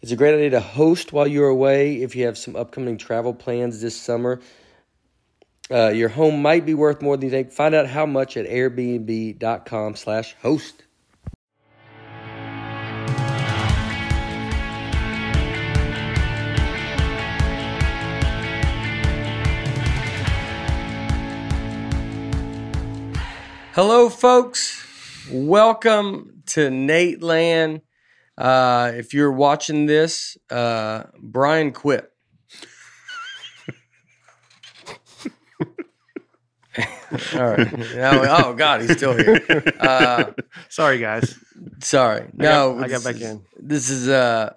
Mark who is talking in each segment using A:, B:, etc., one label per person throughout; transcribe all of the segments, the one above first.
A: It's a great idea to host while you're away if you have some upcoming travel plans this summer. Uh, your home might be worth more than you think. Find out how much at airbnb.com/host. Hello, folks. Welcome to Nate Land. Uh, if you're watching this, uh, Brian quit. All right. Now- oh God, he's still here. Uh,
B: Sorry, guys.
A: sorry. No,
B: I got
A: this
B: back
A: is-
B: in.
A: This is uh,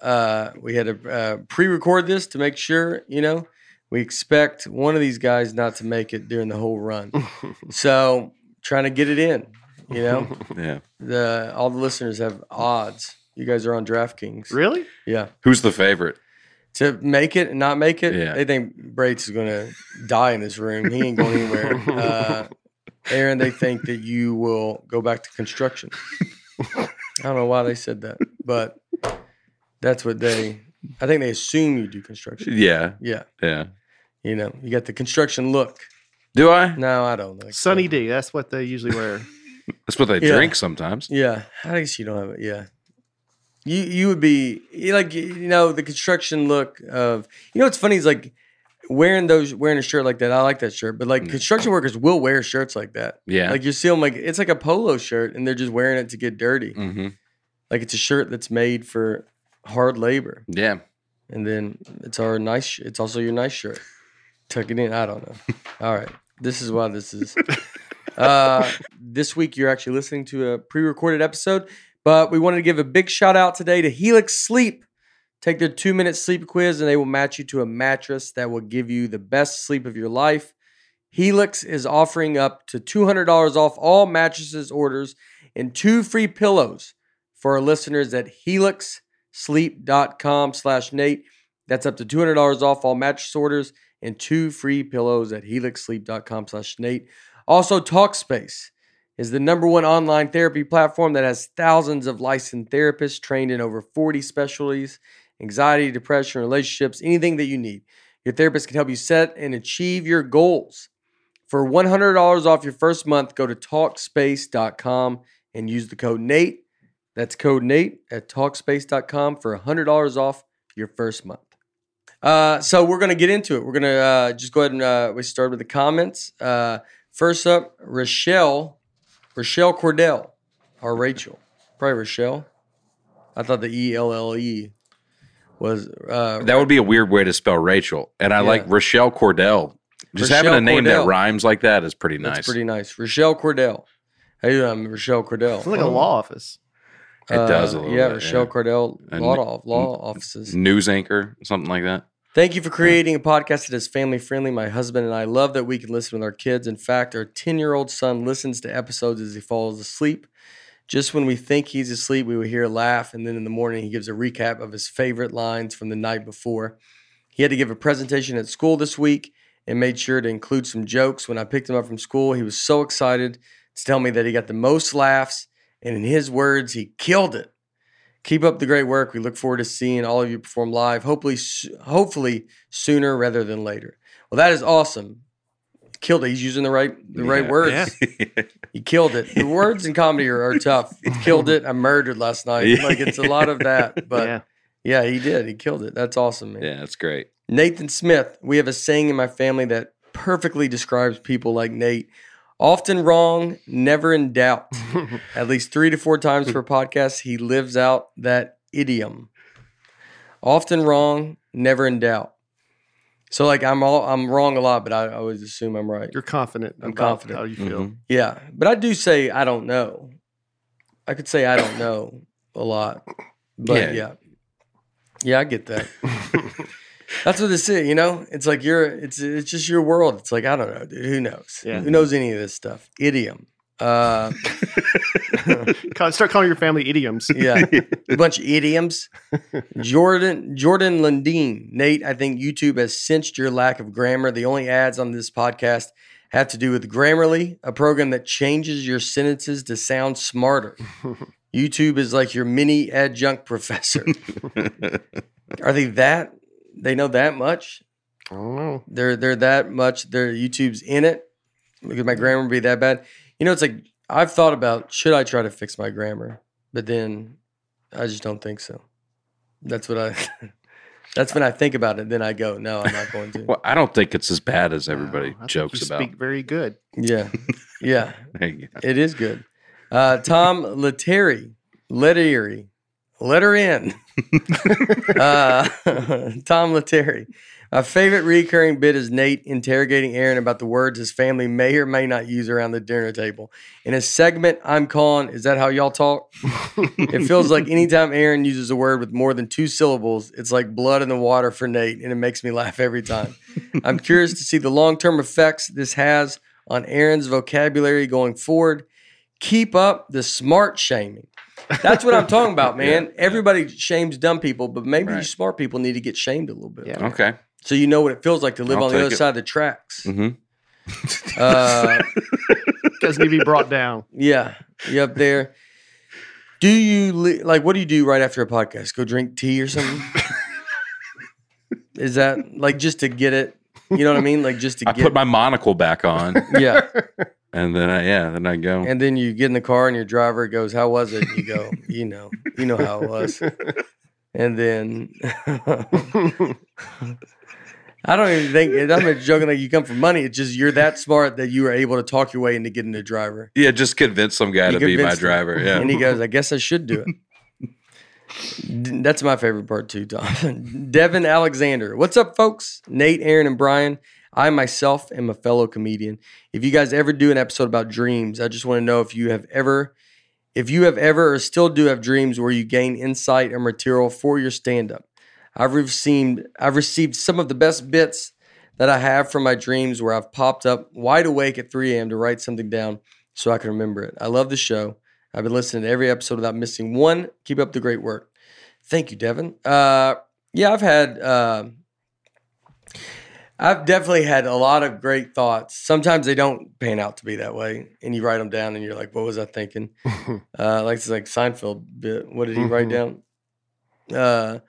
A: uh, we had to uh, pre-record this to make sure. You know, we expect one of these guys not to make it during the whole run. so trying to get it in. You know.
C: Yeah.
A: the all the listeners have odds. You guys are on DraftKings.
B: Really?
A: Yeah.
C: Who's the favorite?
A: To make it and not make it,
C: Yeah.
A: they think Brait's is going to die in this room. He ain't going anywhere. Uh, Aaron, they think that you will go back to construction. I don't know why they said that, but that's what they. I think they assume you do construction.
C: Yeah.
A: Yeah,
C: Yeah.
A: you know, you got the construction look.
C: Do I?
A: No, I don't think. so.
B: Sunny D. That's what they usually wear.
C: That's what they
A: Yeah.
C: drink sometimes.
A: Yeah, I guess you don't have it. Yeah, you you would be you like you know the construction look of you know what's funny is like wearing those wearing a shirt like that. I like that shirt, but like
C: Mm.
A: construction workers will wear shirts like that.
C: Yeah.
A: Like you see them like it's like a polo shirt and they're just wearing it to get dirty.
C: mm-hmm.
A: Like it's a shirt that's made for hard labor,
C: Yeah.
A: and then it's our nice. sh- It's also your nice shirt. Tuck it in. I don't know. All right, this is why this is. Uh, this week you're actually listening to a pre-recorded episode, but we wanted to give a big shout out today to Helix Sleep. Take their two-minute sleep quiz, and they will match you to a mattress that will give you the best sleep of your life. Helix is offering up to $200 off all mattresses orders and two free pillows for our listeners at helixsleep.com slash Nate. That's up to $200 off all mattress orders and two free pillows at helixsleep.com slash Nate. Also, TalkSpace is the number one online therapy platform that has thousands of licensed therapists trained in over 40 specialties anxiety, depression, relationships, anything that you need. Your therapist can help you set and achieve your goals. For $100 off your first month, go to talkspace.com and use the code Nate. That's code Nate at talkspace.com for $100 off your first month. Uh, so we're going to get into it. We're going to uh, just go ahead and uh, we start with the comments. Uh, first up, Rochelle, Rochelle Cordell, or Rachel, probably Rochelle. I thought the E L L E was uh,
C: That would be a weird way to spell Rachel. And I
A: Yeah.
C: like Rochelle Cordell. Just having
A: Rochelle
C: a name
A: Cordell.
C: that rhymes like that is pretty nice.
A: That's pretty nice. Rochelle Cordell. Hey, I'm Rochelle Cordell. Uh,
B: It's like a law office.
C: It does a little
A: yeah,
C: bit,
A: Rochelle
C: yeah.
A: Cordell,
C: And-
A: law, of- law offices.
C: News anchor, something like that.
A: Thank you for creating a podcast that is family friendly. My husband and I love that we can listen with our kids. In fact, our 10 year old son listens to episodes as he falls asleep. Just when we think he's asleep, we will hear a laugh. And then in the morning, he gives a recap of his favorite lines from the night before. He had to give a presentation at school this week and made sure to include some jokes. When I picked him up from school, he was so excited to tell me that he got the most laughs. And in his words, he killed it. Keep up the great work. We look forward to seeing all of you perform live. Hopefully, so- hopefully sooner rather than later. Well, that is awesome. Killed it. He's using the right the right
C: Yeah.
A: words.
B: Yeah.
A: He killed it. The words in comedy are, are tough. He killed it. I murdered last night.
C: Yeah.
A: Like it's a lot of that. But
B: yeah.
A: yeah, he did. He killed it. That's awesome, man.
C: yeah, that's great.
A: Nathan Smith. We have a saying in my family that perfectly describes people like Nate. Often wrong, never in doubt. At least three to four times per podcast, he lives out that idiom. Often wrong, never in doubt. So like I'm all I'm wrong a lot, but I always assume I'm right.
B: You're confident.
A: I'm
B: about
A: confident.
B: How you feel?
C: Mhm.
A: Yeah, but I do say I don't know. I could say I don't know a lot, but yeah,
C: Yeah.
A: yeah, I get that. Mm-hmm. That's what this is, you know. It's like you're, it's it's just your world. It's like I don't know, dude. Who knows?
B: Yeah.
A: Who knows any of this stuff? Idiom. Uh,
B: Ca- Start calling your family idioms.
A: yeah, a bunch of idioms. Jordan Jordan Lundeen, Nate. I think YouTube has cinched your lack of grammar. The only ads on this podcast have to do with Grammarly, a program that changes your sentences to sound smarter. YouTube is like your mini adjunct professor.
C: Mm-hmm.
A: Are they that? They know that much.
B: I don't know.
A: They're they're that much. Their YouTube's in it. Could my grammar be that bad? You know, it's like I've thought about should I try to fix my grammar, but then I just don't think so. That's what I. that's when I think about it. Then I go, no, I'm not going to.
C: Well, I don't think it's as bad as everybody
B: Wow, I think
C: jokes
B: you
C: about.
B: Speak very good.
A: yeah, yeah.
C: There you go.
A: It is good. Uh, Tom Lettieri, Lettieri, let her in. uh, Tom Lettieri. My favorite recurring bit is Nate interrogating Aaron about the words his family may or may not use around the dinner table. In a segment I'm calling, Is That How Y'all Talk? it feels like anytime Aaron uses a word with more than two syllables, it's like blood in the water for Nate, and it makes me laugh every time. I'm curious to see the long term effects this has on Aaron's vocabulary going forward. Keep up the smart shaming. That's what I'm talking about, man. Everybody shames dumb people, but maybe you
C: Right.
A: smart people need to get shamed a little bit.
B: Yeah.
C: Okay.
A: So you know what it feels like to live
C: I'll
A: on the
C: take
A: other
C: it.
A: side of the tracks.
C: hmm
A: Uh,
B: Does need to be brought down.
A: yeah, you up there. Do you li- like what do you do right after a podcast? Go drink tea or something? Is that like just to get it? You know what I mean? Like just to
C: I
A: get
C: put my monocle back on,
A: yeah.
C: and then I yeah, then I go.
A: And then you get in the car and your driver goes, "How was it?" You go, "You know, you know how it was." And then I don't even think I'm not joking. Like you come for money, it's just you're that smart that you were able to talk your way into getting a driver.
C: yeah, just convince some guy
A: You
C: to be my
A: convinced him.
C: driver. Yeah.
A: And he goes, I guess I should do it. D- That's my favorite part too, Tom. Devin Alexander. What's up, folks? Nate, Aaron, and Brian. I myself am a fellow comedian. If you guys ever do an episode about dreams, I just want to know if you have ever, if you have ever or still do have dreams where you gain insight or material for your stand-up. I've received I've received some of the best bits that I have from my dreams where I've popped up wide awake at 3 a.m. to write something down so I can remember it. I love the show. I've been listening to every episode without missing one. Keep up the great work. Thank you, Devin. Uh, yeah, I've had, uh, I've definitely had a lot of great thoughts. Sometimes they don't pan out to be that way, and you write them down, and you're like, "What was I thinking?" uh, like it's like Seinfeld bit. What did he write down? Uh,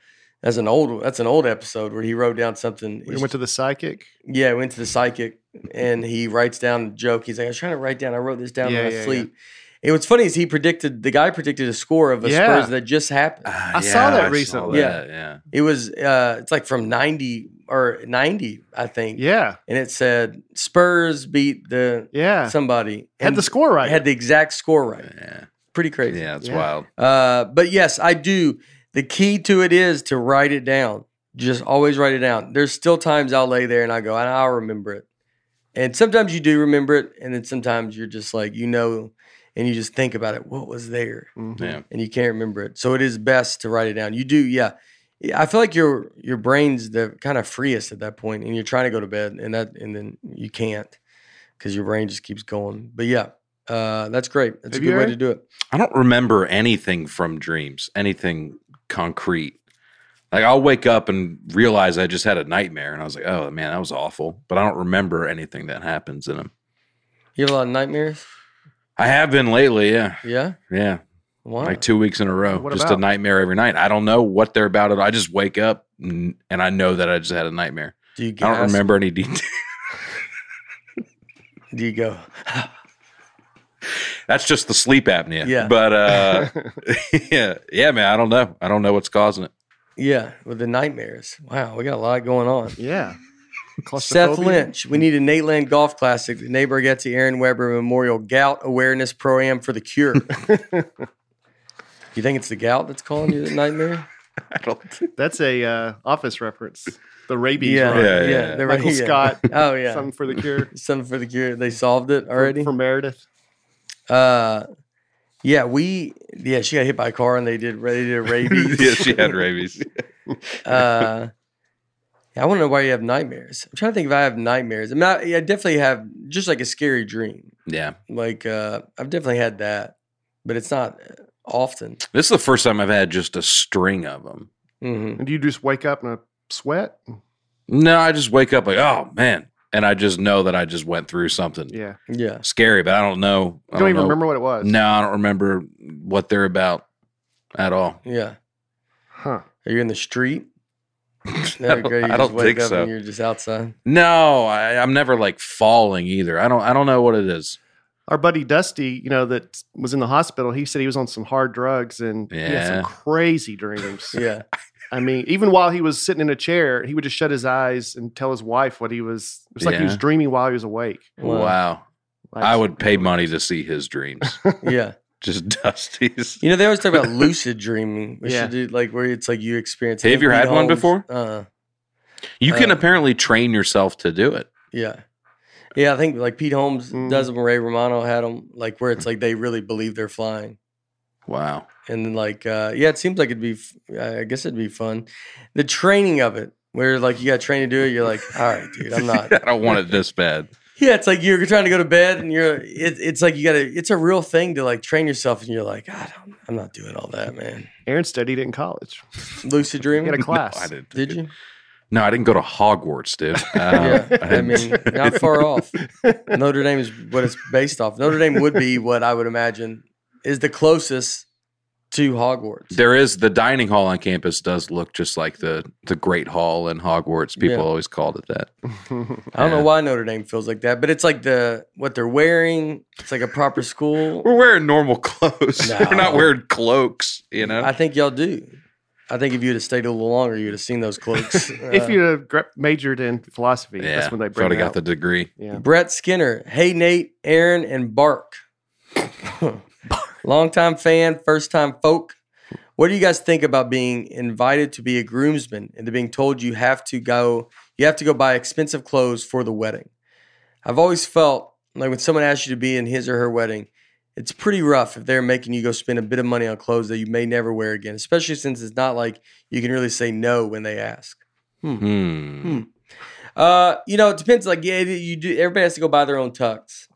A: that's an old that's an old episode where he wrote down something.
B: We went to the psychic.
A: Yeah, I went to the psychic and he writes down a joke. He's like, I was trying to write down, I wrote this down
B: Yeah,
A: in my
B: yeah, yeah.
A: sleep. And what's funny is he predicted the guy predicted a score of a
B: Yeah.
A: Spurs that just happened.
C: Ah,
B: I saw that recently.
C: that, Yeah.
A: It was uh it's like from 90 or 90, I think.
B: Yeah,
A: And it said Spurs beat the
B: yeah.
A: somebody
B: had
A: and
B: the score right.
A: had the exact score right.
C: Yeah.
A: Pretty
C: Yeah.
A: crazy.
C: it's
B: Yeah.
C: wild.
A: Uh, but yes, I do. The key to it is to write it down. Just always write it down. There's still times I'll lay there and I go, and I'll remember it. And sometimes you do remember it, and then sometimes you're just like, you know, and you just think about it. What was there?
B: Mhm.
C: Yeah.
A: And you can't remember it. So it is best to write it down. You do, yeah. Yeah, I feel like your your brain's the kind of freest at that point, and you're trying to go to bed, and that and then you can't because your brain just keeps going. But yeah, uh, that's great. That's
B: Have
A: a good
B: you
A: way
B: ever-
A: to do it.
C: I don't remember anything from dreams, anything concrete. Like I'll wake up and realize I just had a nightmare, and I was like, "Oh man, that was awful." But I don't remember anything that happens in them.
A: You have a lot of nightmares,
C: I have been lately, yeah,
A: yeah.
C: yeah,
A: Wow.
C: like two weeks in a row,
B: What
C: just
B: about?
C: a nightmare every night. I don't know what they're about. At all. I just wake up and, and I know that I just had a nightmare.
A: do you
C: I don't
A: gasp?
C: remember any detail.
A: Do you go?
C: That's just the sleep apnea. uh,
A: Yeah.
C: but uh, yeah, yeah, man, I don't know. I don't know what's causing it.
A: Yeah, with the nightmares. Wow, we got a lot going on.
B: Yeah.
A: Seth
B: Claustrophobia?
A: Lynch, we need a Nate Land Golf Classic, the Nate Bargatze Aaron Weber Memorial Gout Awareness Pro Am for the Cure. you think it's the gout that's calling you the nightmare?
C: I don't
B: That's a uh, office reference. The rabies.
A: Yeah,
B: run.
C: Yeah, yeah, yeah.
A: they're right-
B: Michael
A: yeah.
B: Scott.
A: Oh yeah,
B: Something for the cure.
A: something for the cure. They solved it already.
B: For, for Meredith.
A: uh, yeah, we yeah she got hit by a car and they did they did a rabies.
C: yeah, she had rabies.
A: uh, I want to know why you have nightmares. I'm trying to think if I have nightmares. I'm not. I definitely have just like a scary dream.
C: Yeah.
A: Like uh, I've definitely had that, but it's not uh, often.
C: This is the first time I've had just a string of them.
A: hmm
B: And do you just wake up in a sweat?
C: No, I just wake up like, oh man. And I just know that I just went through something
B: Yeah.
A: Yeah,
C: scary, but I don't know. I
B: You don't even
C: know.
B: remember what it was.
C: Oh, No, I don't remember what they're about at all.
A: yeah.
B: Huh.
A: Are you in the street?
C: I don't- I don't think so.
A: and you're just outside.
C: No, I, I'm never like falling either. I don't. I don't know what it is.
B: Our buddy Dusty, you know, that was in the hospital, he said he was on some hard drugs and he had
C: Yeah.
B: some crazy dreams.
A: Yeah,
B: I mean, even while he was sitting in a chair, he would just shut his eyes and tell his wife what he was. It was like he was
C: Yeah.
B: dreaming while he was awake.
A: Wow.
C: Wow.
B: Like,
C: I would pay money to see his dreams.
A: yeah.
C: just Dusty's.
A: You know they always talk about lucid dreaming. We
B: Yeah.
A: should do like where it's like you experience.
C: Have you ever
A: Pete
C: had one
A: Holmes,
C: before?
A: Uh,
C: You can
A: Uh,
C: apparently train yourself to do it.
A: Yeah. Yeah, I think like Pete Holmes
B: Mm.
A: does them. Ray Romano had them, like where
C: Mm.
A: it's like they really believe they're flying,
C: Wow.
A: and then like uh, yeah, it seems like it'd be. f- I guess it'd be fun. The training of it, where like you got trained to do it, you're like, all right, dude, I'm not.
C: I don't want it this bad.
A: yeah, it's like you're trying to go to bed, and you're. It, it's like you got to. It's a real thing to like train yourself, and you're like, I don't, I'm not doing all that, man.
B: Aaron studied it in college.
A: Lucid
B: He had a
A: dreaming.
B: class.
C: I didn't.
A: Did you?
C: No, I didn't go to Hogwarts, dude. Uh,
A: Yeah, I
C: didn't-
A: mean, not far off. Notre Dame is what it's based off. Notre Dame would be what I would imagine is the closest to Hogwarts.
C: There is the dining hall on campus does look just like the the Great Hall in Hogwarts. People
A: Yeah.
C: always called it that.
A: I don't know
C: Yeah.
A: why Notre Dame feels like that, but it's like the what they're wearing. It's like a proper school.
C: We're wearing normal clothes.
A: No.
C: We're not wearing cloaks, you know.
A: I think y'all do. I think if you'd have stayed a little longer, you'd have seen those cloaks.
B: if
A: Uh,
B: you have gra- majored in philosophy, that's when they bring
C: Probably
B: it
C: got
B: out.
C: the degree.
B: yeah.
A: Brett Skinner, hey Nate, Aaron, and Bark. Longtime fan, first time folk. What do you guys think about being invited to be a groomsman and to being told you have to go, you have to go buy expensive clothes for the wedding? I've always felt like when someone asks you to be in his or her wedding, it's pretty rough if they're making you go spend a bit of money on clothes that you may never wear again, especially since it's not like you can really say no when they ask.
C: Hmm.
A: Uh, you know, it depends. Like, yeah, you do. Everybody has to go buy their own tux.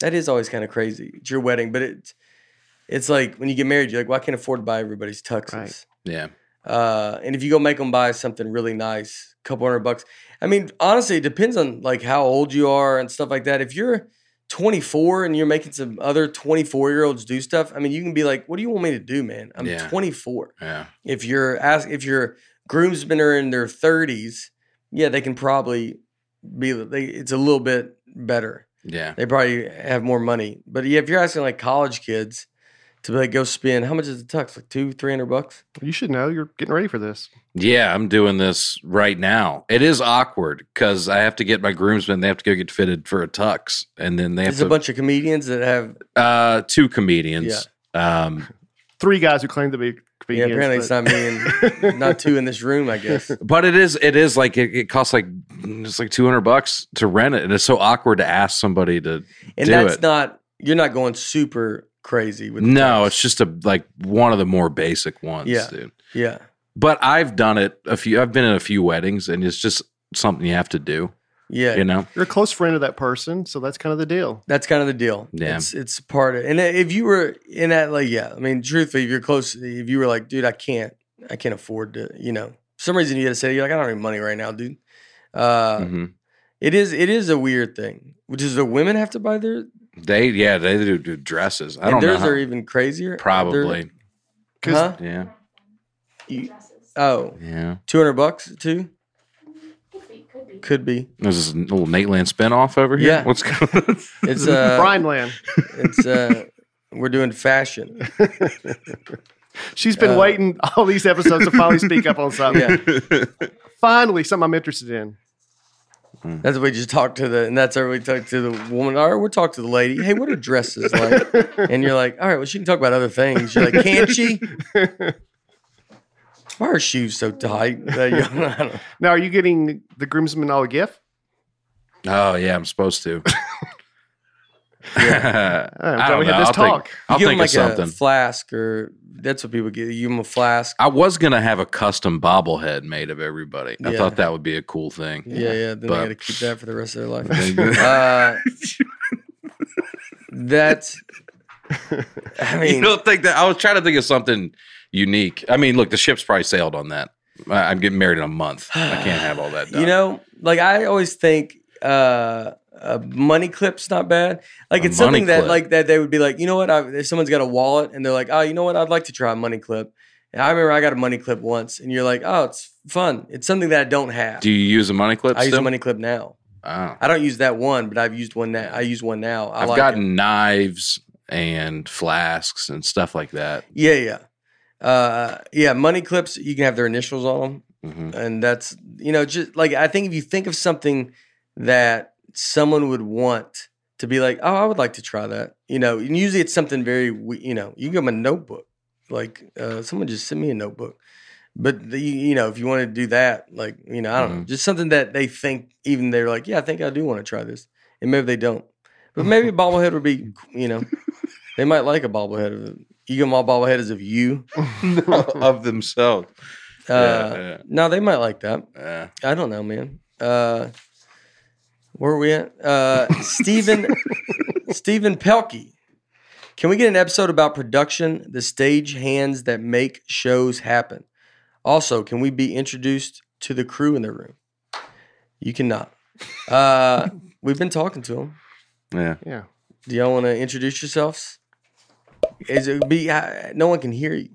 A: That is always kind of crazy. It's your wedding, but it's it's like when you get married, you're like, well, I can't afford to buy everybody's tuxes.
B: Right.
C: Yeah.
A: Uh, and if you go make them buy something really nice, couple hundred bucks. I mean, honestly, it depends on like how old you are and stuff like that. If you're 24 and you're making some other 24 year olds do stuff, I mean, you can be like, what do you want me to do, man? I'm
C: Yeah.
A: 24
C: Yeah.
A: if you're ask if your groomsmen are in their 30s yeah they can probably be they, it's a little bit better
C: Yeah.
A: they probably have more money but yeah if you're asking like college kids to be like go spend how much is the tux like two three hundred bucks
B: You should know. You're getting ready for this.
C: Yeah, I'm doing this right now. It is awkward because I have to get my groomsmen. They have to go get fitted for a tux, and then they have
A: there's a
C: to
A: bunch of comedians that have
C: uh, two comedians. Um,
B: Three guys who claim to be
A: yeah,
B: comedians.
A: apparently it's
B: but-
A: not me and not two in this room i guess
C: but it is it is like it, it costs like it's like 200 bucks to rent it, and it's so awkward to ask somebody to.
A: and
C: Do
A: that's
C: it.
A: not you're not going super crazy with the
C: no,
A: tux.
C: it's just a like one of the more basic ones,
A: Yeah.
C: dude.
A: yeah
C: But I've done it a few. I've been in a few weddings, and it's just something you have to do.
A: yeah
C: You know,
B: You're a close friend of that person, so that's kind of the deal.
A: That's kind of the deal.
C: Yeah.
A: It's it's part of and if you were in that like yeah, I mean truthfully, if you're close if you were like, dude, I can't I can't afford to, you know. For some reason you had to say you're like, I don't have any money right now, dude. Uh
C: Mhm.
A: it is it is a weird thing. Which is the women have to buy their
C: they yeah they do, do dresses. I
A: and
C: don't know.
A: theirs
C: how-
A: are even crazier. They're-
C: probably.
B: 'Cause
A: Huh?
C: Yeah.
A: You- oh,
C: Yeah.
A: 200 bucks too? Could be.
C: There's this little Nate Land spinoff over here.
A: Yeah.
C: What's going on?
A: It's uh
B: Brian Land.
A: it's uh we're doing fashion.
B: She's been
A: Uh,
B: waiting all these episodes to finally speak up on something.
A: Yeah.
B: Finally, something I'm interested in.
A: That's what we just talked to the, and that's where we talked to the woman. All right, we'll talk to the lady. Hey, what are dresses like? And you're like, all right, well, she can talk about other things. You're like, can't she? Why are her shoes so tight? That you- I don't know.
B: Now, are you getting the groomsmen all a gift?
C: Oh yeah, I'm supposed to.
B: I'm
C: I
B: glad
C: don't
B: we had
C: know.
B: this
C: I'll
B: talk.
C: Think, I'll
A: You give
C: think
A: them
C: of something.
A: a flask, or that's what people get. You give them a flask.
C: I was gonna have a custom bobblehead made of everybody. I
A: Yeah.
C: thought that would be a cool thing.
A: Yeah, yeah. Then
C: But-
A: they got to keep that for the rest of their life.
C: you
A: Uh, that's. I mean,
C: don't think that I was trying to think of something unique. I mean, look, the ship's probably sailed on that. I- I'm getting married in a month. I can't have all that done.
A: You know, like I always think uh, a money clip's not bad. Like
C: A
A: it's something
C: money
A: that
C: clip.
A: like that they would be like, you know what? I, if someone's got a wallet and they're like, oh, you know what? I'd like to try a money clip. And I remember I got a money clip once, and you're like, oh, it's fun. It's something that I don't have.
C: Do you use a money clip
A: I use
C: still?
A: a money clip now.
C: Oh.
A: I don't use that one, but I've used one now. I use one now. I
C: I've
A: like
C: gotten
A: it.
C: knives and flasks and stuff like that.
A: yeah, yeah. Uh, yeah, money clips, you can have their initials on them.
C: Mhm.
A: and that's you know just like i think if you think of something that someone would want to be like oh i would like to try that you know and usually it's something very we- you know you give them a notebook like uh, someone just sent me a notebook but the, you you know if you want to do that like you know i don't know
C: Mhm.
A: just something that they think even they're like yeah i think i do want to try this and maybe they don't but maybe a bobblehead would be you know they might like a bobblehead you give them all bobbleheads of you
C: of themselves.
A: uh,
C: Yeah, yeah.
A: no they might like that
C: Yeah.
A: I don't know, man. Uh, where are we at? Uh, Stephen Stephen Pelkey. Can we get an episode about production, the stage hands that make shows happen? Also, can we be introduced to the crew in the room? You cannot. Uh, we've been talking to him.
C: yeah.
B: Yeah.
A: Do y'all want to introduce yourselves? Is it be uh, no one can hear you?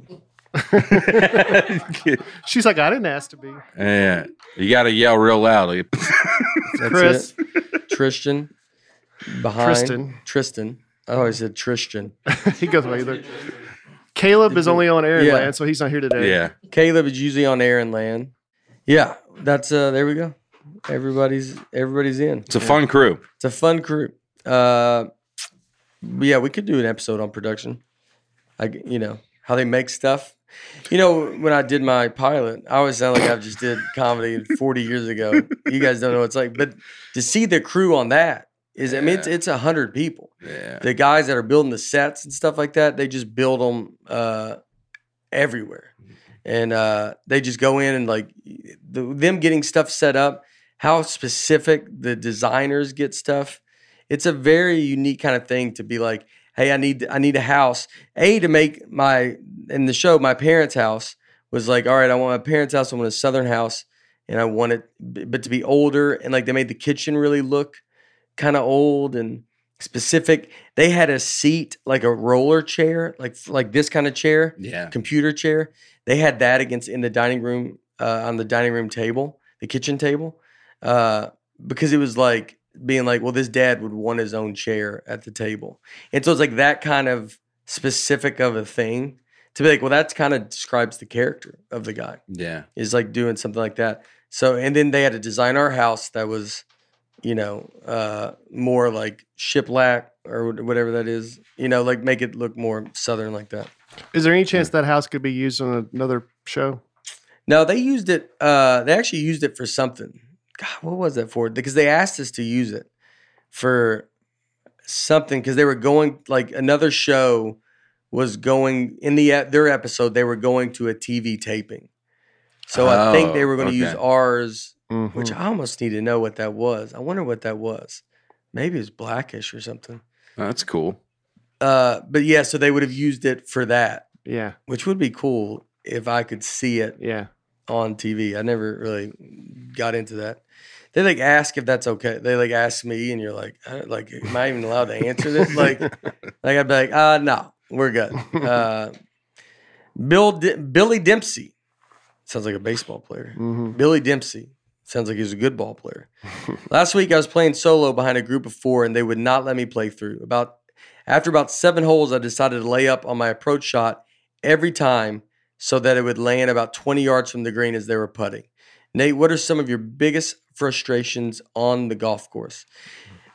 B: She's like, I didn't ask to be.
C: Yeah. You got to yell real loud. Like,
A: That's
B: Chris.
A: it. Tristan, behind
B: Tristan.
A: Tristan. Oh, I always said Tristan.
B: he goes away either. Caleb is only on air,
A: Yeah.
B: land, so he's not here today.
C: yeah.
A: Caleb is usually on air and land. Yeah, that's uh there we go. Everybody's everybody's in.
C: It's a fun crew.
A: It's a fun crew. Uh yeah, we could do an episode on production. Like you know, how they make stuff. You know, when I did my pilot, I always sound like I just did comedy 40 years ago. You guys don't know what it's like, but to see the crew on that is I mean it's
C: Yeah.
A: it's 100 people
C: Yeah.
A: the guys that are building the sets and stuff like that, they just build them uh, everywhere, and uh, they just go in and like the, them getting stuff set up, how specific the designers get stuff. It's a very unique kind of thing to be like, hey, I need I need a house. A to make my in the show my parents' house was like, all right, I want my parents' house, I want a southern house, and I want it, b- but to be older and like they made the kitchen really look kind of old and specific. They had a seat like a roller chair, like like this kind of chair,
C: Yeah.
A: computer chair. They had that against in the dining room uh, on the dining room table, the kitchen table, uh, because it was like being like, well, this dad would want his own chair at the table, and so it's like that kind of specific of a thing to be like, well, that's kind of describes the character of the guy
C: Yeah.
A: is like doing something like that. So, and then they had to design our house that was, you know, uh, more like shiplack or wh- whatever that is, you know, like make it look more southern like that.
B: Is there any chance that house could be used on another show?
A: No, they used it, uh, they actually used it for something. God, what was that for? Because they asked us to use it for something because they were going like another show was going in the e- their episode they were going to a TV taping. So I think they
C: Oh,
A: were going to use
C: okay.
A: ours
B: Mhm.
A: which I almost need to know what that was. I wonder what that was. Maybe it was blackish or something.
C: Oh, That's cool.
A: Uh, but yeah, so they would have used it for that,
B: yeah,
A: which would be cool if I could see it
B: yeah.
A: on TV. I never really got into that. They like ask if that's okay. They like ask me, and you're like, I, like, am I even allowed to answer this? Like, like I'd be like, uh, no, we're good. Uh, Bill D- Billy Dempsey sounds like a baseball player.
B: Mhm.
A: Billy Dempsey. Sounds like he's a good ball player. Last week I was playing solo behind a group of four and they would not let me play through. About after about seven holes, I decided to lay up on my approach shot every time so that it would land about 20 yards from the green as they were putting. Nate, what are some of your biggest frustrations on the golf course?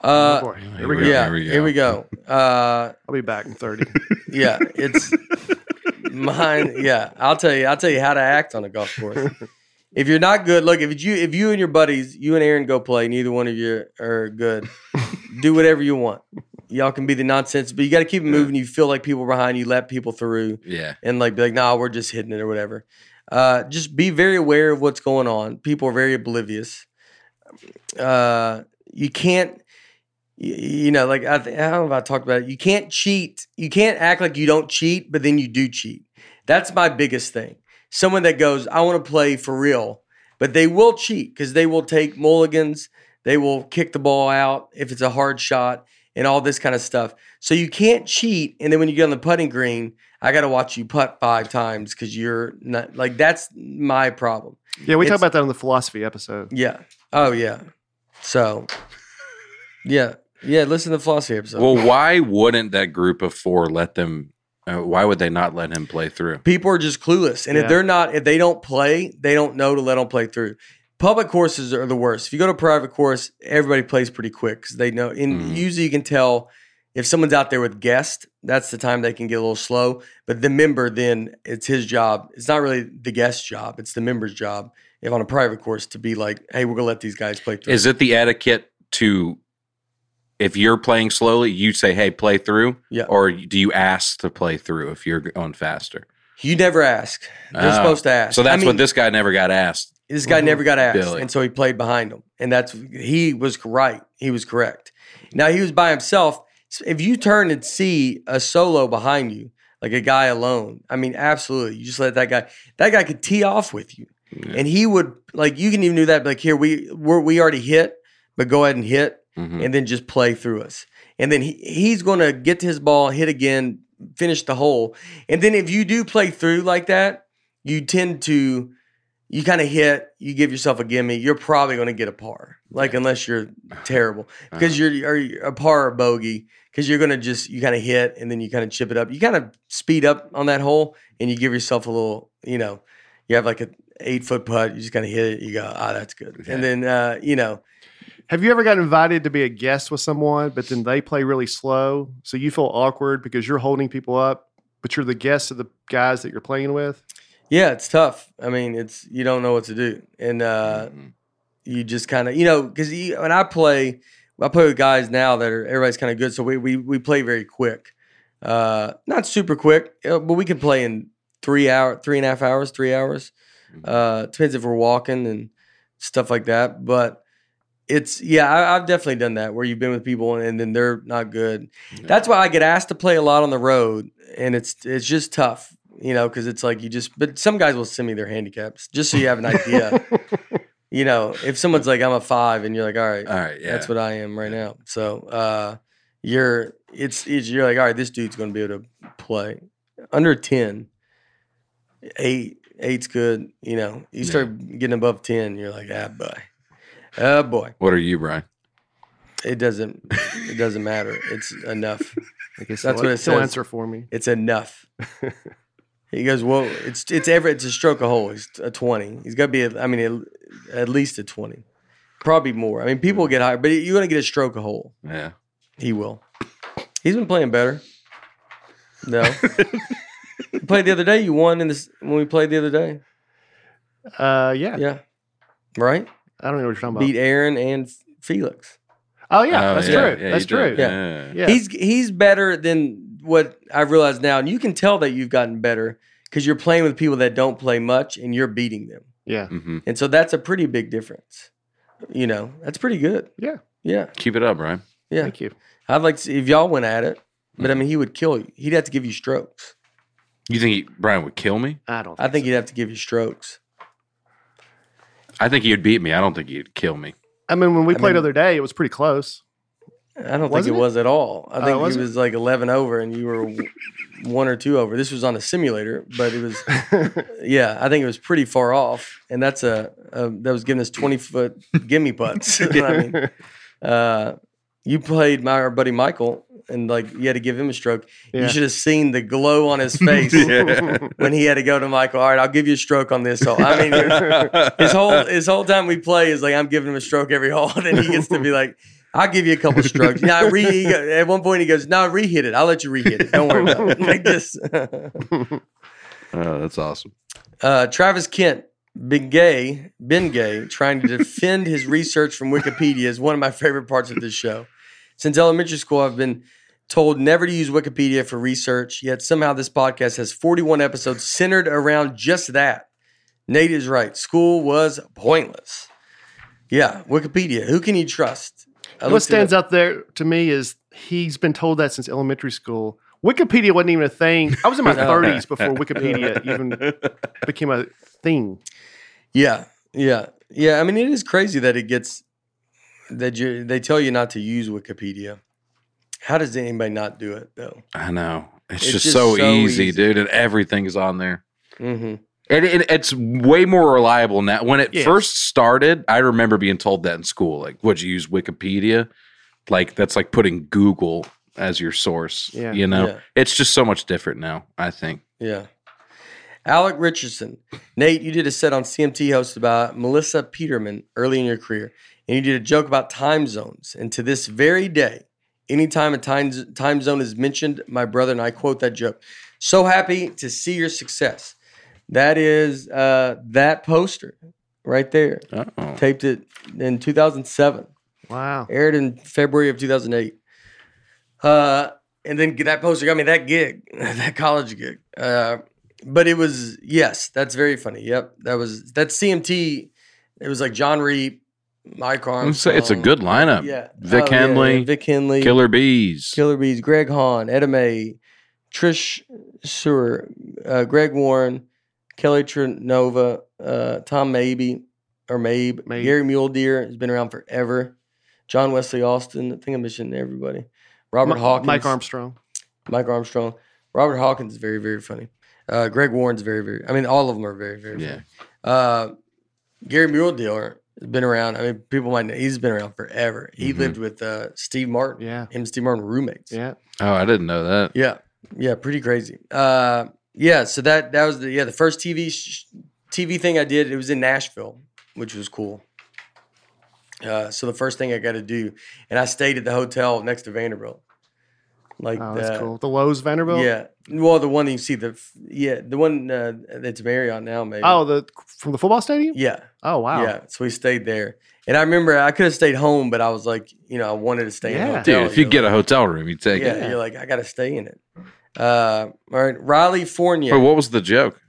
B: Oh,
A: Uh,
B: boy.
C: Here
B: Here we
C: we
B: go.
C: go.
A: yeah, here we go. Uh,
B: I'll be back in 30.
A: yeah, it's mine. Yeah, I'll tell you. I'll tell you how to act on a golf course. If you're not good, look. If you if you and your buddies, you and Aaron go play. Neither one of you are good. Do whatever you want. Y'all can be the nonsense, but you got to keep it moving. You feel like people behind you, let people through,
C: Yeah.
A: and like be like, nah, we're just hitting it or whatever. Uh, just be very aware of what's going on. People are very oblivious. Uh, you can't, you, you know, like I, th- I don't know if I talked about it. You can't cheat. You can't act like you don't cheat, but then you do cheat. That's my biggest thing. Someone that goes, I want to play for real, but they will cheat because they will take mulligans. They will kick the ball out if it's a hard shot and all this kind of stuff. So you can't cheat. And then when you get on the putting green, I got to watch you putt five times because you're not like that's my problem.
B: Yeah, we
A: It's-
B: talked about that on the philosophy episode.
A: Yeah. Oh yeah. So. Yeah. Yeah. Listen to the philosophy episode.
C: Well, why wouldn't that group of four let them? Uh, why would they not let him play through?
A: people are just clueless, and
B: Yeah.
A: if they're not, if they don't play, they don't know to let them play through. Public courses are the worst. If you go to a private course, everybody plays pretty quick because they know. And
C: Mhm.
A: usually, you can tell if someone's out there with guest. That's the time they can get a little slow. But the member, then it's his job. It's not really the guest's job. It's the member's job. If on a private course, to be like, hey, we're gonna let these guys play through.
C: Is it the etiquette to, if you're playing slowly, you say, "Hey, play through,"
A: Yeah.
C: or do you ask to play through if you're going faster?
A: You never ask. They're
C: Ah.
A: supposed to ask.
C: So
A: I
C: that's
A: mean,
C: what this guy never got asked.
A: This guy never got asked,
C: Mm-hmm. Billy.
A: and so he played behind him, and that's he was right. He was correct. Now he was by himself. If you turn and see a solo behind you, like a guy alone, I mean, absolutely, you just let that guy. That guy could tee off with you,
C: Yeah.
A: and he would like you can even do that. Like here, we we're, we already hit, but go ahead and hit,
C: Mhm.
A: and then just play through us. And then he, he's going to get to his ball, hit again, finish the hole. And then if you do play through like that, you tend to, you kind of hit, you give yourself a gimme, you're probably going to get a par, like unless you're terrible,
C: Uh-huh.
A: because you're or you're a par or bogey, because you're going to just, you kind of hit and then you kind of chip it up. You kind of speed up on that hole and you give yourself a little, you know, you have like a eight foot putt, you just kind of hit it, you go, ah, that's good.
C: Yeah.
A: And then, uh, you know,
B: Have you ever got invited to be a guest with someone, but then they play really slow, so you feel awkward because you're holding people up, but you're the guest of the guys that you're playing with?
A: Yeah, it's tough. I mean, it's you don't know what to do, and uh,
C: Mhm.
A: you just kind of you know because when I play, I play with guys now that are everybody's kind of good, so we we we play very quick, uh, not super quick, uh, but we can play in three hour, three and a half hours, three hours. Uh, depends if we're walking and stuff like that, but. It's yeah, I, I've definitely done that where you've been with people and, then they're not good. That's why I get asked to play a lot on the road, and it's it's just tough, you know, because it's like you just. But some guys will send me their handicaps just so you have an idea. you know, if someone's like I'm a five, and you're like, all right,
C: All right. Uh, Yeah.
A: that's what I am right now. So uh, you're it's, it's you're like all right, this dude's going to be able to play under a ten. Eight eight's good. You know, you
C: Yeah.
A: start getting above ten, you're like ah boy, oh boy,
C: What are you, Brian?
A: it doesn't it doesn't matter. It's enough.
B: I
A: That's
B: guess he'll-
A: what it
B: he'll
A: says.
B: answer for me.
A: It's enough. he goes, well, it's it's every it's a stroke a hole. It's a twenty. He's got to be. A, I mean, at, at least a twenty, probably more. I mean, people get higher, but you're gonna get a stroke a hole.
C: Yeah.
A: He will. He's been playing better. No. you played the other day. You won in this when we played the other day.
B: Uh, yeah.
A: Yeah. Right.
B: I don't know what you're talking about.
A: Beat Aaron and Felix.
B: Oh yeah,
C: Oh,
B: that's
C: yeah,
B: true.
C: yeah,
B: that's
C: you did.
B: true. Yeah.
C: Yeah.
A: He's he's better than what I've realized now, and you can tell that you've gotten better because you're playing with people that don't play much, and you're beating them.
B: yeah.
C: Mhm.
A: And so that's a pretty big difference. You know, that's pretty good.
B: Yeah.
A: Yeah.
C: Keep it up, Brian.
A: Yeah.
B: Thank you.
A: I'd like to see if y'all went at it, but I mean, he would kill you. He'd have to give you strokes.
C: You think he, Brian would kill me?
B: I don't.
A: I think he'd have to give you strokes.
C: I think he'd beat me. I don't think he'd kill me.
B: I mean, when we
A: I
B: played
A: mean-
B: other day, it was pretty close.
A: I don't
B: Wasn't
A: think it,
B: it?
A: was at all. I
B: Oh,
A: think he
B: wasn't it?
A: was like 11 over and you were w- one or two over. This was on a simulator, but it was, yeah, I think it was pretty far off. And that's a, a that was giving us 20 foot gimme putts. I mean, uh, you played my our buddy Michael and like you had to give him a stroke.
B: Yeah.
A: You should have seen the glow on his face
C: Yeah.
A: when he had to go to Michael. All right, I'll give you a stroke on this. hole. I mean, his whole his whole time we play is like I'm giving him a stroke every hole, and he gets to be like, "I'll give you a couple strokes." Yeah, I re he go- at one point he goes, "No, re-hit it. I'll let you re-hit it. Don't worry about it." Like this.
C: oh, that's awesome.
A: Uh, Travis Kent, been gay, been gay, trying to defend his research from Wikipedia is one of my favorite parts of this show. Since elementary school, I've been told never to use Wikipedia for research, yet somehow this podcast has 41 episodes centered around just that. Nate is right. School was pointless. Yeah, Wikipedia. Who can you trust? I
B: what
A: looked it
B: stands
A: up.
B: out there to me is he's been told that since elementary school. Wikipedia wasn't even a thing. I was in my
A: No.
B: 30s before Wikipedia even became a thing.
A: Yeah, yeah, yeah. I mean, it is crazy that it gets that you they tell you not to use Wikipedia. How does anybody not do it though?
C: I know. It's,
A: It's
C: just,
A: just
C: so,
A: so
C: easy,
A: easy.
C: dude, and everything is on there.
A: hmm
C: And it, it's way more reliable now. When it
B: Yes.
C: first started, I remember being told that in school. Like, would you use Wikipedia? Like, that's like putting Google as your source.
B: Yeah.
C: You know,
A: Yeah.
C: it's just so much different now, I think.
A: Yeah. Alec Richardson, Nate, you did a set on CMT hosted by Melissa Peterman early in your career, and you did a joke about time zones. And to this very day, anytime a time z- time zone is mentioned, my brother and I quote that joke. So happy to see your success. That is uh, that poster right there.
C: Oh.
A: taped it in 2007
B: Wow.
A: aired in february of 2008 uh, and then that poster got me that gig that college gig uh, but it was yes that's very funny yep that was that cmt it was like john reed mike
C: It's,
A: Armstrong.
C: a, it's a good lineup.
A: yeah Oh,
C: Vic
A: yeah,
C: Henley,
A: yeah, vic henley
C: Killer Bees.
A: Killer Bees, Greg Hahn, Edda May, Trish Sewer, uh, Greg Warren, Kelly Trinova, uh, Tom Mabe, or Mabe,
B: Mabe.
A: Gary Mule Deer has been around forever. John Wesley Austin, I think I mentioned everybody. Robert
B: Mi-
A: Hawkins,
B: Mike Armstrong.
A: Mike Armstrong, Robert Hawkins is very very funny. Uh, Greg Warren's very very. I mean, all of them are very very.
C: Yeah.
A: Funny. Uh, Gary Mule Dealer has been around. I mean, people might know he's been around forever. He
C: Mhm.
A: lived with uh, Steve Martin.
B: Mm-hmm. Yeah.
A: Him and Steve Martin were roommates.
B: Yeah.
C: Oh, I didn't know that.
A: Yeah, yeah, pretty crazy. Uh, yeah, so that that was the yeah the first TV sh- TV thing I did. It was in Nashville, which was cool. Uh, so the first thing I got to do, and I stayed at the hotel next to Vanderbilt. Like
B: Oh, that's
A: uh,
B: cool. The Lowe's Vanderbilt.
A: Yeah, well, the one that you see the f- yeah the one uh, that's Marriott now maybe.
B: Oh, the from the football stadium.
A: yeah,
B: Oh, wow.
A: yeah. So we stayed there, and I remember I could have stayed home, but I was like, you know, I wanted to stay in
B: Yeah.
A: a
C: Dude,
A: hotel.
C: if you
A: know?
C: get a hotel room, you take
A: yeah,
C: it.
A: you're like, I got to stay in it. Uh, all right, Riley Fournier.
C: But what was the joke?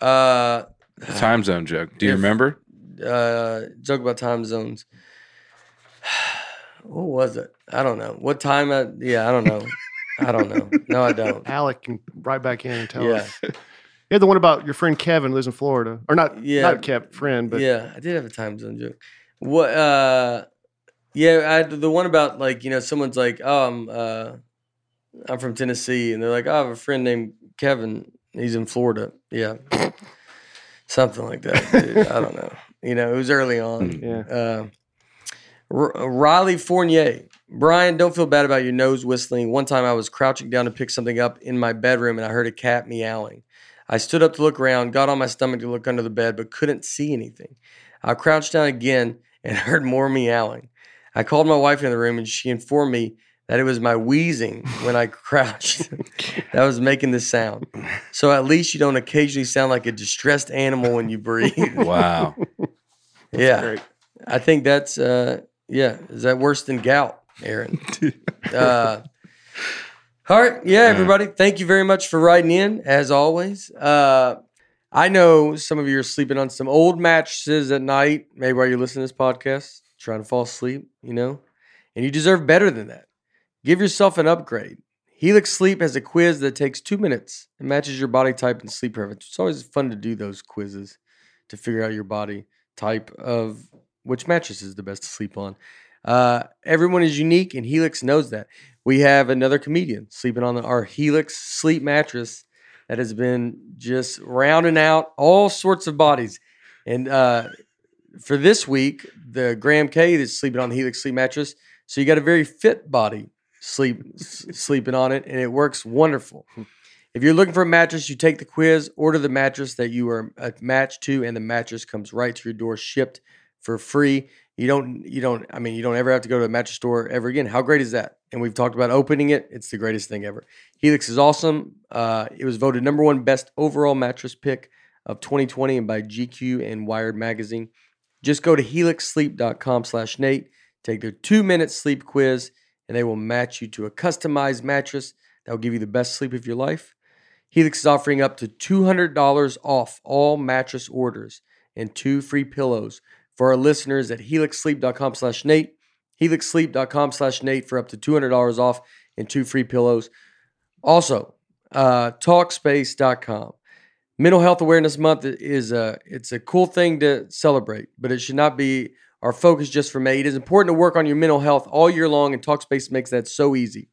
A: uh,
C: The time zone joke. Do you
A: If-
C: remember?
A: uh, joke about time zones. what was it? I don't know. What time? I, yeah, I don't know. I don't know. No, I don't.
B: Alec can right back in and tell
A: Yeah,
B: us. You had the one about your friend Kevin lives in Florida, or not?
A: Yeah.
B: Not Kev, friend, but
A: yeah, I did have a time zone joke. What? Uh, yeah, I had the one about like you know someone's like, oh, I'm uh, I'm from Tennessee, and they're like, oh, I have a friend named Kevin. He's in Florida. Yeah, something like that. dude. I don't know. You know, it was early on.
B: yeah.
A: Uh, R- Riley Fournier. Brian, don't feel bad about your nose whistling. One time I was crouching down to pick something up in my bedroom and I heard a cat meowing. I stood up to look around, got on my stomach to look under the bed, but couldn't see anything. I crouched down again and heard more meowing. I called my wife in the room and she informed me that it was my wheezing when I crouched that was making the sound. So at least you don't occasionally sound like a distressed animal when you breathe.
C: Wow.
A: yeah.
B: Great.
A: I think that's uh yeah. Is that worse than gout, Aaron? uh, all right, yeah, everybody. Thank you very much for writing in, as always. Uh, I know some of you are sleeping on some old mattresses at night, maybe while you're listening to this podcast, trying to fall asleep, you know, and you deserve better than that. Give yourself an upgrade. Helix Sleep has a quiz that takes two minutes and matches your body type and sleep preference. It's always fun to do those quizzes to figure out your body type of which mattress is the best to sleep on. Uh, everyone is unique, and Helix knows that. We have another comedian sleeping on the, our Helix sleep mattress that has been just rounding out all sorts of bodies. And uh, for this week, the Graham K is sleeping on the Helix sleep mattress. So you got a very fit body sleep s- sleeping on it, and it works wonderful. If you're looking for a mattress, you take the quiz, order the mattress that you are uh, matched to, and the mattress comes right to your door, shipped for free. You don't, you don't. I mean, you don't ever have to go to a mattress store ever again. How great is that? And we've talked about opening it; it's the greatest thing ever. Helix is awesome. Uh, it was voted number one best overall mattress pick of 2020 and by GQ and Wired magazine. Just go to helixsleep.com slash Nate, take their two-minute sleep quiz, and they will match you to a customized mattress that will give you the best sleep of your life. Helix is offering up to $200 off all mattress orders and two free pillows for our listeners at helixsleep.com slash Nate, helixsleep.com slash Nate for up to $200 off and two free pillows. Also, uh, talkspace.com. Mental Health Awareness Month is a it's a cool thing to celebrate, but it should not be our focus just for May. It is important to work on your mental health all year long, and Talkspace makes that so easy.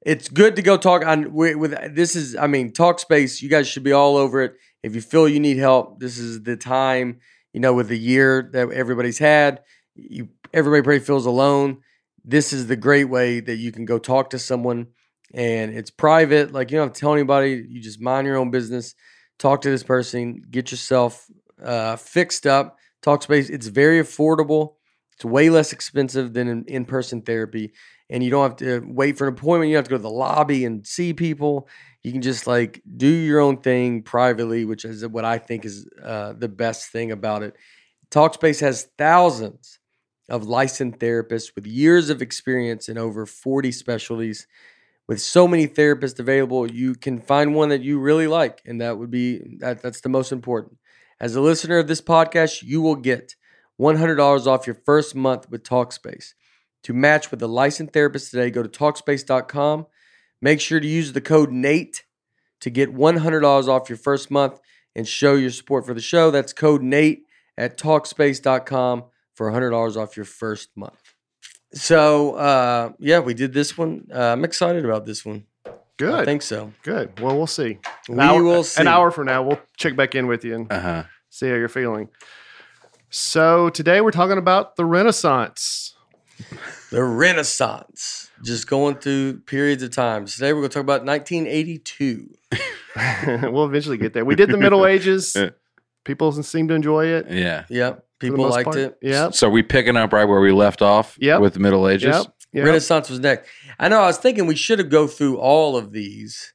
A: It's good to go talk on with, with this is I mean Talkspace. You guys should be all over it. If you feel you need help, this is the time. You know, with the year that everybody's had, you everybody pretty feels alone. This is the great way that you can go talk to someone, and it's private. Like you don't have to tell anybody. You just mind your own business talk to this person, get yourself uh, fixed up. Talkspace, it's very affordable. It's way less expensive than in- in-person therapy, and you don't have to wait for an appointment. You don't have to go to the lobby and see people. You can just like do your own thing privately, which is what I think is uh, the best thing about it. Talkspace has thousands of licensed therapists with years of experience in over 40 specialties with so many therapists available, you can find one that you really like, and that would be that, that's the most important. As a listener of this podcast, you will get $100 off your first month with Talkspace. To match with a licensed therapist today, go to talkspace.com. Make sure to use the code NATE to get $100 off your first month and show your support for the show. That's code NATE at talkspace.com for $100 off your first month. So uh, yeah, we did this one. Uh, I'm excited about this one. I
B: Good.
A: think so.
B: Good. Well, we'll see.
A: we will see.
B: An hour from now, we'll check back in with you and
C: Uh huh.
B: see how you're feeling. So today we're talking about the Renaissance.
A: The Renaissance, just going through periods of time. Today we're going to talk about 1982.
B: we'll eventually get there. We did the Middle Ages. People seem to enjoy it. for the
C: Yeah.
A: Yep, people
B: most
A: liked
B: part.
A: it.
B: Yep.
C: So are we picking up right where we left off
B: Yep.
C: with the Middle Ages.
B: Yep. Yep.
A: Renaissance was next. I know. I was thinking we should have go through all of these.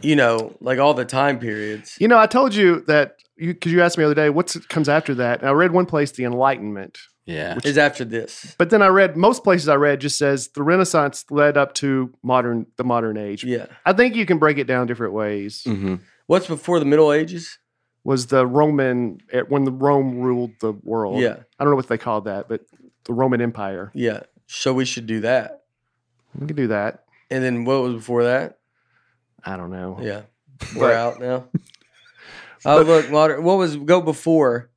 A: You know, like all the time periods.
B: You know, I told you that you because you asked me the other day what comes after that, and I read one place the Enlightenment,
C: Yeah.
A: Is after this.
B: but then I read most places I read just says the Renaissance led up to modern the modern age.
A: Yeah.
B: I think you can break it down different ways.
A: Mm-hmm.
C: Mhm.
A: What's before the Middle Ages?
B: Was the Roman at- when the Rome ruled the world?
A: Yeah.
B: I don't know what they called that, but the Roman Empire.
A: Yeah. So we should do that.
B: We can do that.
A: And then what was before that?
B: I don't know.
A: Yeah. We're
B: But-
A: out now. Oh look, modern. What was go before?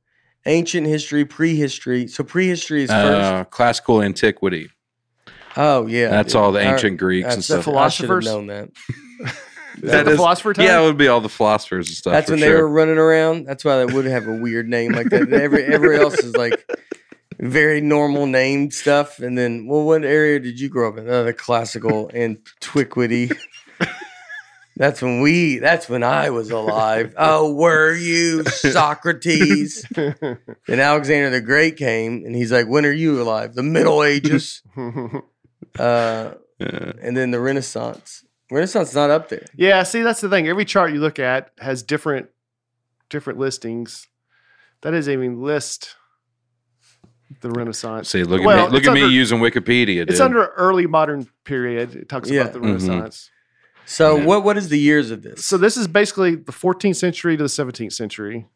A: Ancient history, prehistory. So prehistory is first.
C: Uh, classical antiquity.
A: oh yeah,
C: That's
A: dude.
C: all the
A: right.
C: ancient Greeks and
A: That's
C: stuff.
B: the
A: I should have
B: philosophers?
A: known that.
B: Is
C: That
B: that the
C: is-
B: philosopher time?
C: Yeah, it would be all the philosophers and stuff.
A: That's
C: for
A: when they
C: sure.
A: were running around. That's why they would have a weird name like that. Every every else is like very normal name stuff. And then, well, what area did you grow up in? Oh, the classical antiquity. That's when we. That's when I was alive. Oh, were you Socrates? And Alexander the Great came, and he's like, "When are you alive? The Middle Ages, uh,
C: Yeah.
A: and then the Renaissance. Renaissance is not up there.
B: yeah. See, that's the thing. Every chart you look at has different different listings. That doesn't even list the Renaissance.
C: See, look at
B: Well,
C: me. Look
B: it's
C: at me
B: under-
C: using Wikipedia. Dude.
B: It's under early modern period. It talks
A: Yeah. mm-hmm.
B: about the
C: Mhm.
B: Renaissance.
A: So,
C: Yeah.
A: what what is the years of this?
B: So this is basically the 14th century to the 17th century,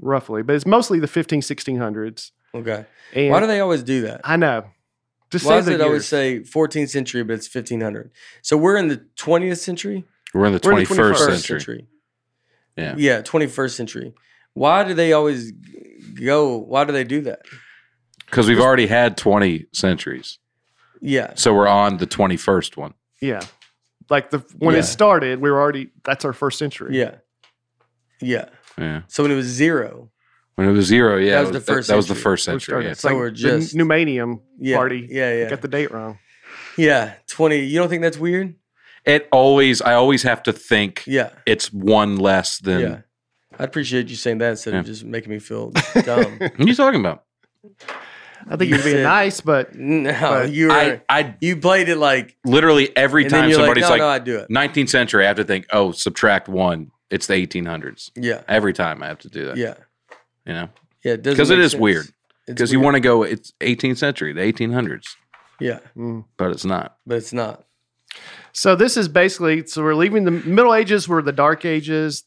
B: roughly, but it's mostly the 15, 1600s.
A: okay,
B: And
A: why do they always do that?
B: I know. Just
A: Why
B: say
A: does
B: the
A: it always say
B: years.
A: 14th century, but it's 1500? So we're in the 20th century,
C: We're in the
B: We're in
C: twenty
B: the
C: first
B: 21st
C: century. Yeah.
A: yeah, 21st century. Why do they always go? Why do they do that?
C: Because we've already had twenty centuries,
A: Yeah,
C: so we're on the twenty first one.
B: Yeah. Like the when
A: Yeah.
B: it started, we were already that's our first century.
A: yeah, yeah.
C: Yeah.
A: So when it was zero,
C: When it was zero, yeah,
A: That was
C: it
A: the
C: that-
A: first
C: That was the
A: century.
C: first
B: We started-
C: century. yeah.
B: It's
A: So
B: like
A: we're
B: the
A: just-
B: Numanium
A: yeah,
B: party.
A: yeah, yeah.
B: Got the date wrong.
A: Yeah, 20. You don't think that's weird?
C: It always, I always have to think
A: Yeah.
C: it's one less than.
A: yeah. I appreciate you saying that instead of just making me feel dumb.
C: What are you talking about?
B: I think you're being
A: said-
B: nice, but
A: No,
B: But
A: you were,
C: I, I
A: you played it like,
C: literally every
A: and then
C: time
A: you're like,
C: somebody's
A: no,
C: like,
A: no, I do it.
C: 19th century, I have to think, oh, subtract one. It's the 1800s.
A: Yeah,
C: Every time I have to do that.
A: yeah,
C: You know,
A: yeah. It doesn't
C: because it
A: make
C: is
A: sense.
C: weird.
A: It's
C: Because you
A: weird.
C: want to go, it's 18th century, the 1800s,
A: yeah,
B: mm.
C: but it's not.
A: but it's not.
B: so this is basically so we're leaving the Middle Ages were the Dark Ages.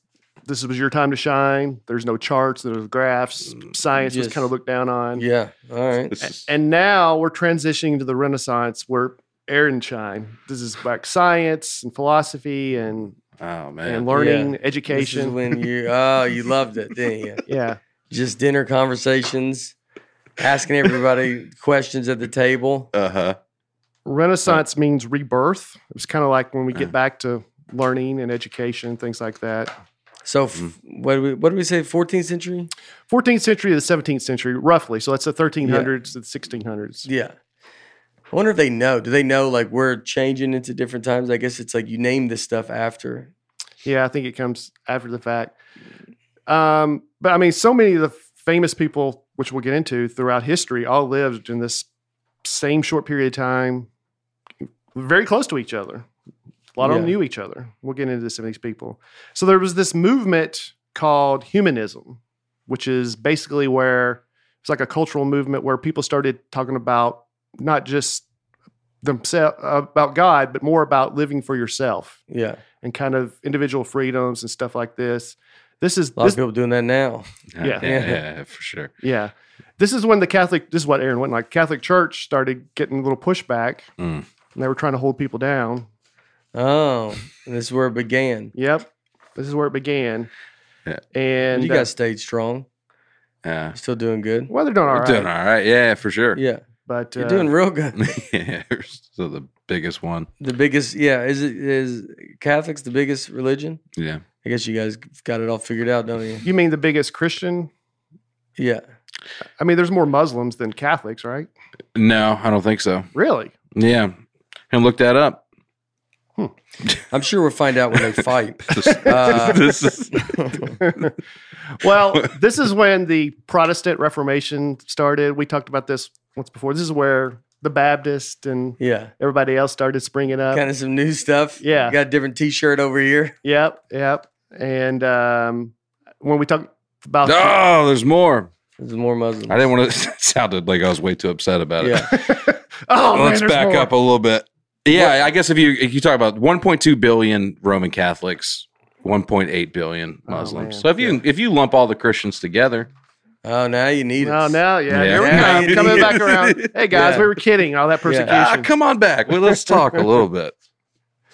B: This was your time to shine. There's no charts, there's graphs. Science was
A: Mm, Yes.
B: kind of looked down on.
A: Yeah, all right.
C: This is-
B: And now we're transitioning to the Renaissance where air and shine. This is like science and philosophy and,
C: oh,
B: and
C: man.
B: learning,
A: This is
B: education.
A: when you oh you loved it, didn't you?
B: yeah.
A: Just dinner conversations, asking everybody questions at the table.
C: Uh huh.
B: Renaissance means rebirth. It's kind of like when we
C: Uh.
A: Mm.
B: get back to learning and education, things like that.
A: So f-
B: Mm.
A: what do we what do we say? 14th century?
B: 14th century to the 17th century, roughly. So that's the 1300s to the 1600s.
A: Yeah. I wonder if they know. Do they know like we're changing into different times? I guess it's like you name this stuff after.
B: Yeah, I think it comes after the fact. Um, but I mean, so many of the famous people, which we'll get into throughout history, all lived in this same short period of time, very close to each other. A lot of them
A: Yeah.
B: knew each other. We'll get into some of these people. So there was this movement called humanism, which is basically where it's like a cultural movement where people started talking about not just themselves about God, but more about living for yourself
A: Yeah.
B: and kind of individual freedoms and stuff like this. This is
A: A lot
B: this,
A: of people doing that now.
B: Yeah.
C: yeah, yeah, yeah, for sure.
B: yeah. This is when the Catholic this is what Aaron went like Catholic Church started getting a little pushback
C: Mm.
B: and they were trying to hold people down.
A: Oh, and this is where it began.
B: Yep. This is where it began.
C: Yeah.
B: And
A: you
B: uh,
A: guys stayed strong.
C: Yeah.
A: You're still doing good.
B: well, they're doing all
C: We're
B: right,
C: doing all right. Yeah, for sure.
A: Yeah.
B: but
A: You're
B: uh,
A: doing real good.
C: Yeah. so the biggest one.
A: The biggest, yeah, is it is Catholics the biggest religion?
C: Yeah.
A: I guess you guys got it all figured out, don't you?
B: you mean the biggest Christian?
A: Yeah.
B: I mean, there's more Muslims than Catholics, right?
C: No, I don't think so.
B: Really?
C: Yeah. And look that up.
A: I'm sure we'll find out when they fight.
C: This,
A: Uh,
C: this is
B: Well, this is when the Protestant Reformation started. We talked about this once before. This is where the Baptist and
A: Yeah.
B: everybody else started springing up.
A: Kind of some new stuff.
B: Yeah.
A: You got a different t shirt over here.
B: Yep, yep. And um, when we talk about
C: oh, there's more.
A: There's more Muslims.
C: I didn't want to. It sounded like I was way too upset about it.
A: Yeah.
B: oh, man,
C: Let's
B: there's
C: back
B: more.
C: up a little bit. Yeah, I guess if you if you talk about 1.2 billion Roman Catholics, 1.8 billion
B: Oh,
C: Muslims.
B: man.
C: so if you if you lump all the Christians together,
A: Oh, now you need
B: Oh,
A: us.
B: now, yeah,
C: Yeah.
B: here
A: Now
B: we
A: you
B: go. Coming
A: need
B: back
C: it.
B: around. Hey, guys,
A: Yeah.
B: we were kidding. All that persecution.
C: ah, come on back. Well, let's talk a little bit.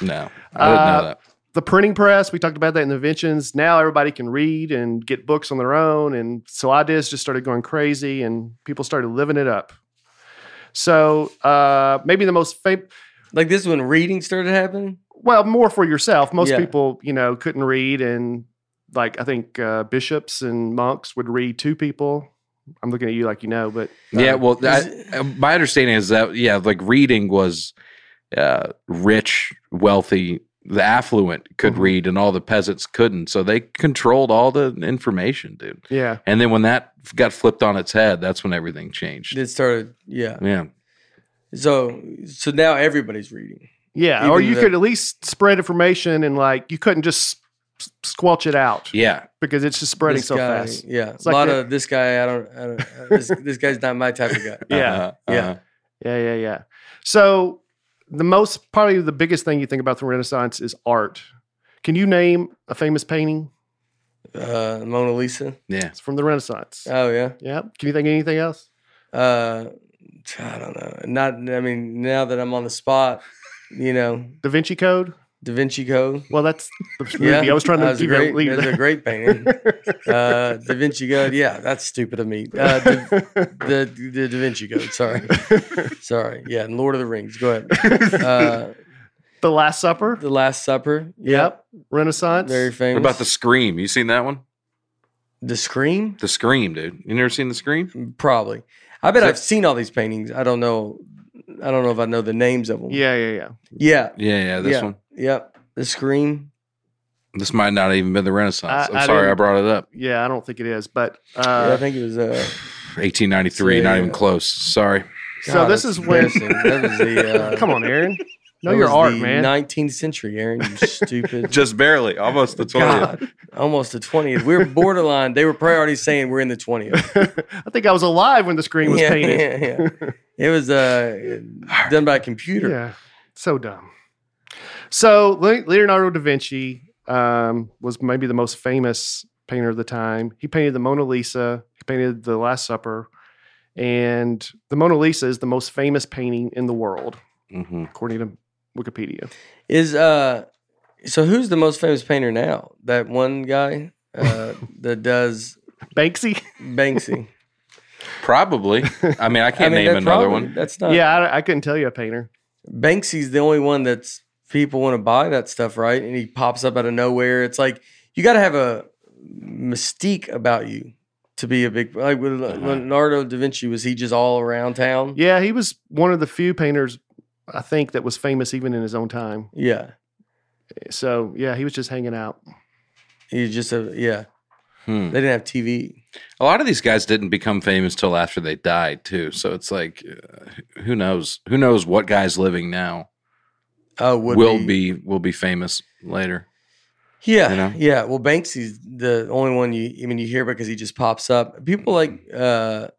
C: No, I didn't
B: Uh,
C: know that.
B: the printing press, we talked about that in the inventions. Now everybody can read and get books on their own. And so ideas just started going crazy and people started living it up. So uh, maybe the most famous.
A: Like this when reading started happening?
B: well more for yourself most
A: Yeah.
B: people you know couldn't read and like i think uh, bishops and monks would read to people i'm looking at you like you know but
C: yeah, well,
A: is-
C: I, uh, my understanding is that yeah, like reading was uh, rich, wealthy, the affluent could
B: Mhm.
C: read, and all the peasants couldn't. So they controlled all the information, dude.
B: yeah
C: And then when that got flipped on its head, that's when everything changed.
A: It started, yeah.
C: Yeah.
A: So so now everybody's reading.
B: yeah
A: Even
B: or you
A: the-
B: could at least spread information and like you couldn't just s- squelch it out
C: Yeah.
B: because it's just spreading
A: This
B: so
A: guy,
B: fast
A: Yeah.
B: It's
A: a
B: like
A: lot
B: the-
A: of this guy, I don't, I don't this, this guy's not my type of guy.
B: Yeah.
C: Uh-huh,
A: Yeah.
C: uh-huh.
B: yeah yeah yeah so the most probably the biggest thing you think about the renaissance is art can you name a famous painting
A: Uh, Mona Lisa.
C: Yeah.
B: it's from the renaissance
A: Oh, yeah.
B: yeah can you think of anything else
A: Uh, I don't know. Not, I mean, now that I'm on the spot, you know,
B: da vinci code
A: Da Vinci Code.
B: well that's the movie
A: Yeah,
B: i was trying
A: that
B: to
A: was a
B: you know,
A: great,
B: leave
A: that was
B: that.
A: a great painting. Uh, da Vinci Code. Yeah, that's stupid of me. Uh, da, the, the Da Vinci Code. Sorry, sorry. Yeah, and Lord of the Rings. Go ahead. Uh,
B: the Last Supper.
A: the Last Supper.
B: Yep. Renaissance.
A: very famous.
C: What about the Scream? You seen that one?
A: the Scream?
C: The
A: Mm.
C: Scream, dude. You never seen the Scream?
A: Probably. I bet
C: Is
A: I've seen all these paintings. I don't know I don't know if I know the names of them.
B: Yeah, yeah, yeah.
A: yeah,
C: Yeah, yeah, this
A: Yeah.
C: one.
A: yep. The Scream.
C: This might not even been the Renaissance.
B: I-
C: I, am
B: I
C: sorry I
B: didn't-
C: brought it up.
B: Yeah, I don't think it is. But
A: yeah, I
B: uh,
A: think it was. Uh,
C: 1893,
A: Yeah,
C: not
A: yeah.
C: even close. Sorry.
B: so
A: God,
B: this
A: that's
B: is when.
A: embarrassing. that was the. Uh,
B: Come on, Aaron. Know
A: that
B: your
A: was
B: art,
A: the
B: man.
A: 19th century, Aaron. You stupid.
C: Just barely, almost the 20th.
A: God, almost the 20th. We were borderline. they were probably already saying we're in the 20th.
B: I think I was alive when the screen was
A: yeah,
B: painted.
A: yeah, yeah. It was uh, done by a computer.
B: Yeah, so dumb. So Le- Leonardo da Vinci um, was maybe the most famous painter of the time. He painted the Mona Lisa. He painted the Last Supper, and the Mona Lisa is the most famous painting in the world,
C: hmm
B: according to Wikipedia.
A: Is uh, so who's the most famous painter now? That one guy uh, that does
B: Banksy.
A: Banksy.
C: Probably. I mean, I can't name
A: that
C: another
A: probably-
C: one.
A: That's not.
B: yeah, I, I couldn't tell you a painter.
A: Banksy's the only one that's people want to buy that stuff, right? And he pops up out of nowhere. It's like you got to have a mystique about you to be a big like with Le-
C: Uh-huh.
A: Leonardo da Vinci. Was he just all around town?
B: Yeah, he was one of the few painters I think that was famous even in his own time.
A: yeah.
B: So yeah, he was just hanging out.
A: He's just a yeah.
C: Hmm.
A: They didn't have TV.
C: A lot of these guys didn't become famous till after they died, too. So it's like, uh, who knows? Who knows what guys living now
A: Oh, would
C: will be. will be famous later?
A: Yeah,
C: you know?
A: yeah. Well, Banksy's the only one you. I mean, you hear because he just pops up. People like uh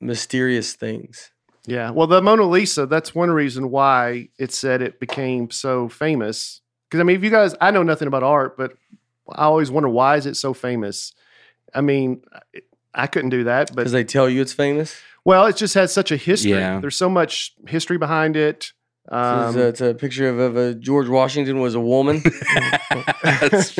A: mysterious things.
B: Yeah. Well, the Mona Lisa, that's one reason why it said it became so famous. Because I mean, if you guys, I know nothing about art, but I always wonder why is it so famous. I mean, I- I couldn't do that,
A: Because
B: but
A: they tell you it's famous.
B: well, it just has such a history.
C: Yeah.
B: There's so much history behind it.
A: This
B: Um,
A: is, uh, it's a picture of, of a George Washington was a woman.
C: That's-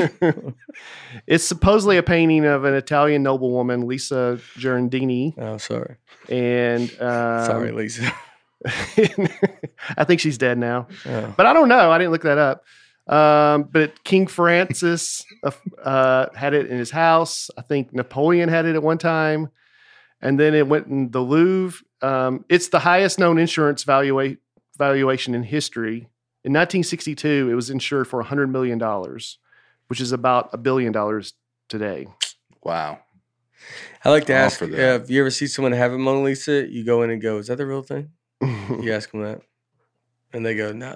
B: it's supposedly a painting of an Italian noblewoman, Lisa Gerardini,
A: oh, sorry,
B: and um,
A: sorry, Lisa.
B: I think she's dead now.
A: Oh.
B: but I don't know. I didn't look that up. Um, but King Francis uh, uh, had it in his house. I think Napoleon had it at one time, and then it went in the Louvre. Um, it's the highest known insurance valua- valuation in history. In 1962, it was insured for 100 million dollars, which is about a billion dollars today.
C: wow.
A: I like to
C: All
A: ask uh,
C: for that.
A: if you ever see someone have a Mona Lisa, you go in and go, "Is that the real thing?"
B: Mm-hmm.
A: You ask them that, and they go, "No."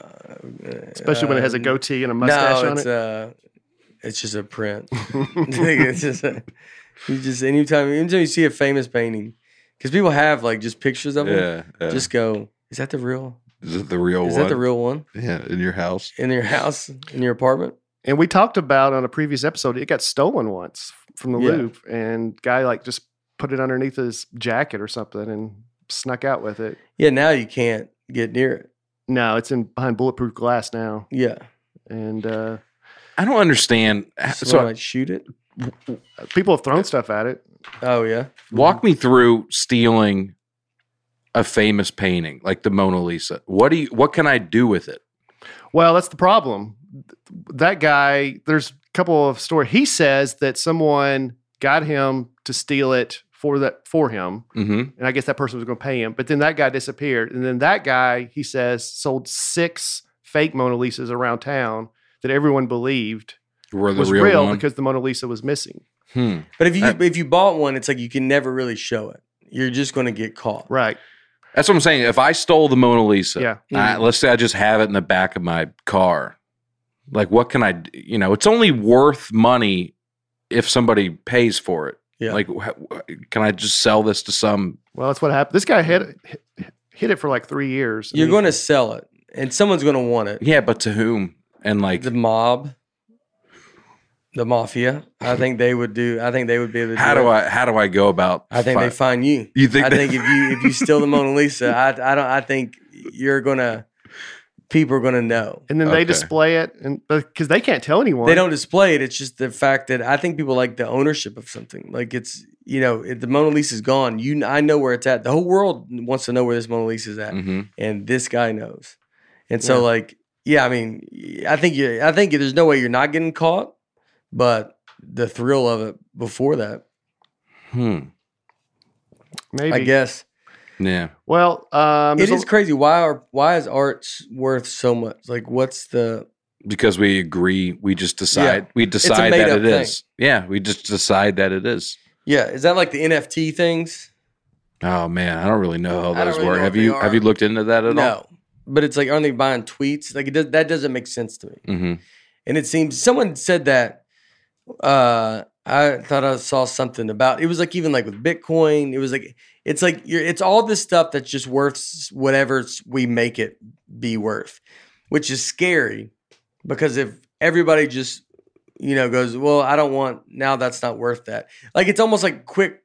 B: Especially when it has a
A: goatee
B: goatee and a mustache
A: Um, no,
B: on
A: it's,
B: it.
A: Uh, it's just a print. it's just a, you just anytime anytime you see a famous painting, because people have like just pictures of them.
C: Yeah, yeah.
A: Just go. Is that the real?
C: is it the real
A: is
C: one?
A: that the real one
C: Yeah, in your house.
A: in your house in your apartment?
B: And we talked about on a previous episode, it got stolen once from the
A: Yeah.
B: Louvre, and guy like just put it underneath his jacket or something and snuck out with it.
A: Yeah. Now you can't get near it.
B: No, it's in behind bulletproof glass now,
A: Yeah.
B: and uh,
C: I don't understand.
A: So I
C: Uh, so
A: might shoot it.
B: people have thrown stuff at it.
A: Oh yeah.
C: walk me through stealing a famous painting like the Mona Lisa. What do you? What can I do with it?
B: Well, that's the problem. That guy, there's a couple of story. He says that someone got him to steal it for that for him,
C: hmm
A: Mm-hmm.
B: and I guess that person was going to pay him. But then that guy disappeared, and then that guy, he says, sold six fake Mona Lisas around town that everyone believed
C: Were the
B: was
C: real,
B: real,
C: one?
B: because the Mona Lisa was missing.
C: Hmm.
A: But if you
C: That-
A: if you bought one, it's like you can never really show it. You're just going to get caught.
B: Right.
C: That's what I'm saying. If I stole the Mona Lisa,
B: Yeah.
A: Hmm.
C: I- let's say I just have it in the back of my car. Like, what can I? d- You know, it's only worth money if somebody pays for it.
A: Yeah.
C: Like, wh- wh- can I just sell this to some?
B: Well, that's what happened. This guy hit hit- hit it for like three years.
A: You're
B: He-
A: going to sell it, and someone's going to want it.
C: Yeah, but to whom? And like,
A: The mob, the mafia. I think they would do. I think they would be able to.
C: how do I? How do I go about?
A: I think they
C: fi-
A: find you.
C: You think?
A: I
C: they-
A: think if you if you steal the Mona Lisa, I I don't. I think you're gonna. People are gonna know.
B: and then
C: Okay.
B: they display it, and because they can't tell anyone,
A: They don't display it. It's just the fact that I think people like the ownership of something. Like it's you know if the Mona Lisa is gone. You kn- I know where it's at. The whole world wants to know where this Mona Lisa is at.
C: Mhm.
A: and this guy knows. And so
B: Yeah.
A: like, yeah, I mean, I think you I think there's no way you're not getting caught, but the thrill of it before that,
C: Hmm.
B: Maybe
A: I guess.
C: Yeah.
B: Well, um,
A: it
B: there's a-
A: is crazy. Why are why is art s- worth so much? Like, what's the
C: Because we agree, we just decide. We decide that
A: made-up
C: it is.
A: thing.
C: Yeah. We just decide that it is.
A: yeah? Is that like the NFT things?
C: Oh man, I don't really know
A: I
C: how
A: don't
C: those
A: really
C: work.
A: know
C: Have
A: if they
C: you
A: are.
C: have you looked into that at all?
A: No, but it's like aren't they buying tweets? Like, it does, that doesn't make sense to me.
C: hmm
A: And it seems someone said that. Uh, I thought I saw something about it was like even like with Bitcoin. It was like it's like you're, it's all this stuff that's just worth s- whatever s- we make it be worth, which is scary because if everybody just you know goes well I don't want now that's not worth that like it's almost like quick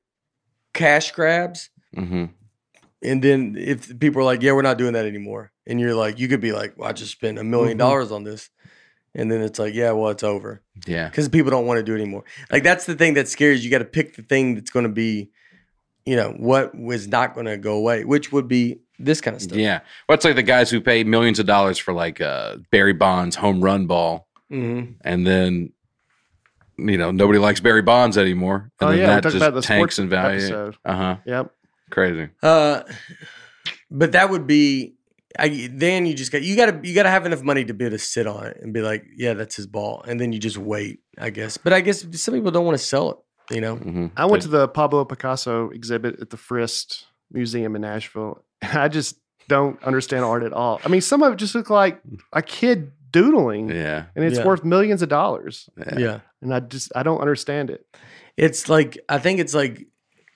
A: cash grabs
C: hmm
A: and then if people are like, "Yeah, we're not doing that anymore," and you're like, you could be like, well, "I just spent a 1000000
B: Mhm.
C: Mm-hmm.
A: dollars on this," and then it's like, "Yeah, well, it's over,"
C: Yeah.
A: because people don't want to do it anymore. Like that's the thing that scares you. Got to pick the thing that's going to be, you know, what was not going to go away, which would be this kind of stuff.
C: Yeah. Well, it's like the guys who pay millions of dollars for like uh, Barry Bonds home run ball,
A: hmm
C: and then you know nobody likes Barry Bonds anymore, and
B: oh,
C: then
B: yeah, we
C: that
B: talked
C: just
B: about the
C: tanks
B: sports
C: in value.
B: episode.
C: Uh huh.
B: Yep.
C: Crazy.
A: Uh, but that would be. I, then you just got you got to you got to have enough money to be able to sit on it and be like, yeah, that's his ball, and then you just wait, I guess. But I guess some people don't want to sell it, you know.
C: hmm
B: I went to the Pablo Picasso exhibit at the Frist Museum in Nashville. and I just don't understand art at all. I mean, some of it just looked like a kid doodling,
C: Hmm. Yeah.
B: and it's
A: Yeah.
B: worth millions of dollars.
C: Yeah.
A: yeah.
B: And I just I don't understand it.
A: It's like I think it's like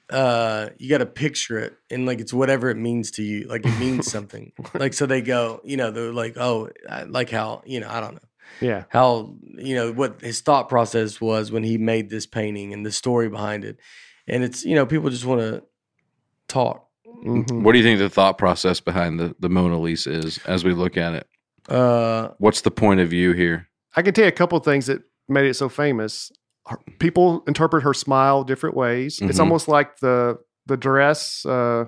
A: uh you got to picture it and like it's whatever it means to you. Like it means something. like so they go, you know, they're like, oh, I, like how you know, I don't know
B: Yeah,
A: how you know what his thought process was when he made this painting and the story behind it. And it's you know people just want to talk.
B: Mhm.
C: What do you think the thought process behind the, the Mona Lisa is as we look at it?
A: Uh,
C: What's the point of view here?
B: I can tell you a couple of things that made it so famous. Her- People interpret her smile different ways. It's
C: Mhm.
B: almost like the the dress. Uh,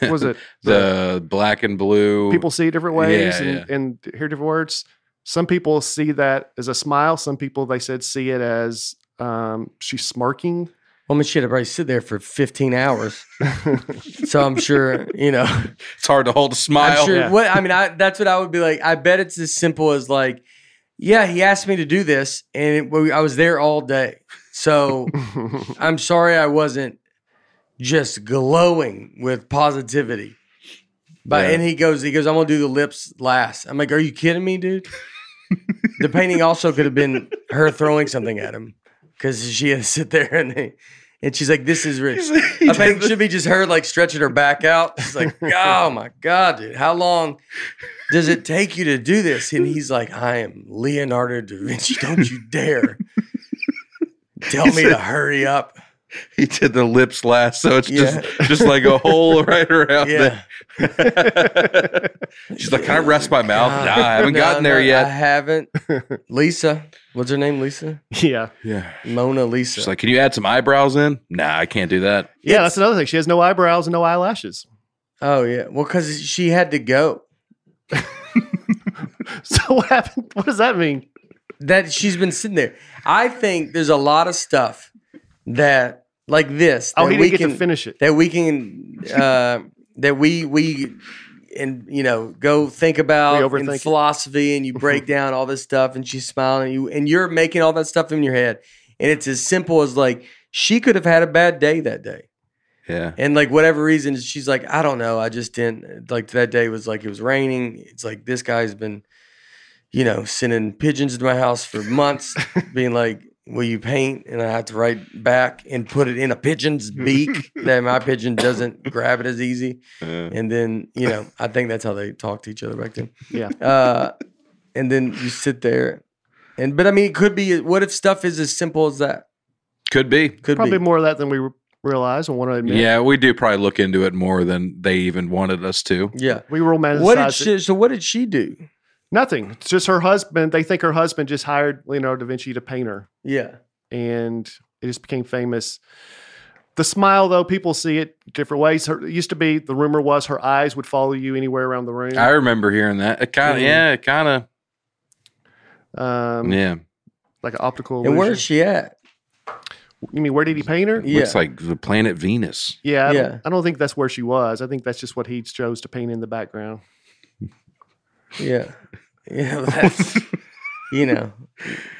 B: what was it
C: the black and blue?
B: people see it different ways
C: Yeah,
B: and, and hear different words. Some people see that as a smile. Some people they said see it as um, she's smirking.
A: well, I mean, shit, I probably sit there for 15 hours, so I'm sure you know.
C: It's hard to hold a smile.
A: I'm sure.
B: Yeah.
A: What I mean, I, that's what I would be like. I bet it's as simple as like, yeah, he asked me to do this, and it, well, I was there all day. So I'm sorry I wasn't just glowing with positivity. But
C: Yeah.
A: and he goes, he goes, I'm gonna do the lips last. I'm like, are you kidding me, dude? the painting also could have been her throwing something at him because she had to sit there and they, and she's like, this is rich. I think it should be just her like stretching her back out. She's like, oh my God, dude, how long does it take you to do this? And he's like, I am Leonardo da Vinci. Don't you dare tell me to hurry up.
C: He did the lips last, so it's
A: Yeah.
C: just just like a hole right around
A: Yeah.
C: there. She's like, "Can I rest my mouth?"
A: God.
C: nah, I haven't
A: Uh, No,
C: gotten
A: no,
C: there
A: I
C: yet.
A: haven't. Lisa. What's her name? Lisa?
B: yeah,
C: yeah,
A: Mona Lisa.
C: she's like, "Can you add some eyebrows in?" Nah, I can't do that.
B: yeah. That's another thing. She has no eyebrows and no eyelashes.
A: oh, yeah. Well, because she had to go.
B: So what happened? What does that mean?
A: That she's been sitting there. I think there's a lot of stuff that, like this, that
B: Oh, he
A: we
B: didn't get
A: can
B: to finish it.
A: that we can uh, that we we and you know go think about
B: We overthink
A: in
B: it.
A: philosophy and you break down all this stuff and she's smiling at you and you're making all that stuff in your head and it's as simple as like she could have had a bad day that day
C: Yeah,
A: and like whatever reason she's like i don't know i just didn't like that day was like it was raining it's like this guy's been you know sending pigeons to my house for months being like will you paint and i have to write back and put it in a pigeon's beak that my pigeon doesn't grab it as easy
C: Uh,
A: and then you know i think that's how they talk to each other back then
B: Yeah.
A: uh, and then you sit there and but i mean it could be what if stuff is as simple as that
C: could be.
A: could
B: Probably
A: be
B: more of that than we re- realize and want to admit.
C: Yeah, we do probably look into it more than they even wanted us to.
A: yeah
B: we romanticize
A: what did
B: it.
A: she, so what did she do
B: Nothing. It's just her husband. They think her husband just hired Leonardo da Vinci to paint her.
A: yeah
B: and it just became famous. The smile, though, people see it different ways. Her, it used to be the rumor was her eyes would follow you anywhere around the room.
C: I remember hearing that. It kind of,
A: Mhm.
C: yeah, it kind of,
B: um,
C: yeah.
A: Um,
B: Like an optical.
A: and where
B: illusion.
A: is she at
B: You mean where did he paint her?
A: Yeah.
C: Looks like the planet Venus.
B: Yeah, I,
A: Yeah.
B: Don't, I don't think that's where she was. I think that's just what he chose to paint in the background.
A: Yeah. Yeah. That's, you know,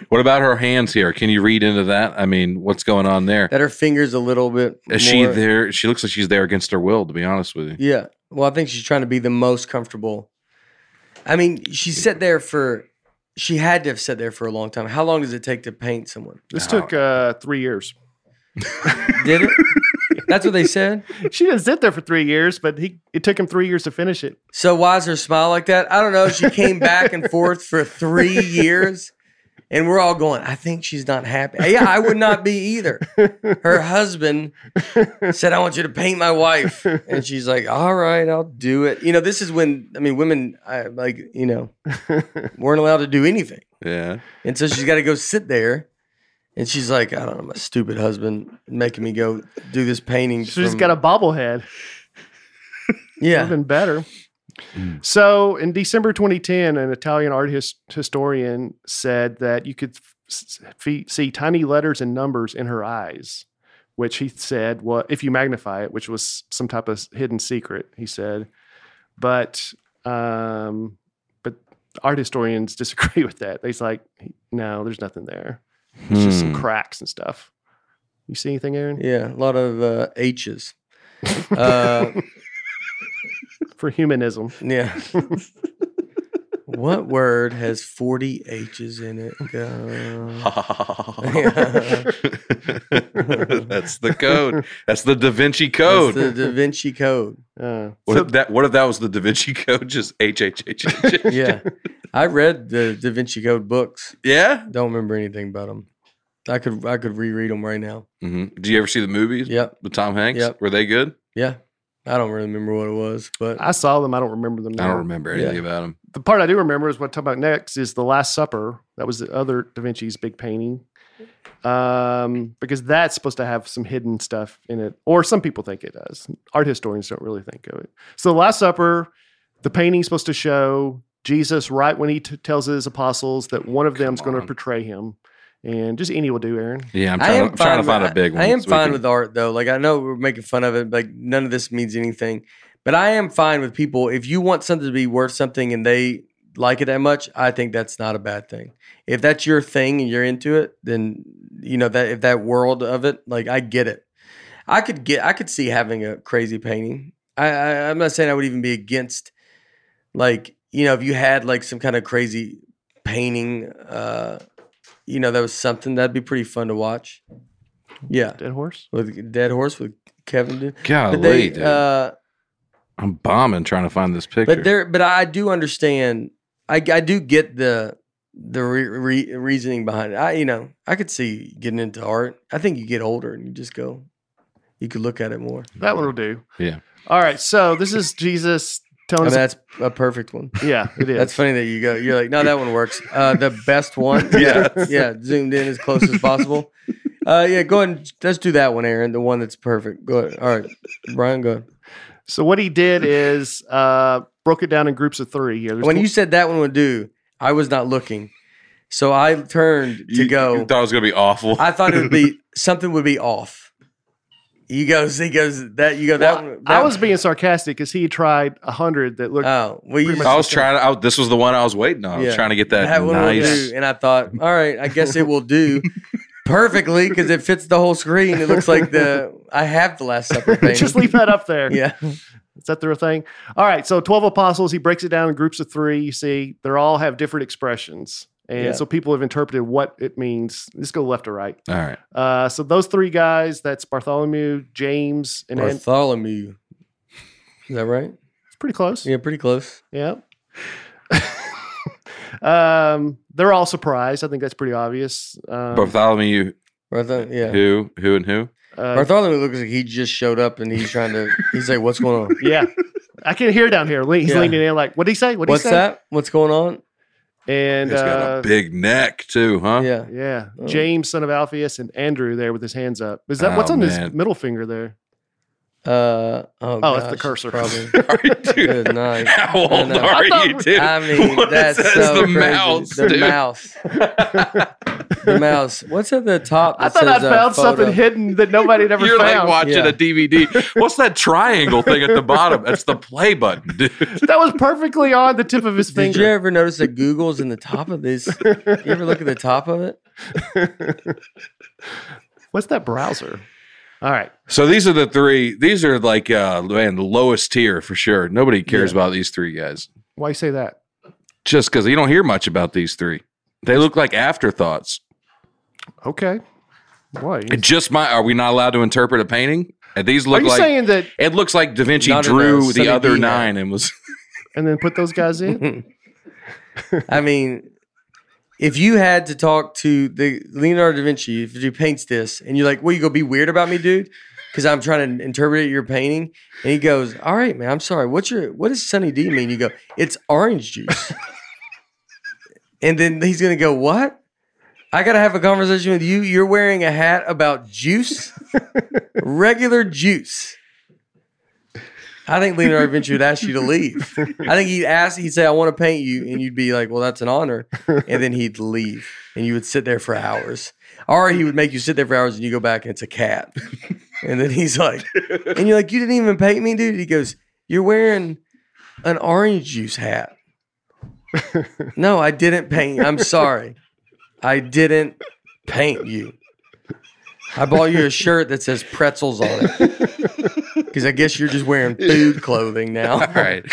C: What about her hands here? Can you read into that? I mean, what's going on there?
A: that her fingers a little bit.
C: Is she
A: Uh, more-
C: there? She looks like she's there against her will, to be honest with you.
A: Yeah. Well, I think she's trying to be the most comfortable. I mean, she sat there for, she had to have sat there for a long time. How long does it take to paint someone?
B: This
C: Wow.
B: took uh, three years.
A: Did it? That's what they said.
B: She didn't sit there for three years, but he it took him three years to finish it.
A: So why is her smile like that? I don't know. She came back and forth for three years, and we're all going. I think she's not happy. Yeah, I would not be either. Her husband said, "I want you to paint my wife," and she's like, "All right, I'll do it." You know, this is when I mean, women, I, like you know, weren't allowed to do anything,
C: Yeah.
A: and so she's got to go sit there. And she's like, I don't know, my stupid husband making me go do this painting.
B: She just
A: from-"
B: got a bobblehead. would
A: yeah,
B: have been better.
C: Mm.
B: So in December 2010, an Italian art his- historian said that you could f- s- fe- see tiny letters and numbers in her eyes, which he said, well, if you magnify it, which was some type of hidden secret, he said. But um, but art historians disagree with that. They's like, no, there's nothing there. It's just some
C: Hmm.
B: cracks and stuff. You see anything, Aaron?
A: yeah, a lot of uh, H's. Uh,
B: For humanism,
A: Yeah. what word has 40 H's in it?
C: Hmm.
A: Go.
C: That's the code. That's the Da Vinci Code.
A: It's the Da Vinci Code.
B: uh,
C: what, if that, what if that was the Da Vinci Code? Just H H H H. H?
A: Yeah. I read the Da Vinci Code books.
C: Yeah.
A: Don't remember anything about them. I could I could reread them right now.
C: hmm Do you ever see the movies
A: Yep.
C: with Tom Hanks?
A: Yep.
C: Were they good?
A: Yeah. I don't really remember what it was, but
B: I saw them. I don't remember them.
C: I
B: now.
C: don't remember anything
A: Yeah.
C: about them.
B: the part I do remember is what I talk about next is the Last Supper. That was the other Da Vinci's big painting, um, because that's supposed to have some hidden stuff in it, or some people think it does. Art historians don't really think of it. So the Last Supper, the painting's supposed to show Jesus right when he t- tells his apostles that one of them's
C: Come
B: going to
C: on.
B: portray him, and just any will do, Aaron.
C: Yeah, I'm
A: I
C: trying,
A: am
C: to, I'm trying to
A: fine
C: find
A: with-
C: a big one.
A: I am
C: so we
A: fine
C: can-
A: with art though. Like I know we're making fun of it. Like none of this means anything, but I am fine with people. If you want something to be worth something and they like it that much, I think that's not a bad thing. If that's your thing and you're into it, then you know that if that world of it, like I get it. I could get. I could see having a crazy painting. I, I I'm not saying I would even be against. Like you know, if you had like some kind of crazy painting. uh you know, that was something that'd be pretty fun to watch. Yeah,
B: Dead horse.
A: with Dead Horse with Kevin. Dude.
C: Golly,
A: But they,
C: dude.
A: uh,
C: I'm bombing trying to find this picture.
A: but there, but I do understand. I, I do get the the re, re, reasoning behind it. I, you know, I could see getting into art. I think you get older and you just go, you could look at it more.
B: That one will do.
C: Yeah.
B: All right. So this is Jesus
A: I
B: telling
A: mean,
B: us.
A: that's a perfect one.
B: yeah, it is.
A: That's funny that you go. You're like, no, that one works. Uh, the best one.
C: Yeah.
A: yeah. Zoomed in as close as possible. Uh, yeah. Go ahead. And, let's do that one, Aaron. The one that's perfect. Go ahead. All right, Brian. Go ahead.
B: So what he did is uh, broke it down in groups of three. Here, There's
A: When
B: one-
A: you said that one would do, I was not looking, so I turned to
C: You-
A: go.
C: You thought it was gonna be awful.
A: I thought it would be something would be off. He goes. He goes. That you go. That
B: Well,
A: one.
B: I was being sarcastic because he tried a hundred that looked.
A: Oh, well, you
B: pretty
A: just,
C: I was trying to. I, this was the one I was waiting on. I
A: Yeah.
C: was trying to get that,
A: that one will
C: nice.
A: do. And I thought, all right, I guess it will do perfectly because it fits the whole screen. It looks like the I have the Last Supper painting.
B: just leave that up there.
A: yeah,
B: Is that the real thing? All right. So twelve apostles. He breaks it down in groups of three. You see, they all have different expressions, and
A: Yeah.
B: so people have interpreted what it means. Let's go left to right.
C: All right.
B: Uh, so those three guys. That's Bartholomew, James, and An-
A: Bartholomew. Is that right?
B: it's pretty close.
A: Yeah, pretty close.
B: Yeah. um, they're all surprised. I think that's pretty obvious. Um,
C: Bartholomew,
A: Bartholomew, yeah.
C: who, who, and who?
B: uh,
A: Bartholomew looks like he just showed up and he's trying to. He's like, "What's going on?
B: yeah. I can hear down here. Le- He's
A: Yeah.
B: leaning in, like, what did he say? What did
A: What's
B: he say?
A: that? What's going on?"
B: And
C: He's got
B: uh,
C: a big neck too, huh?
A: Yeah,
B: Yeah.
A: Oh.
B: James, son of Alphaeus, and Andrew there with his hands up. Is that what's
C: Oh,
B: on his
C: man.
B: middle finger there?
A: Uh, oh,
B: Oh, it's the
A: gosh,
B: cursor.
A: Probably.
C: Are you- dude,
A: Good night.
C: How old
A: uh, I know.
C: are
B: I thought
C: you,
B: we-
C: dude?
A: I mean,
C: When it
A: that's
C: says
A: so
C: the
A: crazy.
C: mouse,
A: the
C: dude.
A: mouse. the mouse. What's at the top?
B: I
A: that
B: thought I
A: says, uh,
B: found something
A: photo?
B: hidden that nobody had ever
C: You're like
B: found.
C: watching
A: Yeah.
C: a DVD. What's that triangle thing at the bottom? That's the play button, dude.
B: that was perfectly on the tip of his
A: Did
B: finger.
A: you ever notice that Google's in the top of this? you ever look at the top of it?
B: What's that browser? All right.
C: So these are the three. These are like uh man, the lowest tier for sure. Nobody cares about these three guys.
B: Why you say that?
C: Just because you don't hear much about these three. They look like afterthoughts.
B: Okay. Why?
C: It just my are we not allowed to interpret a painting? And these
B: Are
C: look
B: you
C: like
B: saying that
C: it looks like Da Vinci
A: Not in a
C: drew
A: Sunny
C: the other
A: D hat.
C: nine and was
B: and then put those guys in?
A: I mean, if you had to talk to the Leonardo da Vinci, if he paints this, and you're like, "Well, you go be weird about me, dude," because I'm trying to interpret your painting, and he goes, "All right, man, I'm sorry. What's your what does Sunny D mean?" You go, "It's orange juice," and then he's gonna go, "What?" I gotta have a conversation with you. You're wearing a hat about juice, regular juice. I think Leonardo da Vinci would ask you to leave. I think he'd ask, he'd say, I want to paint you. And you'd be like, well, that's an honor. And then he'd leave and you would sit there for hours. Or he would make you sit there for hours and you go back and it's a cat. And then he's like, and you're like, you didn't even paint me, dude. He goes, you're wearing an orange juice hat. no, I didn't paint. you. I'm sorry. I didn't paint you. I bought you a shirt that says pretzels on it. Because I guess you're just wearing food clothing now.
C: all right.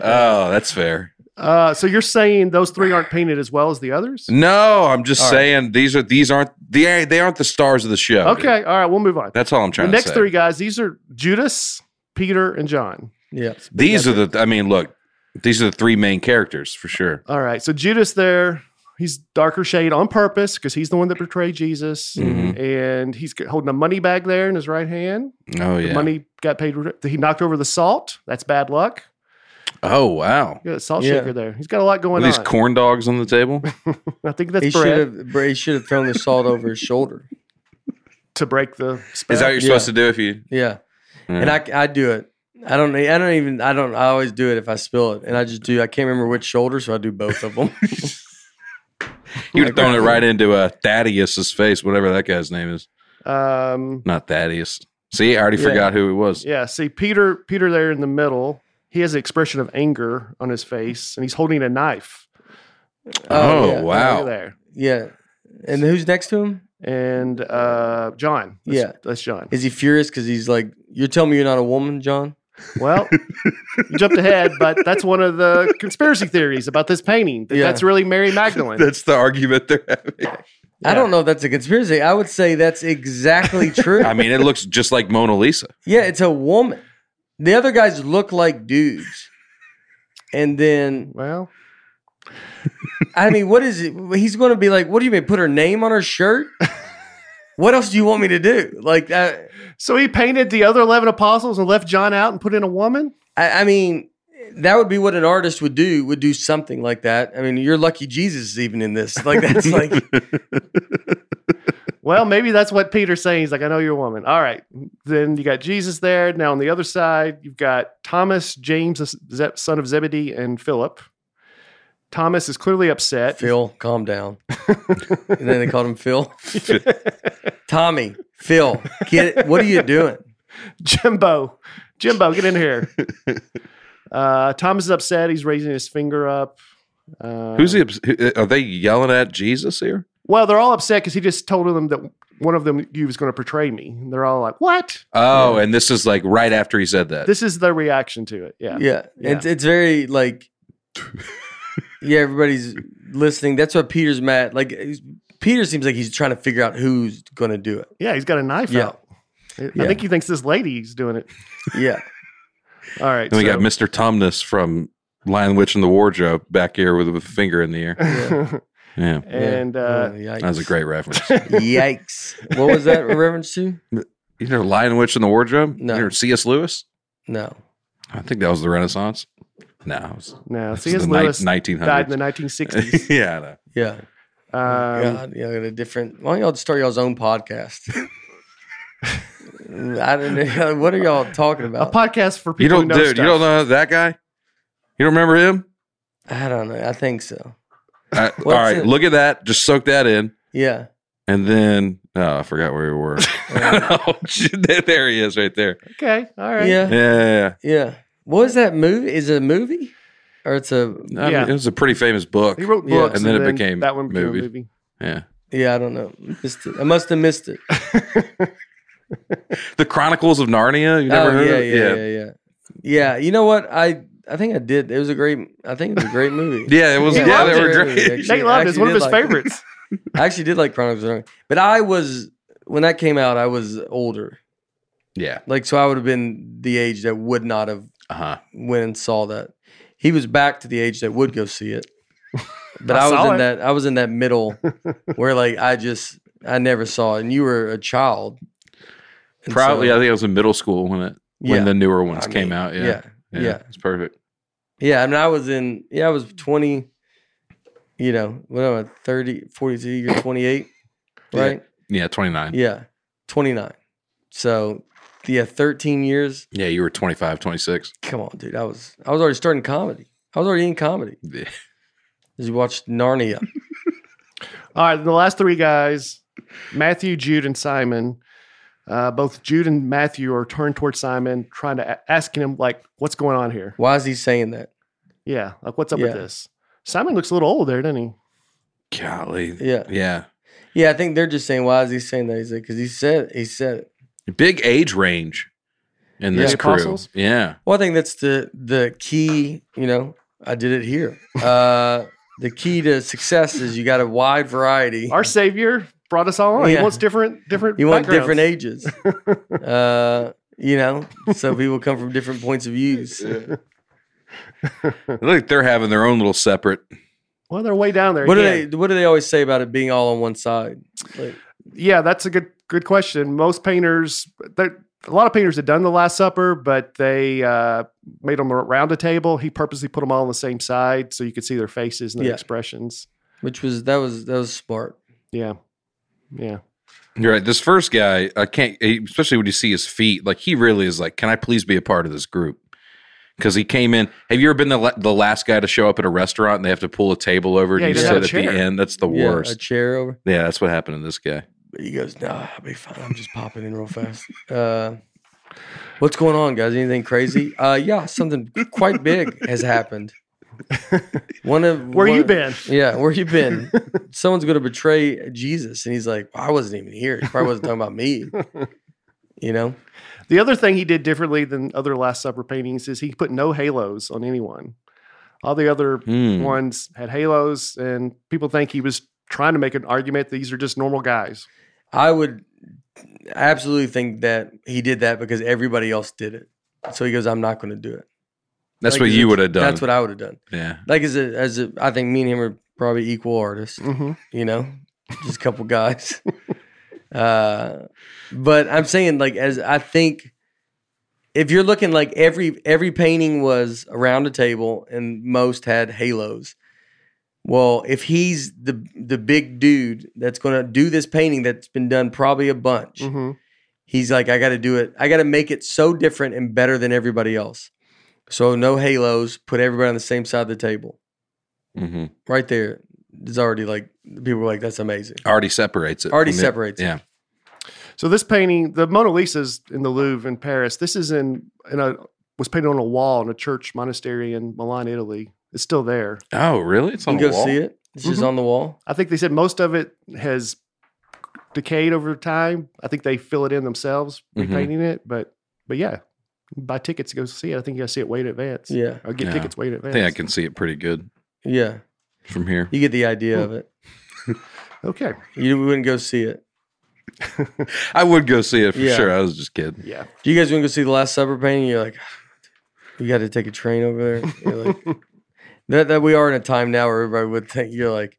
C: oh, that's fair.
B: Uh, so you're saying those three aren't painted as well as the others?
C: No, I'm just
A: All right.
C: saying these are these aren't the they aren't the stars of the show. dude.
B: Okay. All right. We'll move on.
C: That's all I'm
B: The
C: trying to
B: next
C: say.
B: three guys, these are Judas, Peter, and John.
A: Yeah.
C: These are the I mean, look, these are the three main characters for sure.
B: All right. So Judas there, he's darker shade on purpose because he's the one that betrayed Jesus.
C: Mhm.
B: And he's holding a money bag there in his right hand.
C: Oh yeah.
B: Money got paid. He knocked over the salt. That's bad luck.
C: Oh wow.
B: Yeah, salt
A: Yeah.
B: shaker there. He's got a lot
C: Were
B: going
C: these
B: on.
C: corn dogs on the table?
B: I think that's
A: He
B: bread
A: should have Bra- he should have thrown the salt over his shoulder.
B: to break the spell.
C: Is that what you're supposed to do if you?
A: Yeah.
C: Yeah.
A: And I, I do it. I don't I don't even I don't I always do it if I spill it. And I just do I can't remember which shoulder, so I do both of them.
C: You're throwing it right into uh, Thaddeus's face, whatever that guy's name is.
B: um,
C: Not Thaddeus. See, I already
A: Yeah.
C: forgot who it was.
B: yeah. See Peter. Peter there in the middle. He has an expression of anger on his face, and he's holding a knife.
C: Oh,
A: yeah.
C: wow.
B: Over there.
A: Yeah. And who's next to him?
B: And uh, John. That's,
A: Yeah.
B: that's John.
A: Is he furious because he's like, You're telling me you're not a woman, John?
B: Well, you jumped ahead, but that's one of the conspiracy theories about this painting. That
A: Yeah.
B: That's really Mary Magdalene.
C: That's the argument they're having.
A: I
B: Yeah.
A: don't know if that's a conspiracy. I would say that's exactly true.
C: I mean, it looks just like Mona Lisa.
A: Yeah, it's a woman. The other guys look like dudes. And then
B: well,
A: I mean, what is it? He's going to be like, what do you mean? Put her name on her shirt? what else do you want me to do? Like, I,
B: so he painted the other eleven apostles and left John out and put in a woman.
A: I, I mean, that would be what an artist would do, would do something like that. I mean, you're lucky Jesus is even in this. Like, that's like,
B: Well, maybe that's what Peter's saying. He's like, I know you're a woman. All right. Then you got Jesus there. Now on the other side, you've got Thomas, James, the Ze- son of Zebedee, and Philip. Thomas is clearly upset.
A: Phil, calm down. and then they called him Phil. Tommy, Phil, get it. What are you doing?
B: Jimbo, Jimbo, get in here. uh, Thomas is upset. He's raising his finger up. Uh,
C: Who's the? obs- who- Are they yelling at Jesus here?
B: Well, they're all upset because he just told them that one of them you was going to portray me. And they're all like, "What?"
C: Oh, and this is like right after he said that.
B: This is their reaction to it. Yeah.
A: Yeah. It's, it's very like, yeah, everybody's listening. That's why Peter's mad. Like, he's- Peter seems like he's trying to figure out who's going to do it.
B: Yeah, he's got a knife
A: Yeah.
B: out. I
A: Yeah.
B: think he thinks this lady's doing it.
A: Yeah.
B: All right.
C: and we
B: so-
C: got Mr. Tumnus from Lion Witch in the Wardrobe back here with a finger in the air. Yeah,
B: and uh,
A: yikes.
C: Oh, that was a great reference.
A: yikes. What was that a reference to?
C: You know, Lion Witch in the Wardrobe?
A: No.
C: You know, C.S. Lewis?
A: No.
C: I think that was the Renaissance. No, it was,
B: no,
C: it was
B: C.S.
C: the ni-
B: Lewis
C: 1900s.
B: died in the 1960s.
C: yeah, I know.
A: Yeah.
B: Um,
A: God, yeah, I got a different. Why don't y'all start y'all's own podcast? I don't know. What are y'all talking
B: A
A: about?
B: podcast for people
C: You don't,
B: who know
C: dude.
B: stuff.
C: You don't know that guy. You don't remember him?
A: I don't know. I think so.
C: I- all
A: What's
C: right,
A: it?
C: look at that. Just soak that in,
A: Yeah.
C: and then oh, I forgot where we were. Oh, shit, there he is, right there.
B: Okay, all right.
C: Yeah,
A: Yeah.
C: yeah,
A: Yeah. What is that movie? Is it a movie? Or it's a
C: yeah. I mean,
B: Yeah.
C: it was a pretty famous book.
B: He wrote books,
A: Yeah.
C: And then it became
B: that one became
C: movie.
B: a movie.
C: Yeah,
A: yeah, I don't know. Missed it. I must have missed it.
C: The Chronicles of Narnia. You never
A: oh,
C: heard
A: yeah,
C: of it?
A: yeah, yeah, yeah, yeah. You know what? I I think I did. It was a great I think it was a great movie.
C: Yeah, it was.
B: He
C: Yeah,
B: loved
C: they
B: it.
C: were
A: Really,
C: great.
A: actually.
B: Nate Lott is
A: actually
B: one of
A: did
B: his
A: like-
B: favorites.
A: I actually did like Chronicles of Narnia. But I was when that came out, I was older.
C: Yeah.
A: Like so I would have been the age that would not have
C: Uh huh.
A: went and saw that. He was back to the age that would go see it. But
B: I
A: I, was
B: saw
A: in
B: it.
A: that I was in that middle where like I just I never saw it. And you were a child. And
C: Probably.
A: so-
C: I think I was in middle school when it when
A: yeah,
C: the newer ones
A: I
C: came
A: mean,
C: out. Yeah.
A: yeah, yeah.
C: It's perfect.
A: Yeah, I mean, I was in, yeah, I was 20, you know, what am I, 30, 42, you're 28,
C: Yeah.
A: right?
C: Yeah, 29. Yeah,
A: Yeah, 29. So, yeah, 13 years.
C: you were 25, 26.
A: Come on, dude. I was, I was already starting comedy. I was already in comedy.
C: Yeah.
A: As you watched Narnia.
B: All right, the last three guys, Matthew, Jude, and Simon. Uh, both Jude and Matthew are turned towards Simon, trying to a- asking him like, "What's going on here?
A: Why is he saying that?
B: Yeah, like what's up with
A: Yeah.
B: this?" Simon looks a little old there, doesn't he?
C: Golly.
A: Yeah.
C: Yeah.
A: Yeah, I think they're just saying, why is he saying that? He's like, because he said, he said it.
C: Big age range in
A: Yeah.
C: this
B: The
C: crew.
B: Apostles?
C: Yeah.
A: Well, I think that's the, the key, you know, I did it here. Uh, the key to success is you got a wide variety.
B: Our Savior brought us all on.
A: Yeah.
B: He wants different, different.
A: You want different
B: backgrounds.
A: ages, uh, you know, so people come from different points of views.
C: Look, like they're having their own little separate.
B: Well, they're way down there.
A: What do
B: again.
A: they? What do they always say about it being all on one side? Like,
B: Yeah, that's a good good question. Most painters, there- a lot of painters had done the Last Supper, but they uh, made them around a table. He purposely put them all on the same side so you could see their faces and their
A: Yeah.
B: expressions.
A: which was that was that was smart.
B: Yeah, yeah.
C: You're right. This first guy, I can't, especially when you see his feet, like he really is like, can I please be a part of this group? Because he came in. Have you ever been the, la- the last guy to show up at a restaurant and they have to pull a table over
B: Yeah, he
C: and you
B: doesn't
C: sit at
B: have a
C: the
B: chair.
C: end? That's the
A: Yeah, a
C: worst.
A: chair over.
C: Yeah, that's what happened to this guy.
A: But he goes, "Nah, I'll be fine. I'm just popping in real fast." Uh, what's going on, guys? Anything crazy? Uh, yeah, something quite big has happened. One of
B: Where you
A: one-
B: been?
A: Yeah, where you been? Someone's going to betray Jesus, and he's like, I wasn't even here. He probably wasn't talking about me. You know?
B: The other thing he did differently than other Last Supper paintings is he put no halos on anyone. All the other
C: Hmm.
B: ones had halos, and people think he was trying to make an argument that these are just normal guys.
A: I would absolutely think that he did that because everybody else did it. So he goes, I'm not going to do it.
C: That's
A: Like,
C: what
A: it's-
C: you would have done.
A: That's what I would have done.
C: yeah.
A: Like as a as a, I think me and him are probably equal artists.
B: hmm
A: You know, just a couple guys. uh, but I'm saying like as I think. If you're looking like every every painting was around a table and most had halos, Well, if he's the the big dude that's going to do this painting that's been done probably a bunch,
B: hmm
A: he's like, I got to do it. I got to make it so different and better than everybody else. So no halos. Put everybody on the same side of the table.
C: hmm
A: Right there, it's already like people were like, that's amazing.
C: Already separates it.
A: Already
C: from the-
A: separates it.
C: Yeah.
B: So this painting, the Mona Lisa's in the Louvre in Paris. This is in in a was painted on a wall in a church monastery in Milan, Italy. It's still there.
C: Oh, really? It's on
A: You
C: the
A: go
C: wall.
A: see it. It's just
B: Mhm.
A: on the wall.
B: I think they said most of it has decayed over time. I think they fill it in themselves,
C: Mhm.
B: repainting it. But but yeah, buy tickets to go see it. I think you got to see it way in advance.
A: Yeah,
B: Or get
C: Yeah.
B: tickets way in
C: I
B: advance.
C: think I can see it pretty good
A: yeah.
C: from here.
A: You get the idea of it.
B: Okay.
A: You wouldn't go see it.
C: I would go see it for
A: Yeah.
C: sure. I was just kidding.
B: Yeah.
A: Do you guys want to go see the Last Supper painting? You're like, "Ah, you got to take a train over there. You're like, that that we are in a time now where everybody would think you're like,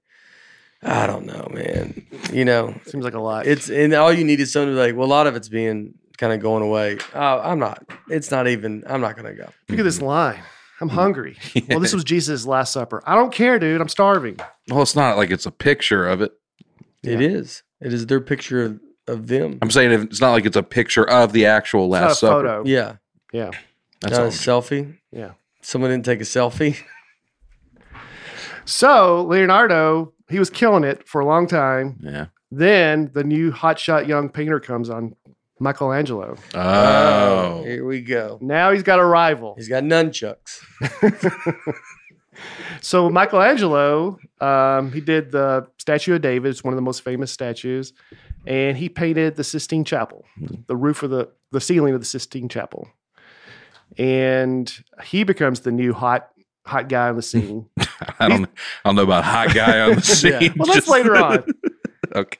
A: I don't know, man. You know,
B: Seems like a lot.
A: it's and all you need is someone to be like, well, a lot of it's being kind of going away. Oh, I'm not. It's not even. I'm not gonna go.
B: look at
C: Mm-hmm.
B: this line. I'm hungry. Well, this was Jesus' last supper. I don't care, dude. I'm starving.
C: Well, it's not like it's a picture of it.
A: It is. It is their picture of of them.
C: I'm saying if, it's not like it's a picture of the actual
B: It's not a
C: Last Supper.
B: photo.
A: Yeah.
B: Yeah.
C: That's
A: Not a
C: all.
A: selfie.
B: Yeah.
A: Someone didn't take a selfie.
B: So Leonardo, he was killing it for a long time.
C: Yeah.
B: Then the new hotshot young painter comes on, Michelangelo.
C: Oh.
A: Here we go.
B: Now he's got a rival.
A: He's got nunchucks.
B: So Michelangelo, um, he did the Statue of David. It's one of the most famous statues, and he painted the Sistine Chapel, the roof of the the ceiling of the Sistine Chapel, and he becomes the new hot hot guy on the scene.
C: I don't. I don't know about hot guy on the scene.
B: well, that's
C: Just-
B: later on.
C: okay.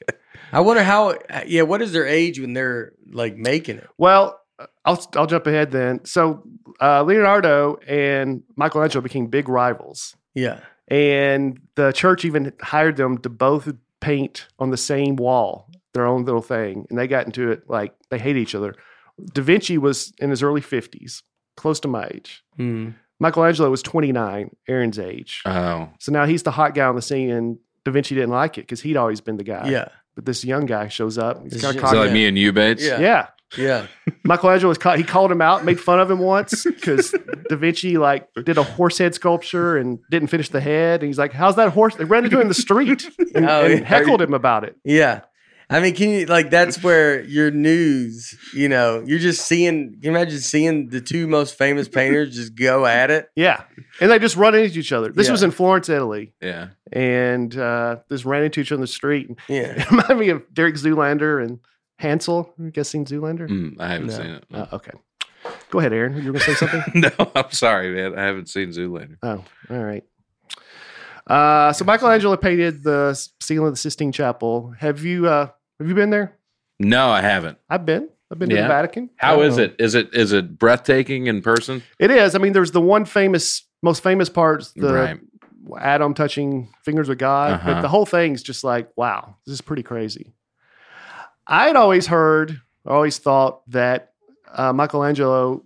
A: I wonder how. Yeah, what is their age when they're like making it?
B: Well, uh, I'll I'll jump ahead then. So uh, Leonardo and Michelangelo became big rivals,
A: Yeah.
B: and the church even hired them to both paint on the same wall their own little thing, and they got into it like they hate each other. Da Vinci was in his early fifties, close to my age.
A: Mm.
B: Michelangelo was twenty nine, Aaron's age.
A: Uh.
C: Oh.
B: So now he's the hot guy on the scene, and Da Vinci didn't like it because he'd always been the guy.
A: Yeah.
B: but this young guy shows up. He's
A: This
B: got a
A: is-
C: Is that
B: cock-
C: like me and you, Bates?
A: Yeah.
B: yeah.
A: Yeah.
B: Michelangelo was caught. He called him out, made fun of him once because Da Vinci like did a horse head sculpture and didn't finish the head. And he's like, "How's that horse?" They ran into him in the street and,
A: Oh,
B: and
A: yeah.
B: heckled him about it.
A: Yeah. I mean, can you like that's where your news, you know, you're just seeing can you imagine seeing the two most famous painters just go at it?
B: Yeah, and they just run into each other. This
A: Yeah.
B: was in Florence, Italy,
C: Yeah.
B: and uh, just ran into each other in the street.
A: Yeah.
B: It reminded me of Derek Zoolander and Hansel. I'm guessing Zoolander.
C: Mm, I haven't
A: No.
C: seen it.
B: Uh, okay, go ahead, Aaron. You were going to say something.
C: no, I'm sorry, man. I haven't seen Zoolander.
B: Oh, all right. Uh, so Michelangelo painted the s- ceiling of the Sistine Chapel. Have you uh, have you been there?
C: No, I haven't.
B: I've been. I've been to
C: Yeah.
B: the Vatican.
C: How
B: I
C: is
B: know.
C: it? Is it is it breathtaking in person?
B: It is. I mean, there's the one famous, most famous part, the
C: right.
B: Adam touching fingers with God,
C: Uh-huh.
B: but the whole thing's just like, wow, this is pretty crazy. I'd always heard, I always thought that uh, Michelangelo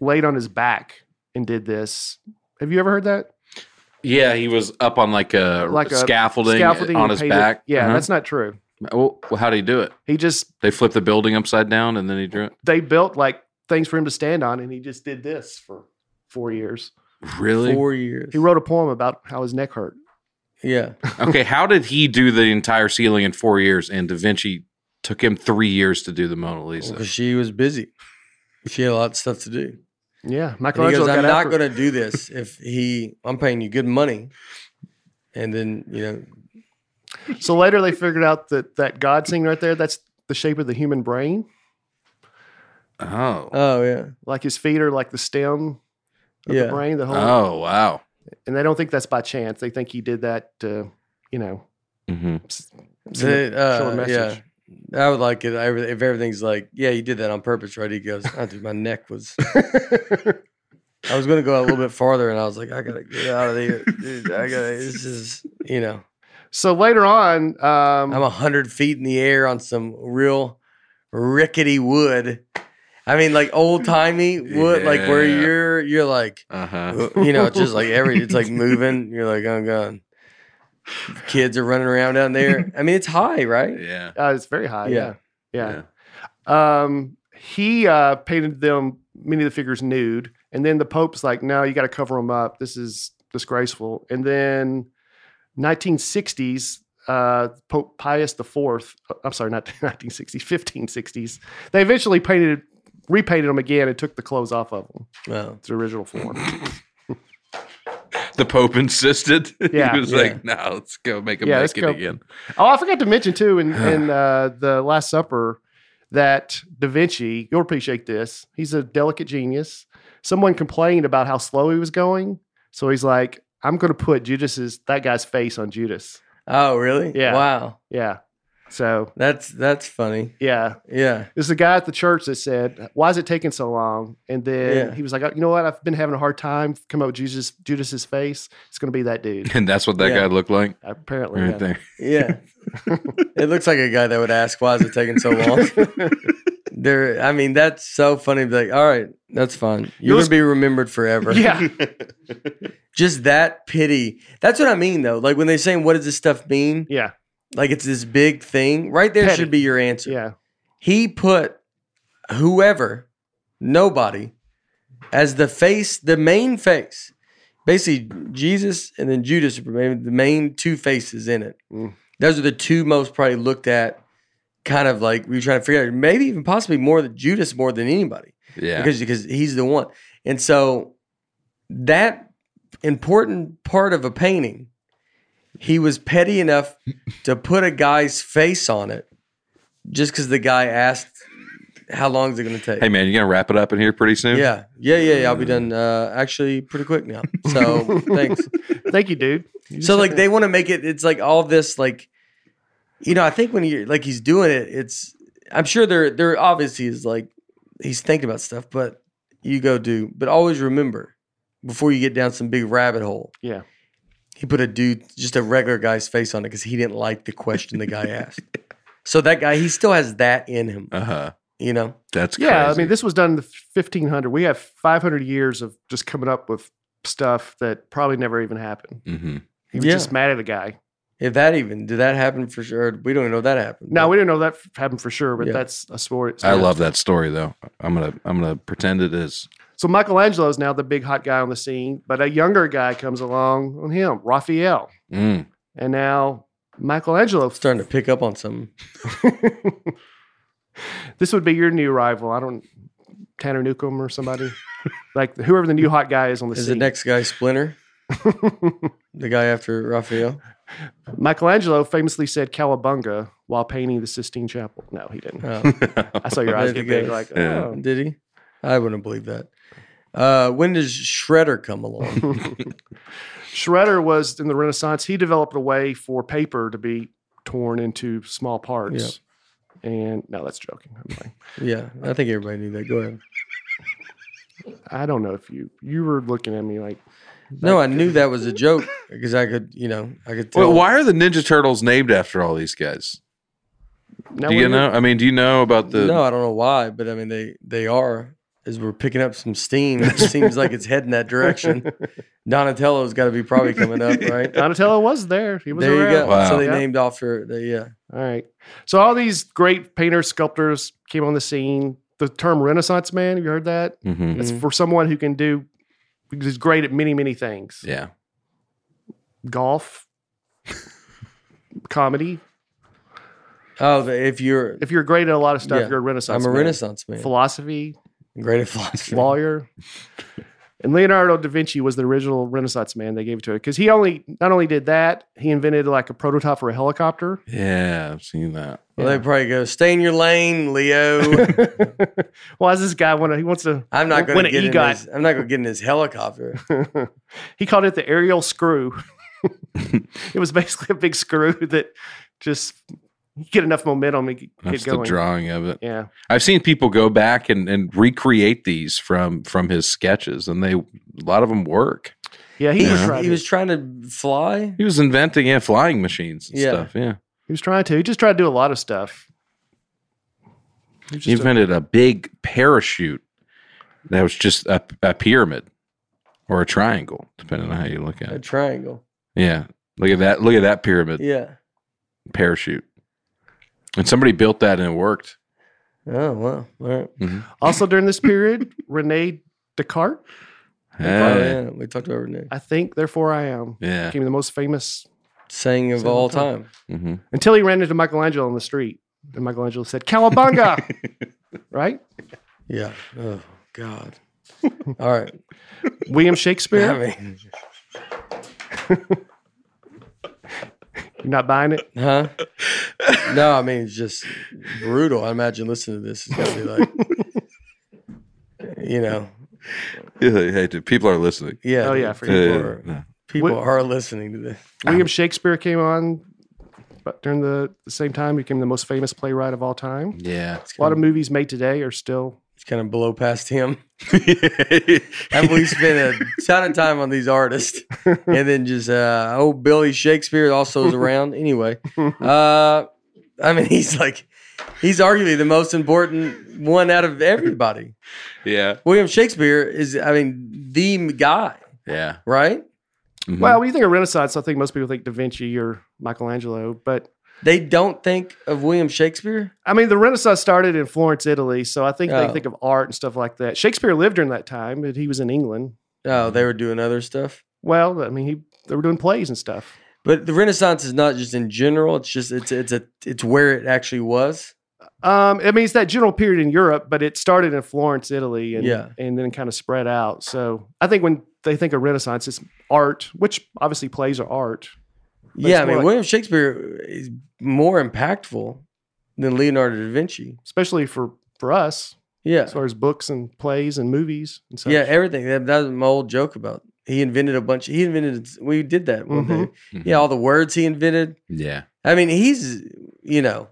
B: laid on his back and did this. Have you ever heard that?
C: Yeah, he was up on like a
B: Like a
C: scaffolding, on
B: and
C: his
B: painted-
C: back.
B: Yeah,
C: Uh-huh.
B: that's not true.
C: well, well, how did he do it?
B: He just
C: They flipped the building upside down and then he drew it.
B: they built like things for him to stand on, and he just did this for four years.
C: Really?
A: Four years.
B: He wrote a poem about how his neck hurt.
A: Yeah.
C: okay, how did he do the entire ceiling in four years? And Da Vinci took him three years to do the Mona
B: Oh,
C: Lisa.
A: Because she was busy. She had a lot of stuff to do.
B: Yeah,
A: And he goes,
B: Michelangelo got
A: I'm not
B: after it.
A: going to do this if he, I'm paying you good money. And then, you know,
B: So later they figured out that that God thing right there, that's the shape of the human brain.
C: Oh,
A: oh, yeah.
B: Like his feet are like the stem of
A: Yeah.
B: the brain. The whole,
C: oh, wow.
B: and they don't think that's by chance. They think he did that to, you know,
C: hmm
B: send a-
A: The, uh,
B: show a
A: yeah.
B: message.
A: I would like it I would- if everything's like, yeah, you did that on purpose, right? He goes, oh, dude, my neck was. I was going to go out a little bit farther and I was like, I got to get out of here. Dude, I got to, this is, you know,
B: So later on,
A: I'm
B: um,
A: 100 feet in the air on some real rickety wood. I mean, like old timey wood, like where
C: Yeah.
A: you're, you're like,
C: Uh huh.
A: you know, it's just like every, it's like moving. You're like, oh god, kids are running around down there. I mean, it's high, right?
C: Yeah.
B: uh, it's very high.
A: Yeah.
B: yeah. yeah. um, he uh, painted them many of the figures nude, and then the Pope's like, "No, you got to cover them up. This is disgraceful." And then 1960s, uh, Pope Pius IV. I'm sorry, not 1960s, 1560s. They eventually painted, repainted them again, and took the clothes off of them
A: Well,
B: to the original form.
C: The Pope insisted.
B: Yeah,
C: he was
A: yeah.
C: like, no, let's go make him
B: Yeah, let's
C: naked
B: go.
C: again.
B: oh, I forgot to mention too in in uh, the Last Supper that Da Vinci. You'll appreciate this. He's a delicate genius. Someone complained about how slow he was going, so he's like, "I'm going to put Judas's that guy's face on Judas."
A: oh really?
B: Yeah.
A: Wow,
B: Yeah. So
A: that's that's funny.
B: yeah,
A: Yeah,
B: this is a guy at the church that said, "Why is it taking so long?" And then
A: Yeah.
B: he was like, "Oh, "You know what? I've been having a hard time. Come up with Judas Judas's face. It's going to be that dude."
C: And that's what that
A: Yeah.
C: guy looked like
B: Apparently,
C: right
B: yeah.
C: there.
A: yeah. it looks like a guy that would ask, "Why is it taking so long?" there, I mean, that's so funny. Be like, all right, that's fine. You're
B: Those-
A: gonna be remembered forever.
B: yeah,
A: just that pity. That's what I mean, though. Like when they say, "What does this stuff mean?"
B: yeah,
A: Like it's this big thing. Right there
B: Petty.
A: should be your answer.
B: yeah.
A: He put whoever, nobody, as the face, the main face. Basically, Jesus and then Judas are maybe the main two faces in it.
B: Mm.
A: Those are the two most probably looked at, kind of like we were trying to figure out, maybe even possibly more than Judas more than anybody
C: Yeah.
A: because because he's the one. And so that important part of a painting, he was petty enough to put a guy's face on it, just because the guy asked, "How long is it going to take?"
C: hey man, you gonna wrap it up in here pretty soon?
A: yeah, yeah, yeah, yeah. I'll be done uh, actually pretty quick now. So thanks.
B: Thank you, dude. You just
A: So
B: said
A: like
B: that.
A: they want to make it. It's like all this like, you know. I think when you're like he's doing it, it's. I'm sure there there obviously is like he's thinking about stuff, but you go do. But always remember before you get down some big rabbit hole.
B: Yeah.
A: He put a dude, just a regular guy's face on it because he didn't like the question the guy asked. So that guy, he still has that in him,
C: Uh huh.
A: you know.
C: That's crazy.
B: Yeah, I mean, this was done in the 1500. We have 500 years of just coming up with stuff that probably never even happened.
C: hmm
B: He was
A: Yeah.
B: just mad at a guy.
A: If that even did that happen for sure, we don't even know if that happened.
B: Now
A: but-
B: we didn't know that f- happened for sure, but
A: Yeah.
B: that's a story.
C: I love that story though. I'm gonna I'm gonna pretend it is.
B: So Michelangelo is now the big hot guy on the scene, but a younger guy comes along on him, Raphael,
C: Mm.
B: and now Michelangelo.
A: starting to pick up on something.
B: this would be your new rival. I don't Tanner Newcomb or somebody, like whoever the new hot guy is on the
A: Is the
B: scene.
A: next guy Splinter? the guy after Raphael?
B: Michelangelo famously said "cowabunga" while painting the Sistine Chapel. No, he didn't.
A: Oh,
B: I saw your eyes get big, like,
C: Yeah.
B: oh.
A: did he? I wouldn't believe that. Uh, when does Shredder come along?
B: Shredder was in the Renaissance. He developed a way for paper to be torn into small parts. And no, that's joking. I'm like,
A: yeah, I think everybody knew that. Go ahead.
B: I don't know if you you were looking at me like
A: No, I knew that was a joke because I could, you know, I could tell.
C: Well, why are the Ninja Turtles named after all these guys?
B: no,
C: do
B: we
C: you
B: were-
C: know? I mean, do you know about the?
A: no, I don't know why, but I mean, they they are. As we're picking up some steam, it seems like it's heading that direction. Donatello's got to be probably coming up, right?
B: Donatello was there. He was
A: There you
B: around.
A: go.
C: Wow.
A: So they
B: Yeah.
A: named after, the, yeah.
B: All right. So all these great painters, sculptors came on the scene. The term Renaissance man, have you heard that?
C: Mhm.
B: It's
A: Mm-hmm.
B: for someone who can do who's great at many, many things.
C: Yeah.
B: Golf, comedy.
A: Oh, the, if you're,
B: If you're great at a lot of stuff,
A: Yeah.
B: you're a Renaissance.
A: I'm a
B: man.
A: Renaissance man,
B: Philosophy,
A: great at philosophy.
B: lawyer. And Leonardo da Vinci was the original Renaissance man they gave it to it because he only not only did that, he invented like a prototype for a helicopter.
C: Yeah, I've seen that.
A: Well, they probably go, stay in your lane, Leo.
B: Why does this guy want to? He wants to.
A: I'm not going
B: When
A: to get
B: an
A: in
B: EGOT.
A: his, I'm not going to get in his helicopter.
B: he called it the aerial screw. it was basically a big screw that just you get enough momentum and get
C: That's the
B: going.
C: drawing of it.
B: Yeah,
C: I've seen people go back and, and recreate these from from his sketches, and they a lot of them work.
B: yeah. He
A: He,
B: was
C: Yeah.
B: trying.
A: was, he was trying to fly.
C: He was inventing yeah, flying machines and
A: Yeah.
C: stuff. Yeah,
B: he was trying to. He just tried to do a lot of stuff. He was
C: he
B: just a-
C: invented a, big parachute that was just a, a pyramid or a triangle, depending on how you look at
A: A
C: it.
A: triangle.
C: Yeah, look at that. Look at that pyramid
A: Yeah.
C: parachute. And somebody built that and it worked.
A: Oh wow. All right.
B: also during this period, Rene Descartes.
A: oh
C: Yeah,
A: yeah. We talked about Renee.
B: I think, therefore I am.
C: yeah.
B: Became the most famous
A: Saying of
B: Saying of
A: all
B: all time.
A: time.
C: hmm
B: until he ran into Michelangelo on the street. And Michelangelo said, Cowabunga! right?
A: Yeah. Oh God. All right.
B: William
A: I
B: Shakespeare.
A: mean,
B: You're not buying it?
A: huh? No, I mean it's just brutal. I imagine listening to this is gonna be like, you know,
C: Hey, dude, people are listening.
A: yeah.
B: Oh, yeah, for
A: People, are,
C: Yeah.
A: people
B: What-
A: are listening to this.
B: William Shakespeare came on but during the, the same time, became the most famous playwright of all time.
C: Yeah.
B: A lot of movies made today are still.
A: It's kind of blow past him. And we spent a ton of time on these artists, and then just uh, oh, Billy Shakespeare also is around. Anyway, uh, I mean, he's like, he's arguably the most important one out of everybody.
C: yeah.
A: William Shakespeare is, I mean, the guy,
C: Yeah.
A: right?
C: Mhm.
B: Well, when you think of Renaissance, I think most people think Da Vinci or Michelangelo, but
A: They don't think of William Shakespeare.
B: I mean, the Renaissance started in Florence, Italy, so I think
A: Oh.
B: they think of art and stuff like that. Shakespeare lived during that time, but he was in England.
A: Oh, they were doing other stuff.
B: Well, I mean, he they were doing plays and stuff.
A: But the Renaissance is not just in general. It's just it's it's a it's where it actually was.
B: Um, I mean, it's that general period in Europe, but it started in Florence, Italy, and
A: Yeah.
B: and then kind of spread out. So I think when they think of Renaissance, it's art, which obviously plays are art. it's
A: yeah, I
B: more
A: mean
B: like-
A: William Shakespeare is more impactful than Leonardo da Vinci.
B: especially for for us
A: Yeah,
B: as far as books and plays and movies and such.
A: yeah, everything. That, that was my old joke about he invented a bunch. He invented. We did that one
B: Mm-hmm.
A: day.
C: Mm-hmm.
A: Yeah, all the words he invented.
C: Yeah.
A: I mean, he's you know.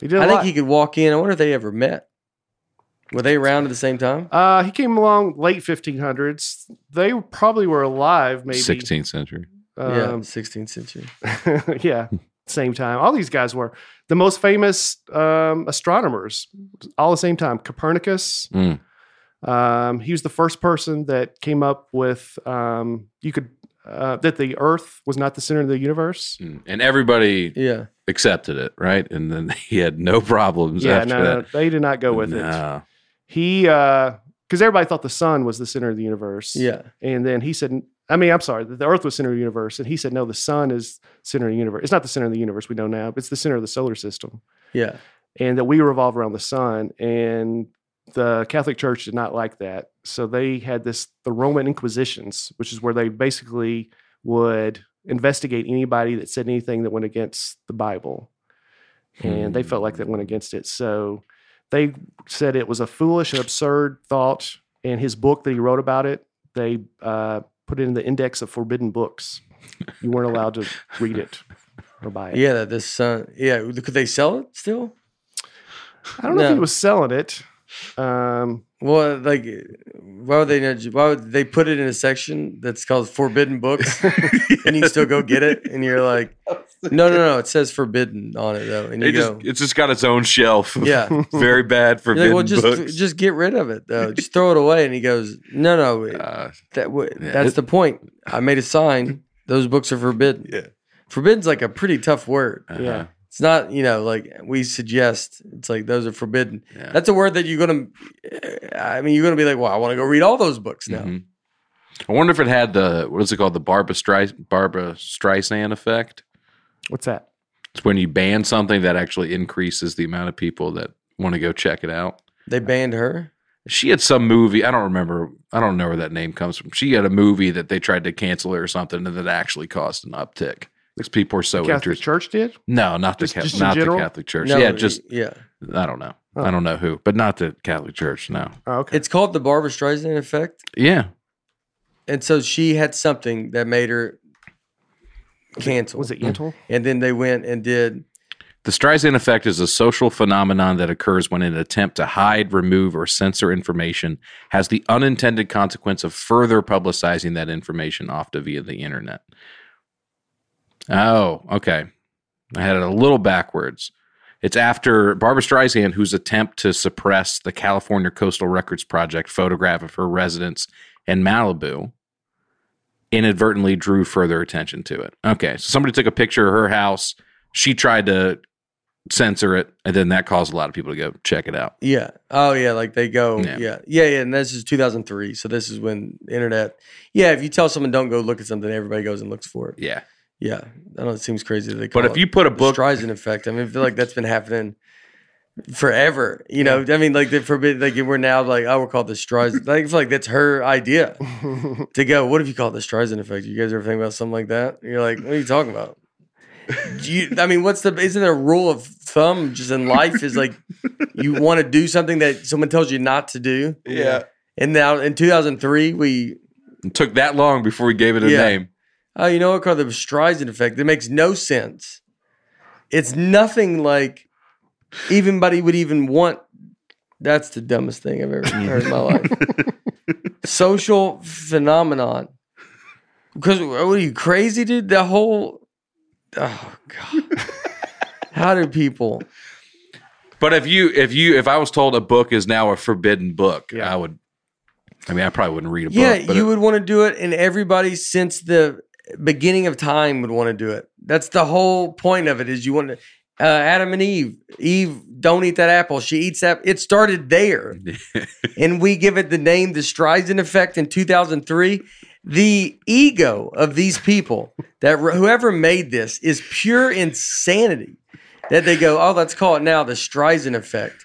B: he did a
A: I think
B: lot.
A: he could walk in. I wonder if they ever met. Were they around at the same time?
B: uh, he came along late 1500s. They probably were alive, maybe.
C: 16th century.
A: yeah,
B: Um,
A: 16th century.
B: yeah. same time. All these guys were the most famous um, astronomers, all the same time. Copernicus.
C: Mm.
B: Um, he was the first person that came up with um, you could uh, that the Earth was not the center of the universe.
C: Mm. And everybody
A: Yeah.
C: accepted it, right? And then he had no problems
B: Yeah,
C: after
B: no,
C: that.
B: no, they did not go with it.
C: No.
B: he because everybody thought the sun was the center of the universe
A: Yeah.
B: and then he said i mean i'm sorry the earth was center of the universe and he said no the sun is center of the universe it's not the center of the universe we know now but it's the center of the solar system
A: Yeah.
B: and that we revolve around the sun and the catholic church did not like that so they had this the roman inquisitions which is where they basically would investigate anybody that said anything that went against the bible and they felt like that went against it. So they said it was a foolish and absurd thought. And his book that he wrote about it, they uh, put it in the index of forbidden books. You weren't allowed to read it or buy it.
A: Yeah. That this son. Yeah. Could they sell it still?
B: I don't know if
A: No.
B: he was selling it. Um,
A: Well, like, why would they? not ju- Why would they put it in a section that's called forbidden books, and you can still go get it? And you're like, no, no, no. It says forbidden on it though, and you
C: It just,
A: go,
C: it's just got its own shelf.
A: yeah. You're
C: Very bad for
A: like, well, just
C: books.
A: just get rid of it though. Just throw it away. And he goes, no, no. it-
C: Uh,
A: That w-
C: Yeah.
A: that's the point. I made a sign. Those books are forbidden.
C: Yeah.
A: Forbidden's like a pretty tough word.
C: uh-huh.
B: Yeah.
A: It's not, you know, like we suggest. It's like those are forbidden.
C: Yeah.
A: That's a word that you're gonna. eh, I mean, you're gonna be like, well, I want to go read all those books now.
C: Mhm. I wonder if it had the what is it called the Barbara Streis- Barbara Streisand effect.
B: what's that?
C: It's when you ban something that actually increases the amount of people that want to go check it out.
A: They banned her.
C: She had some movie. I don't remember. I don't know where that name comes from. She had a movie that they tried to cancel it or something, and that actually caused an uptick because people
A: Oh,
C: were so
B: Catholic
C: interested.
B: Church did?
C: No, not the
B: Just-
C: Ca-
B: just in
C: not the
B: general?
C: Catholic Church. yeah, just
A: yeah.
C: I don't know.
B: Oh.
C: I don't know who, but not the Catholic Church. No.
B: Oh, okay.
A: It's called the Barbara Streisand effect,
C: Yeah.
A: and so she had something that made her cancel.
B: was it Yentl?
A: And then they went and did.
C: The Streisand effect is a social phenomenon that occurs when an attempt to hide, remove, or censor information has the unintended consequence of further publicizing that information often via the internet. Oh, okay. I had it a little backwards. It's after Barbara Streisand, whose attempt to suppress the California Coastal Records Project photograph of her residence in Malibu inadvertently drew further attention to it. Okay, so somebody took a picture of her house. She tried to censor it, and then that caused a lot of people to go check it out.
A: Yeah. Oh yeah. Like they go.
C: Yeah.
A: Yeah. yeah. Yeah. And this is 2003. So this is when the internet. Yeah. If you tell someone don't go look at something, everybody goes and looks for it.
C: Yeah,
A: Yeah. I know it seems crazy that they. Call
C: but if
A: it
C: you put a
A: the
C: book,
A: Streisand effect. I mean, I feel like that's been happening forever. You know, I mean, like they forbid, like we're now like, oh, we're called the Streisand. Like, I feel like that's her idea to go. What if you call it the Streisand effect? You guys ever think about something like that? You're like, what are you talking about? Do you, I mean, what's the isn't there a rule of thumb just in life is like you want to do something that someone tells you not to do.
C: yeah,
A: And now in 2003, we
C: it took that long before we gave it a
A: Yeah.
C: name.
A: Oh, you know what called the Streisand effect? That makes no sense. It's nothing like anybody would even want. That's the dumbest thing I've ever heard in my life. Social phenomenon. Because what are you crazy, dude? The whole. Oh god. How do people?
C: But if you, if you, if I was told a book is now a forbidden book,
B: Yeah.
C: I would. I mean, I probably wouldn't read a
A: Yeah,
C: book. But
A: you would want to do it, and everybody since the beginning of time would want to do it. That's the whole point of it. Is you want to uh, Adam and Eve. Eve don't eat that apple. She eats that. It started there, and we give it the name the Streisand effect in 2003. The ego of these people that whoever made this is pure insanity. That they go, oh, let's call it now the Streisand effect.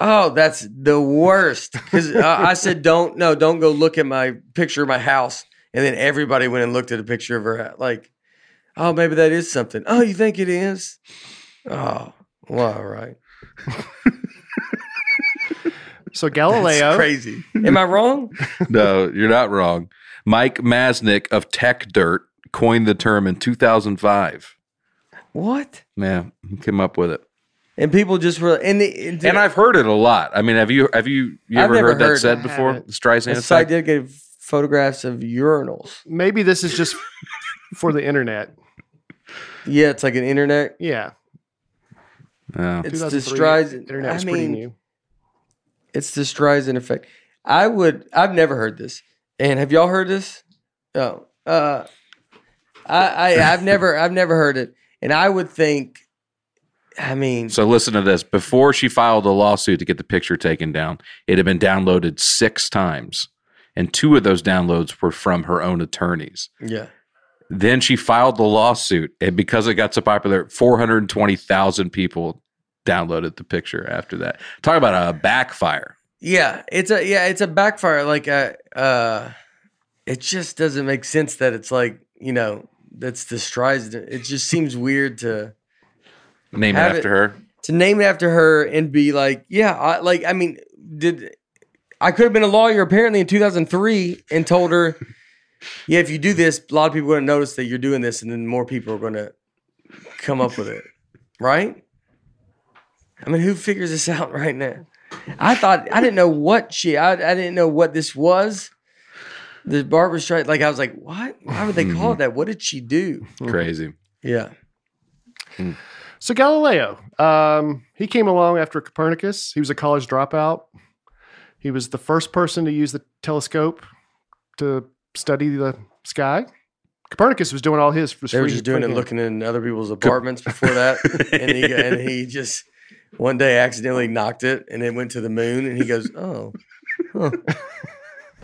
A: Oh, that's the worst. Because I, I said, don't, no, don't go look at my picture of my house. And then everybody went and looked at a picture of her. uh, Like, oh, maybe that is something. Oh, you think it is? Oh, well, all right.
B: So
A: That's
B: Galileo,
A: crazy. Am I wrong?
C: no, you're not wrong. Mike Masnick of Tech Dirt coined the term in 2005.
A: What?
C: Man, he came up with it.
A: And people just were, and, the, and,
C: And I've heard it a lot. I mean, have you have you you
A: I've
C: ever
A: never
C: heard that
A: heard it.
C: said
B: I
C: before?
B: haven't.
C: The Streisand
A: Yes, I
C: effect.
A: did get photographs of urinals.
B: maybe this is just for the internet.
A: Yeah, it's like an internet.
B: Yeah,
C: Yeah.
A: It's the
B: 2003
A: Streisand.
B: Internet was
A: I
B: pretty
A: mean,
B: new.
A: It's the Streisand effect. I would. I've never heard this. And have y'all heard this? Oh, uh, I, I I've never I've never heard it. And I would think, I mean,
C: So listen to this. Before she filed a lawsuit to get the picture taken down, it had been downloaded six times, and two of those downloads were from her own attorneys.
A: yeah,
C: Then she filed the lawsuit, and because it got so popular, four hundred twenty thousand people downloaded the picture after that. Talk about a backfire.
A: yeah. It's a yeah. It's a backfire. Like a, uh, it just doesn't make sense that it's like you know that's the Streisand. It just seems weird to.
C: Name
A: Have
C: it
A: it-
C: after her.
A: to name it after her and be like, yeah, I, like I mean, did I could have been a lawyer apparently in 2003 and told her, yeah, if you do this, a lot of people are going to notice that you're doing this, and then more people are going to come up with it, right? I mean, who figures this out right now? I thought I didn't know what she, I, I didn't know what this was. The Barbara Streisand, like I was like, what? Why would they call it that? What did she do?
C: Crazy.
A: Yeah,
B: So Galileo, um, he came along after Copernicus. He was a college dropout. He was the first person to use the telescope to study the sky. Copernicus was doing all his for
A: They were
B: free-
A: just doing
B: free
A: it
B: hand.
A: looking in other people's apartments before that. and, he, go- and he just one day accidentally knocked it and it went to the moon and he goes, Oh. huh."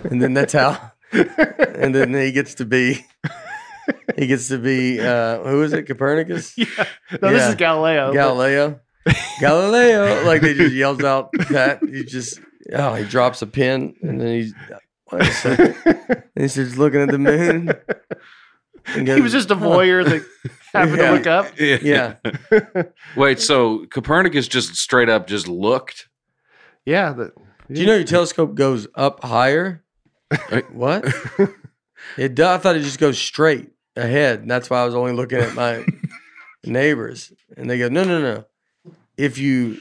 A: And then that's how and then he gets to be he gets to be uh who is it? Copernicus?
B: Yeah. No, this
A: Yeah.
B: is Galileo. but-
A: Galileo. Galileo. Like they just yells out that he just oh he drops a pin and then he's wait a second. And he's just looking at the moon. and
B: he
A: goes,
B: was just a
A: "Huh."
B: voyeur that happened
A: Yeah.
B: to look up.
A: Yeah.
C: Wait. So Copernicus just straight up just looked.
B: Yeah. The,
A: Do you know your telescope goes up higher?
C: Hey.
A: what? It do, I thought it just goes straight ahead, and that's why I was only looking at my neighbors. And they go, "No, no, no. If you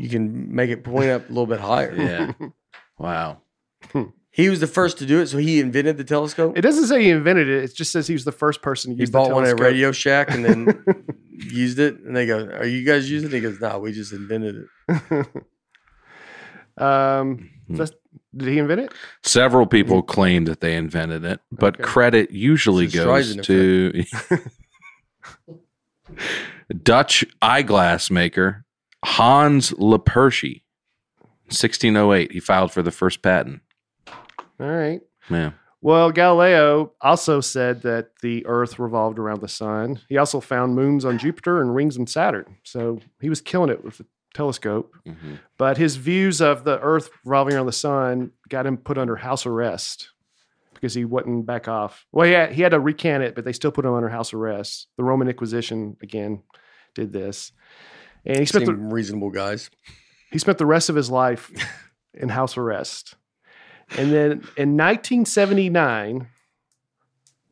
A: you can make it point up a little bit higher."
C: Yeah. wow.
A: He was the first to do it, so he invented the telescope.
B: It doesn't say he invented it. It just says he was the first person to
A: he
B: use the
A: bought one at
B: telescope.
A: Radio Shack and then used it. And they go, "Are you guys using it?" He goes, "No, we just invented it."
B: Um, that's, did he invent it?
C: Several people claim that they invented it, but
B: Okay.
C: credit usually
A: It's a
C: goes
A: Streisand
C: to Dutch eyeglass maker Hans Lepercy. 1608, he filed for the first patent.
B: All right.
C: Yeah.
B: Well, Galileo also said that the Earth revolved around the sun. He also found moons on Jupiter and rings on Saturn. So he was killing it with the telescope. But his views of the Earth revolving around the sun got him put under house arrest because he wouldn't back off. Well, yeah, he had to recant it, but they still put him under house arrest. The Roman Inquisition again did this, and he spent the,
A: Seem reasonable guys.
B: he spent the rest of his life in house arrest. And then in 1979,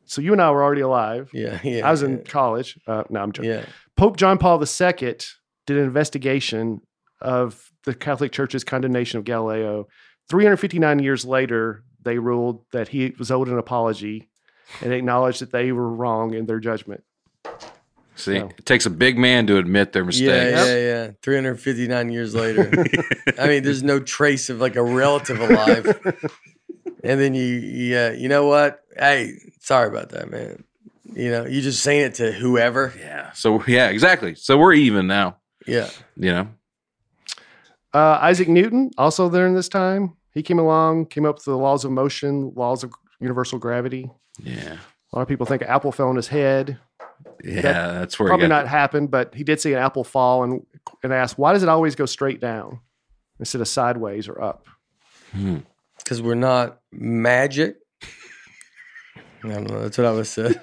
B: so you and I were already alive.
A: Yeah, yeah.
B: I was in
A: yeah,
B: college. Uh, no, I'm joking.
A: Yeah,
B: Pope John Paul II did an investigation of the Catholic Church's condemnation of Galileo. 359 years later, they ruled that he was owed an apology and acknowledged that they were wrong in their judgment.
C: See,
B: Yeah.
C: it takes a big man to admit their mistakes.
A: Yeah, yeah, yeah. 359 years later. I mean, there's no trace of like a relative alive. and then you, yeah, you know what? Hey, sorry about that, man. You know, you just saying it to whoever.
C: Yeah. So yeah, exactly. So we're even now.
A: Yeah.
C: You know.
B: Uh, Isaac Newton, also during this time, he came along, came up with the laws of motion, laws of universal gravity.
C: Yeah.
B: A lot of people think an apple fell on his head.
C: Yeah.
B: That-
C: that's where.
B: Probably
C: it got,
B: not happened, but he did see an apple fall and and asked, "Why does it always go straight down instead of sideways or up?"
C: Hmm.
A: Because we're not magic. I don't know. That's what I was said.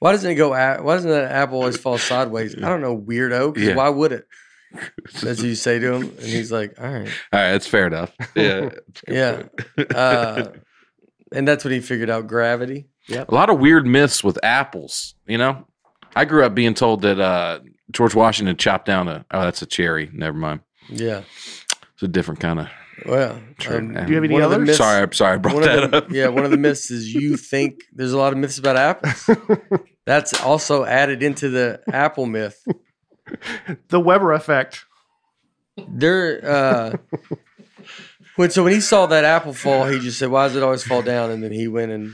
A: why doesn't it go? a- Why doesn't an apple always fall sideways? I don't know, weirdo. 'cause
C: Yeah.
A: Why would it? That's what you say to him, and he's like, "All right,
C: All right. That's fair enough. Yeah.
A: yeah." Uh, and that's when he figured out gravity.
C: a lot of weird myths with apples. You know, I grew up being told that uh, George Washington chopped down a. Oh, that's a cherry. Never mind.
A: Yeah.
C: It's a different kind of.
A: Well,
C: True.
A: um,
C: Yeah.
B: Do you have any
A: One of the
B: other?
A: myths-
C: sorry, I'm sorry, I brought
A: one of
C: that
A: the,
C: up.
A: Yeah, one of the myths is you think there's a lot of myths about apples. That's also added into the apple myth.
B: the Weber effect.
A: There, uh, when so when he saw that apple fall, he just said, "Why does it always fall down?" And then he went and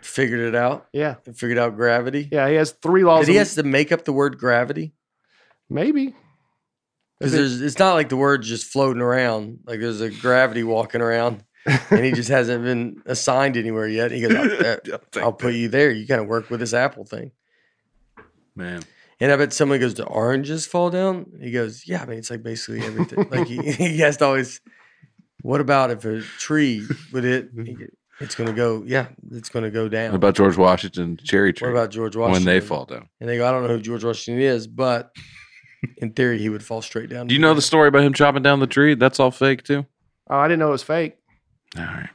A: figured it out.
B: Yeah,
A: And figured out gravity.
B: yeah. He has three laws.
A: Did he
B: of-
A: has to make up the word gravity?
B: maybe.
A: Because
B: Is it-
A: there's, it's not like the word's just floating around. Like there's a gravity walking around, and he just hasn't been assigned anywhere yet. He goes, "Oh, "I'll-
C: Yeah, thank-
A: "I'll put you there. You got to work with this apple thing."
C: man.
A: And I bet someone goes, "Do oranges fall down?" He goes, "Yeah, I mean, it's like basically everything." like he, he has to always. What about if a tree would it? It's going to go. Yeah, it's going to go down.
C: Mm-hmm. What about George Washington cherry tree?
A: what about George
C: when
A: Washington?
C: they fall down?
A: and they go, "I don't know who George Washington is, but in theory, he would fall straight down."
C: Do you know the story about him chopping down the tree? That's all fake too.
B: Oh, I didn't know it was fake.
C: All right.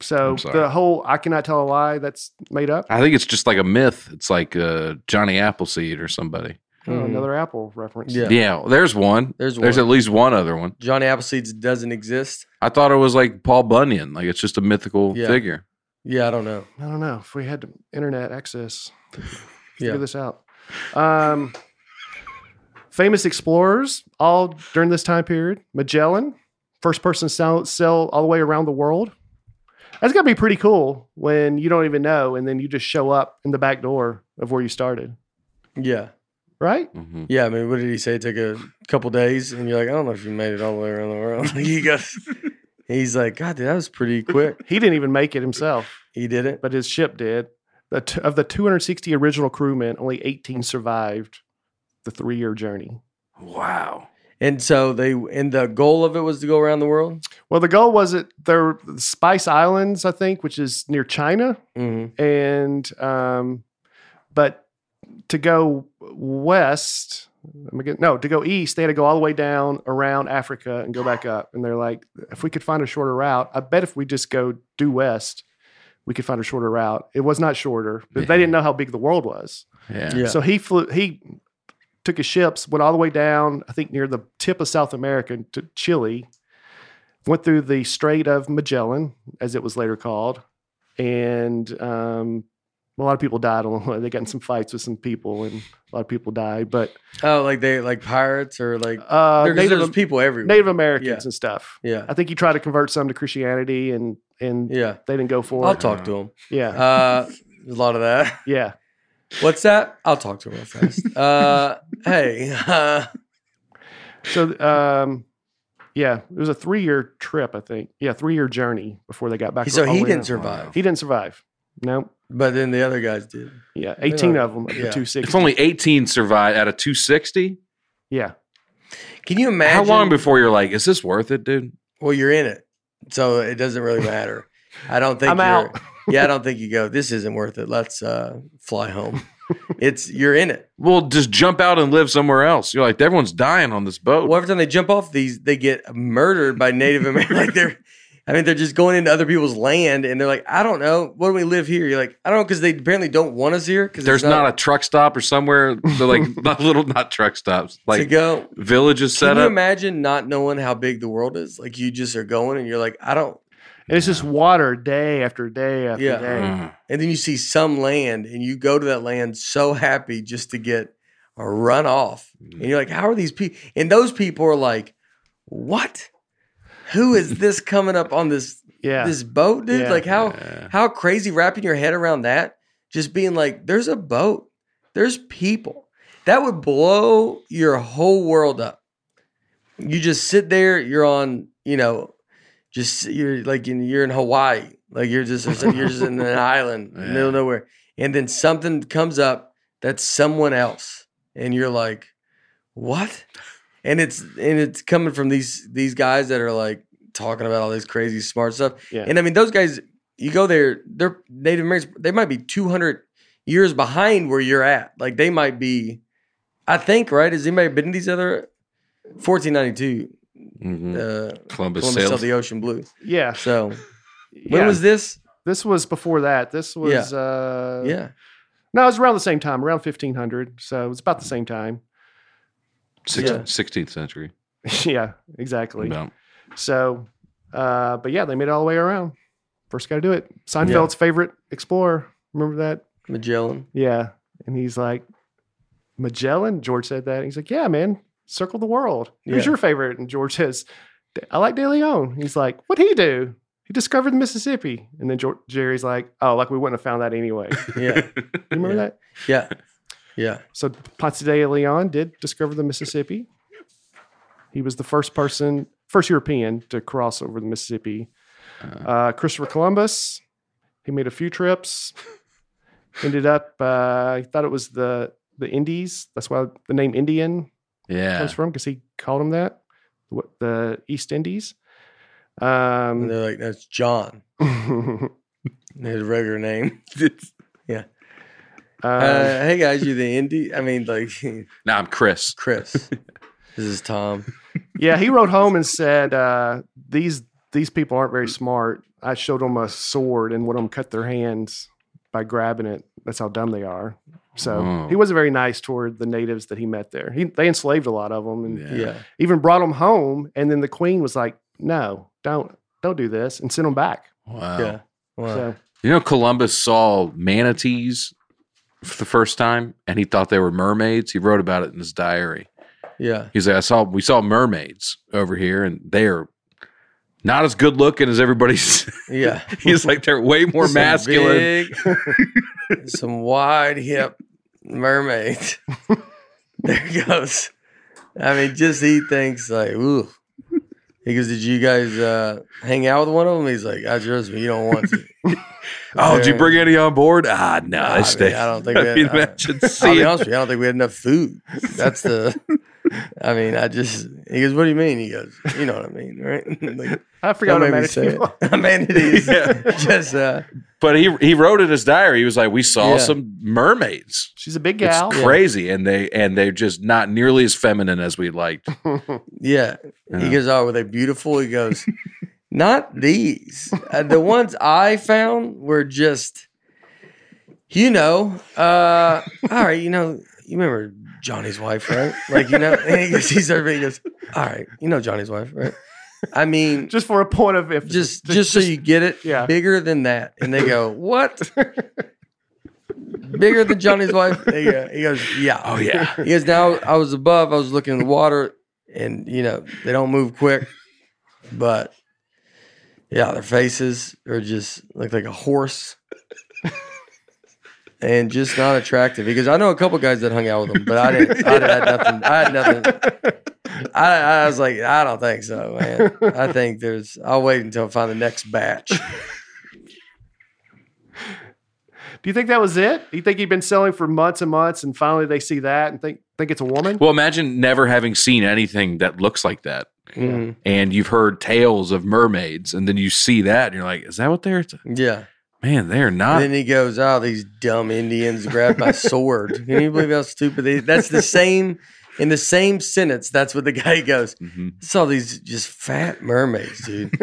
B: So
C: I'm sorry.
B: the whole "I cannot tell a lie" that's made up.
C: I think it's just like a myth. It's like uh, Johnny Appleseed or somebody.
B: Oh,
A: Mhm.
B: Another apple reference.
A: Yeah.
C: Yeah, well, there's one.
A: There's one.
C: There's at least one other one.
A: Johnny Appleseed doesn't exist.
C: I thought it was like Paul Bunyan. Like it's just a mythical
A: Yeah.
C: figure.
A: Yeah, I don't know.
B: I don't know if we had internet access. Figure
A: Yeah.
B: this out. Um, famous explorers all during this time period. Magellan, first person sail, sail all the way around the world. That's gotta be pretty cool when you don't even know, and then you just show up in the back door of where you started,
A: Yeah.
B: right?
C: Mhm.
A: Yeah, I mean, what did he say? It took a couple days, and you're like, I don't know if you made it all the way around the world. he goes, he's like, God, dude, that was pretty quick.
B: He didn't even make it himself,
A: He did it.
B: but his ship did. The t- of the 260 original crewmen, only 18 survived the three-year journey.
C: Wow.
A: And so they, and the goal of it was to go around the world.
B: Well, the goal was it there were Spice Islands, I think, which is near China,
A: hmm
B: and um, but to go west, am I getting- no, to go east, they had to go all the way down around Africa and go back up. And they're like, if we could find a shorter route, I bet if we just go due west, we could find a shorter route. It was not shorter, but they didn't know how big the world was.
C: Yeah.
A: Yeah.
B: So he flew. He took his ships, went all the way down. I think near the tip of South America to Chile. Went through the Strait of Magellan, as it was later called, and um, a lot of people died along the way. They got in some fights with some people, and a lot of people died. But
A: Oh, like they, like pirates or like
B: uh,
A: there, 'cause there was
B: Native
A: people everywhere.
B: Native Americans
A: Yeah.
B: and stuff.
A: yeah,
B: I think he tried to convert some to Christianity, and and
A: yeah.
B: they didn't go for
A: I'll
B: it.
A: talk to him.
B: Yeah,
A: Uh, there's a lot of that.
B: yeah.
A: What's that? I'll talk to him real fast. Uh, hey, uh,
B: So, um, yeah, it was a three-year trip, I think. Yeah, three-year journey before they got back. Oh,
A: so
B: all the
A: he
B: way
A: didn't
B: around.
A: survive,
B: He didn't survive. No.
A: but then the other guys did.
B: Yeah, eighteen
A: not-
B: of them. Of
A: yeah.
B: the two six.
C: It's only 18 survived out of 260.
B: Yeah,
A: Can you imagine
C: How long before you're like, is this worth it, dude?
A: Well, you're in it, so it doesn't really matter. I don't think
B: I'm
A: you're,
B: out.
A: yeah, I don't think you go. This isn't worth it. Let's uh, fly home. It's you're in it.
C: Well, just jump out and live somewhere else. You're like, everyone's dying on this boat.
A: Well, every time they jump off these, they get murdered by Native Americans. like they're, I mean, they're just going into other people's land, and they're like, I don't know, what do we live here? You're like, I don't know, because they apparently don't want us here. Because
C: There's not, a truck stop or somewhere. They're like not little, not truck stops,
A: to
C: like
A: go.
C: villages set
A: Can you
C: up.
A: imagine not knowing how big the world is? Like you just are going, and you're like, I don't.
B: and it's just water day after day after
A: Yeah.
B: day.
C: Mm.
A: And then you see some land and you go to that land so happy just to get a run off.
C: Mm.
A: And you're like,
B: Mm-hmm.
A: how are these people? And those people are like, what? Who is this coming up on this
B: Yeah,
A: this boat, dude?
B: Yeah.
A: Like how
C: Yeah.
A: how crazy wrapping your head around that just being like, there's a boat, there's people. That would blow your whole world up. You just sit there, you're on, you know, just you're like in, you're in Hawaii, like you're just you're just in an island,
C: Yeah.
A: middle of nowhere, and then something comes up that's someone else, and you're like, what? And it's and it's coming from these these guys that are like talking about all this crazy smart stuff,
B: Yeah.
A: and I mean those guys, you go there, they're Native Americans, they might be two hundred years behind where you're at, like they might be, I think right? Has anybody been to these other? 1492
C: Mhm.
A: uh
C: Columbus,
A: Columbus sailed
C: sailed.
A: the ocean blue
B: yeah.
A: so when
B: yeah.
A: was this?
B: this was before that. This was uh
A: yeah.
B: No, it was around the same time, around 1500. So it was about the same time.
C: Six-
A: Yeah.
C: 16th century.
B: yeah, exactly.
C: About.
B: So, uh, but yeah, they made it all the way around. First got to do it. Seinfeld's favorite explorer. Remember that?
A: Magellan.
B: Yeah. And he's like, Magellan? George said that. He's like, yeah, man, circle the world. Who's
A: Yeah.
B: your favorite? And George says, I like De Leon. He's like, what'd he do? He discovered the Mississippi. And then George, Jerry's like, oh, like we wouldn't have found that anyway. You
A: Yeah.
B: remember
A: Yeah.
B: that?
A: Yeah. Yeah.
B: So Ponce de Leon did discover the Mississippi. He was the first person, first European to cross over the Mississippi. Uh, Christopher Columbus, he made a few trips. Ended up, uh, he thought it was the the Indies. That's why the name Indian
C: Yeah.
B: comes from because he called them that. What the East Indies. Um,
A: And they're like, that's John. His regular name.
B: uh,
A: Uh, hey guys, you the indie? I mean, like
C: Now I'm Chris.
A: Chris. this is Tom.
B: yeah, he wrote home and said, uh, "These these people aren't very smart. I showed them a sword and one of them cut their hands by grabbing it. That's how dumb they are." So
C: Oh.
B: he wasn't very nice toward the natives that he met there. He, they enslaved a lot of them and
C: Yeah.
A: Yeah.
B: even brought them home. And then the queen was like, "No, don't don't do this," and sent them back.
C: Wow.
A: Yeah. Wow.
B: So
C: You know, Columbus saw manatees for the first time, and he thought they were mermaids. He wrote about it in his diary.
A: yeah.
C: He's like, I saw we saw mermaids over here, and they are not as good looking as everybody's.
A: Yeah.
C: He's like, they're way more
A: Some
C: masculine.
A: big- some wide hip mermaid. there he goes. I mean, just he thinks like, ooh. He goes, Did you guys uh, hang out with one of them? He's like, I trust me, you don't want to.
C: Oh, did you
A: They're-
C: bring any on board? Ah, no,
A: I
C: I,
A: mean,
C: stayed.
A: I don't think we had-
C: mean,
A: I-
C: imagine
A: I'll
C: seeing-
A: be honest with you, I don't think we had enough food. That's the I mean, I just he goes, What do you mean? He goes, You know what I mean, right? like,
B: I forgot
A: don't
B: what
A: make me say it.
B: manatee was.
A: I mean it is
C: Yeah.
A: just uh
C: But he he wrote in his diary. He was like, we saw
A: Yeah.
C: some mermaids.
B: She's a big gal.
C: It's crazy, and they and they're just not nearly as feminine as we liked.
A: Yeah.
C: Yeah.
A: He goes, Oh, were they beautiful? He goes, Not these. Uh, the ones I found were just, you know, uh, all right, you know, you remember Johnny's wife, right? Like, you know, and he goes, he's there, he goes, All right, you know Johnny's wife, right? I mean,
B: just for a point of if
A: just just so you get it,
B: yeah.
A: bigger than that. And they go, What? bigger than Johnny's wife? They go, he goes, Yeah.
C: Oh yeah,
A: Because now I was above, I was looking in the water, and you know they don't move quick, but yeah, their faces are just look like a horse, and just not attractive. Because I know a couple guys that hung out with them, but I didn't. I had nothing. I had nothing. I, I was like, I don't think so, man. I think there's. I'll wait until I find the next batch.
B: do you think that was it? Do you think he'd been selling for months and months, and finally they see that and think think it's a woman?
C: Well, imagine never having seen anything that looks like that.
A: Mhm.
C: And you've heard tales of mermaids, and then you see that, and you're like, is that what they're?
A: Yeah.
C: Man, they're
A: And
C: not.
A: then he goes, "Oh, these dumb Indians grabbed my sword." Can you believe how stupid they? That's the same in the same sentence. That's what the guy goes.
C: Mhm.
A: It's all these just fat mermaids, dude.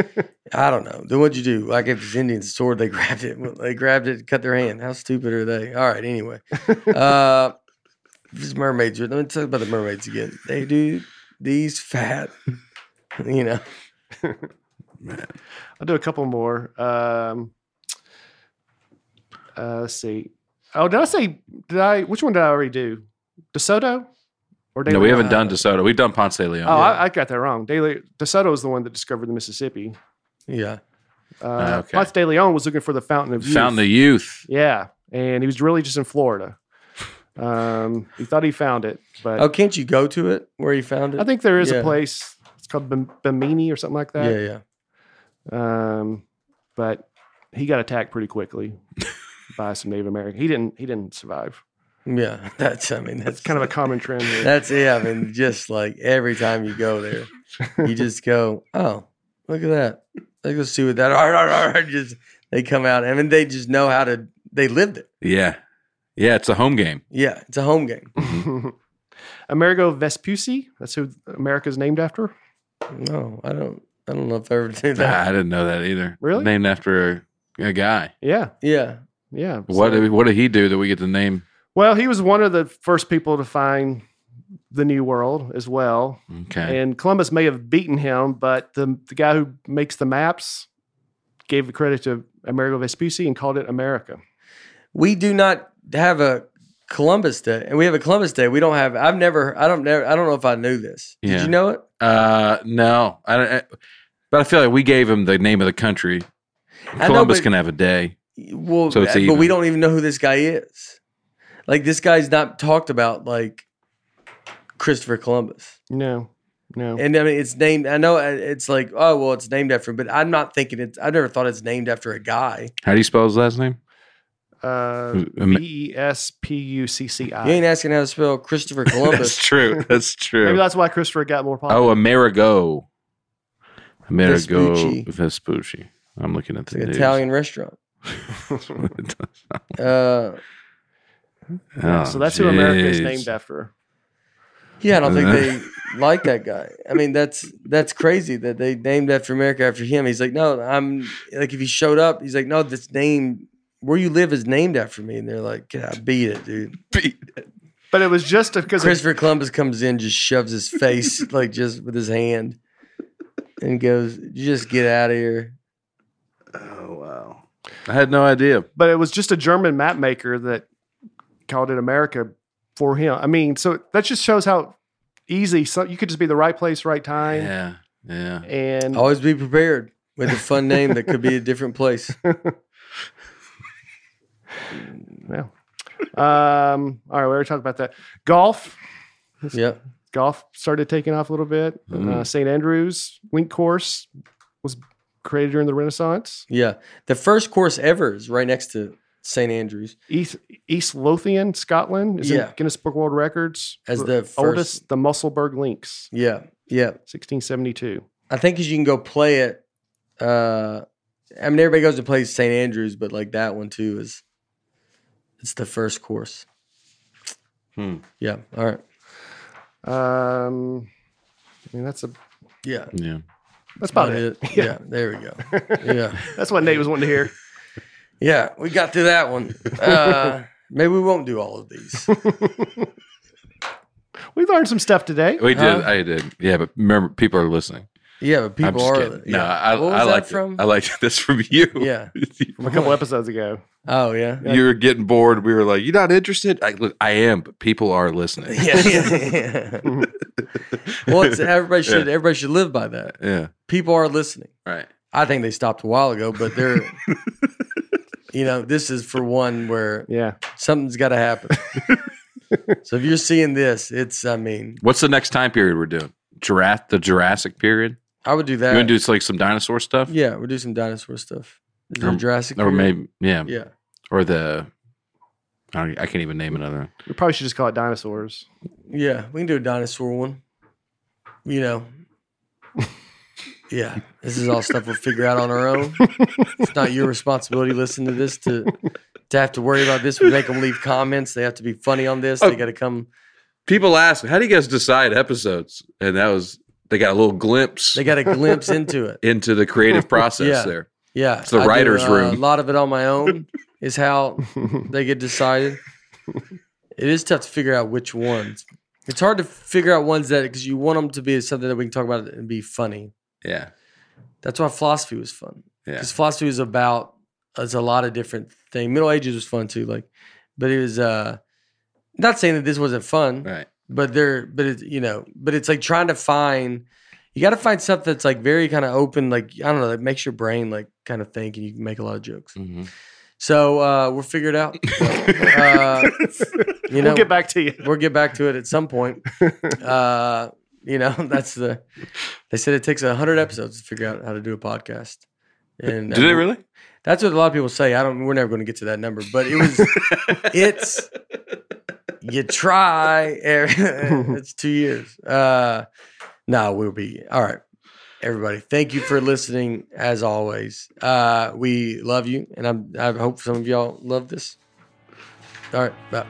A: I don't know. Then what'd you do? Like if it's Indian sword, they grabbed it. Well, They grabbed it, cut their hand. How stupid are they? All right. Anyway, uh, these mermaids. Let me talk about the mermaids again. They do these fat. You know,
B: I'll do a couple more. Um, uh, let's see. Oh, did I say? Did I? Which one did I already do? DeSoto or De
C: No, we
B: Leon?
C: haven't done DeSoto. We've done Ponce de Leon.
B: Oh, I, I got that wrong. De Le- DeSoto is the one that discovered the Mississippi.
A: yeah,
B: Uh,
C: okay. Ah,
B: Ponce de Leon was looking for the Fountain of Youth.
C: Found the youth.
B: yeah, and he was really just in Florida. Um, he thought he found it, but
A: Oh, can't you go to it where you found it?
B: I think there is
A: yeah.
B: a place. It's called Bim- Bimini or something like
A: yeah,
B: that.
A: yeah.
B: Um, but he got attacked pretty quickly by some Native American. He didn't. He didn't survive.
A: Yeah, that's. I mean,
B: That's
A: that's
B: kind of a common trend. Here.
A: That's it. I mean, just like every time you go there, you just go, "Oh, look at that! Let's go see what that." All right, all right, all right. Just they come out, and then they just know how to. They lived it.
C: Yeah. Yeah, it's a home game.
A: Yeah, it's a home game.
B: Amerigo Vespucci. That's who America's named after.
A: No, I don't. I don't know if I ever did
C: Ah, I
A: that.
C: didn't know that either.
B: Really?
C: Named after a, a guy.
B: Yeah,
A: Yeah,
B: yeah.
C: What
B: So-
C: what did he do that we get the name?
B: well, he was one of the first people to find the New World as well.
C: Okay.
B: And Columbus may have beaten him, but the, the guy who makes the maps gave the credit to Amerigo Vespucci and called it America.
A: we do not have a Columbus Day, and we have a Columbus Day. We don't have. I've never. I don't. Never. I don't know if I knew this. Did
C: Yeah.
A: you know it?
C: Uh, no, I, don't- I. But I feel like we gave him the name of the country.
A: know,
C: Columbus
A: but-
C: can have a day.
A: Well,
C: So it's
A: but we
C: even.
A: don't even know who this guy is. Like this guy's not talked about like Christopher Columbus,
B: No, no.
A: and I mean it's named. I know it's like oh well, it's named after, him, but I'm not thinking it's. I never thought it's named after a guy.
C: How do you spell his last name?
B: Uh,
C: Am-
B: V E S P U C C
A: You ain't
B: I.
A: asking how to spell Christopher
C: That's
A: Columbus.
C: true. That's
B: Maybe
C: true.
B: that's why Christopher got more popular.
C: Oh, Amerigo. Amerigo
A: Vespucci.
C: Vespucci. I'm looking at
A: It's
C: the
A: like an
C: news.
A: Italian restaurant. Uh,
B: Yeah,
C: Oh,
B: so that's who America's
C: jeez.
B: named after.
A: yeah, I don't think they like that guy. I mean, that's that's crazy that they named after America after him. He's like, no, I'm like if he showed up, he's like, no, this name where you live is named after me, and they're like, yeah, beat it, dude.
B: But it was just because of-
A: Christopher Columbus comes in, just shoves his face, like just with his hand, and goes, "Just get out of here."
C: Oh wow! I had no idea.
B: but it was just a German map maker that called it America for him. I mean, so that just shows how easy so you could just be the right place, right time.
C: Yeah, yeah.
B: And
A: Always be prepared with a fun name that could be a different place.
B: um, all right, we already talked about that. Golf,
A: Yeah,
B: golf started taking off a little bit. Uh,
C: Mm.
B: St. Andrews link course was created during the Renaissance.
A: yeah. The first course ever is right next to St Andrews
B: East East Lothian, Scotland, is
A: Yeah.
B: in Guinness Book of World Records
A: as
B: for
A: the first.
B: oldest, the Musselburgh Links,
A: Yeah, yeah.
B: 1672.
A: I think because you can go play it. Uh, I mean, everybody goes to play St Andrews, but like that one too is. It's the first course.
C: Hmm.
A: Yeah. All right.
B: Um, I mean, that's a
A: Yeah.
C: Yeah.
B: that's about it.
A: Yeah. There we go. Yeah.
B: That's what Nate was wanting to hear.
A: Yeah, we got through that one. Uh, maybe we won't do all of these.
B: We learned some stuff today.
C: We did.
A: Huh?
C: I did. Yeah, but remember, people are listening.
A: Yeah, but
C: I'm
A: people
C: just
A: are.
C: kidding.
A: Yeah.
C: No, I,
A: What was
C: I
A: that
C: liked
A: from?
C: It. I liked this from you.
A: yeah.
B: From a couple episodes ago.
A: Oh yeah.
C: you were getting bored. We were like, "You're not interested." I look, I am, but people are listening.
A: Yeah. yeah. well, it's, everybody should everybody should live by that.
C: yeah.
A: People are listening.
C: Right.
A: I think they stopped a while ago, but they're. You know, this is for one where
B: Yeah.
A: something's got to happen. so if you're seeing this, it's, I mean,
C: What's the next time period we're doing? Jurassic, the Jurassic period.
A: I would do that.
C: you want to do s- like some dinosaur stuff,
A: yeah, we'll do some dinosaur stuff. Is there
C: Or-
A: Jurassic
C: or
A: period?
C: maybe yeah,
A: Yeah.
C: or the. I, don't, I can't even name another. one.
B: We probably should just call it dinosaurs.
A: Yeah, we can do a dinosaur one. You know. Yeah, this is all stuff we'll figure out on our own. It's not your responsibility. Listen to this to to have to worry about this. We make them leave comments. They have to be funny on this.
C: Oh.
A: They got to come.
C: People ask, "How do you guys decide episodes?" And that was they got a little glimpse
A: They got a glimpse into it.
C: into the creative process
A: Yeah.
C: there.
A: Yeah,
C: It's the
A: I do,
C: writer's
A: uh,
C: room.
A: A lot of it on my own is how they get decided. It is tough to figure out which ones. It's hard to figure out ones that because you want them to be something that we can talk about and be funny.
C: Yeah,
A: That's why philosophy was fun.
C: yeah.
A: because philosophy was about it's a lot of different things. Middle Ages was fun too, like, but it was uh, not saying that this wasn't fun,
C: Right.
A: but there, but it's you know, but it's like trying to find. You got to find stuff that's like very kind of open, like I don't know, that makes your brain like kind of think, and you can make a lot of jokes.
C: Mhm.
A: So uh, we'll figure it out. Uh, you know,
B: we'll get back to you.
A: we'll get back to it at some point. Uh, you know, that's the. They said it takes hundred episodes to figure out how to do a podcast. And
C: Do they
A: uh,
C: really?
A: That's what a lot of people say. I don't. We're never going to get to that number, but it was. it's. You try. it's two years. Uh, no, we'll be all right. Everybody, thank you for listening. As always, uh, we love you, and I'm, I hope some of y'all love this. All right, bye.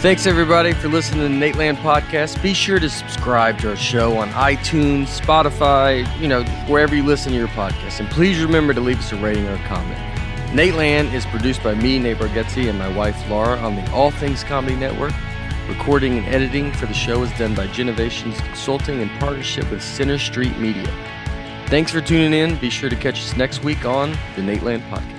A: Thanks everybody for listening to the Nate Land podcast. Be sure to subscribe to our show on iTunes, Spotify, you know, wherever you listen to your podcast. And please remember to leave us a rating or a comment. Nate Land is produced by me, Nate Bargatze, and my wife Laura on the All Things Comedy Network. Recording and editing for the show is done by Genovations Consulting in partnership with Center Street Media. Thanks for tuning in. Be sure to catch us next week on the Nate Land podcast.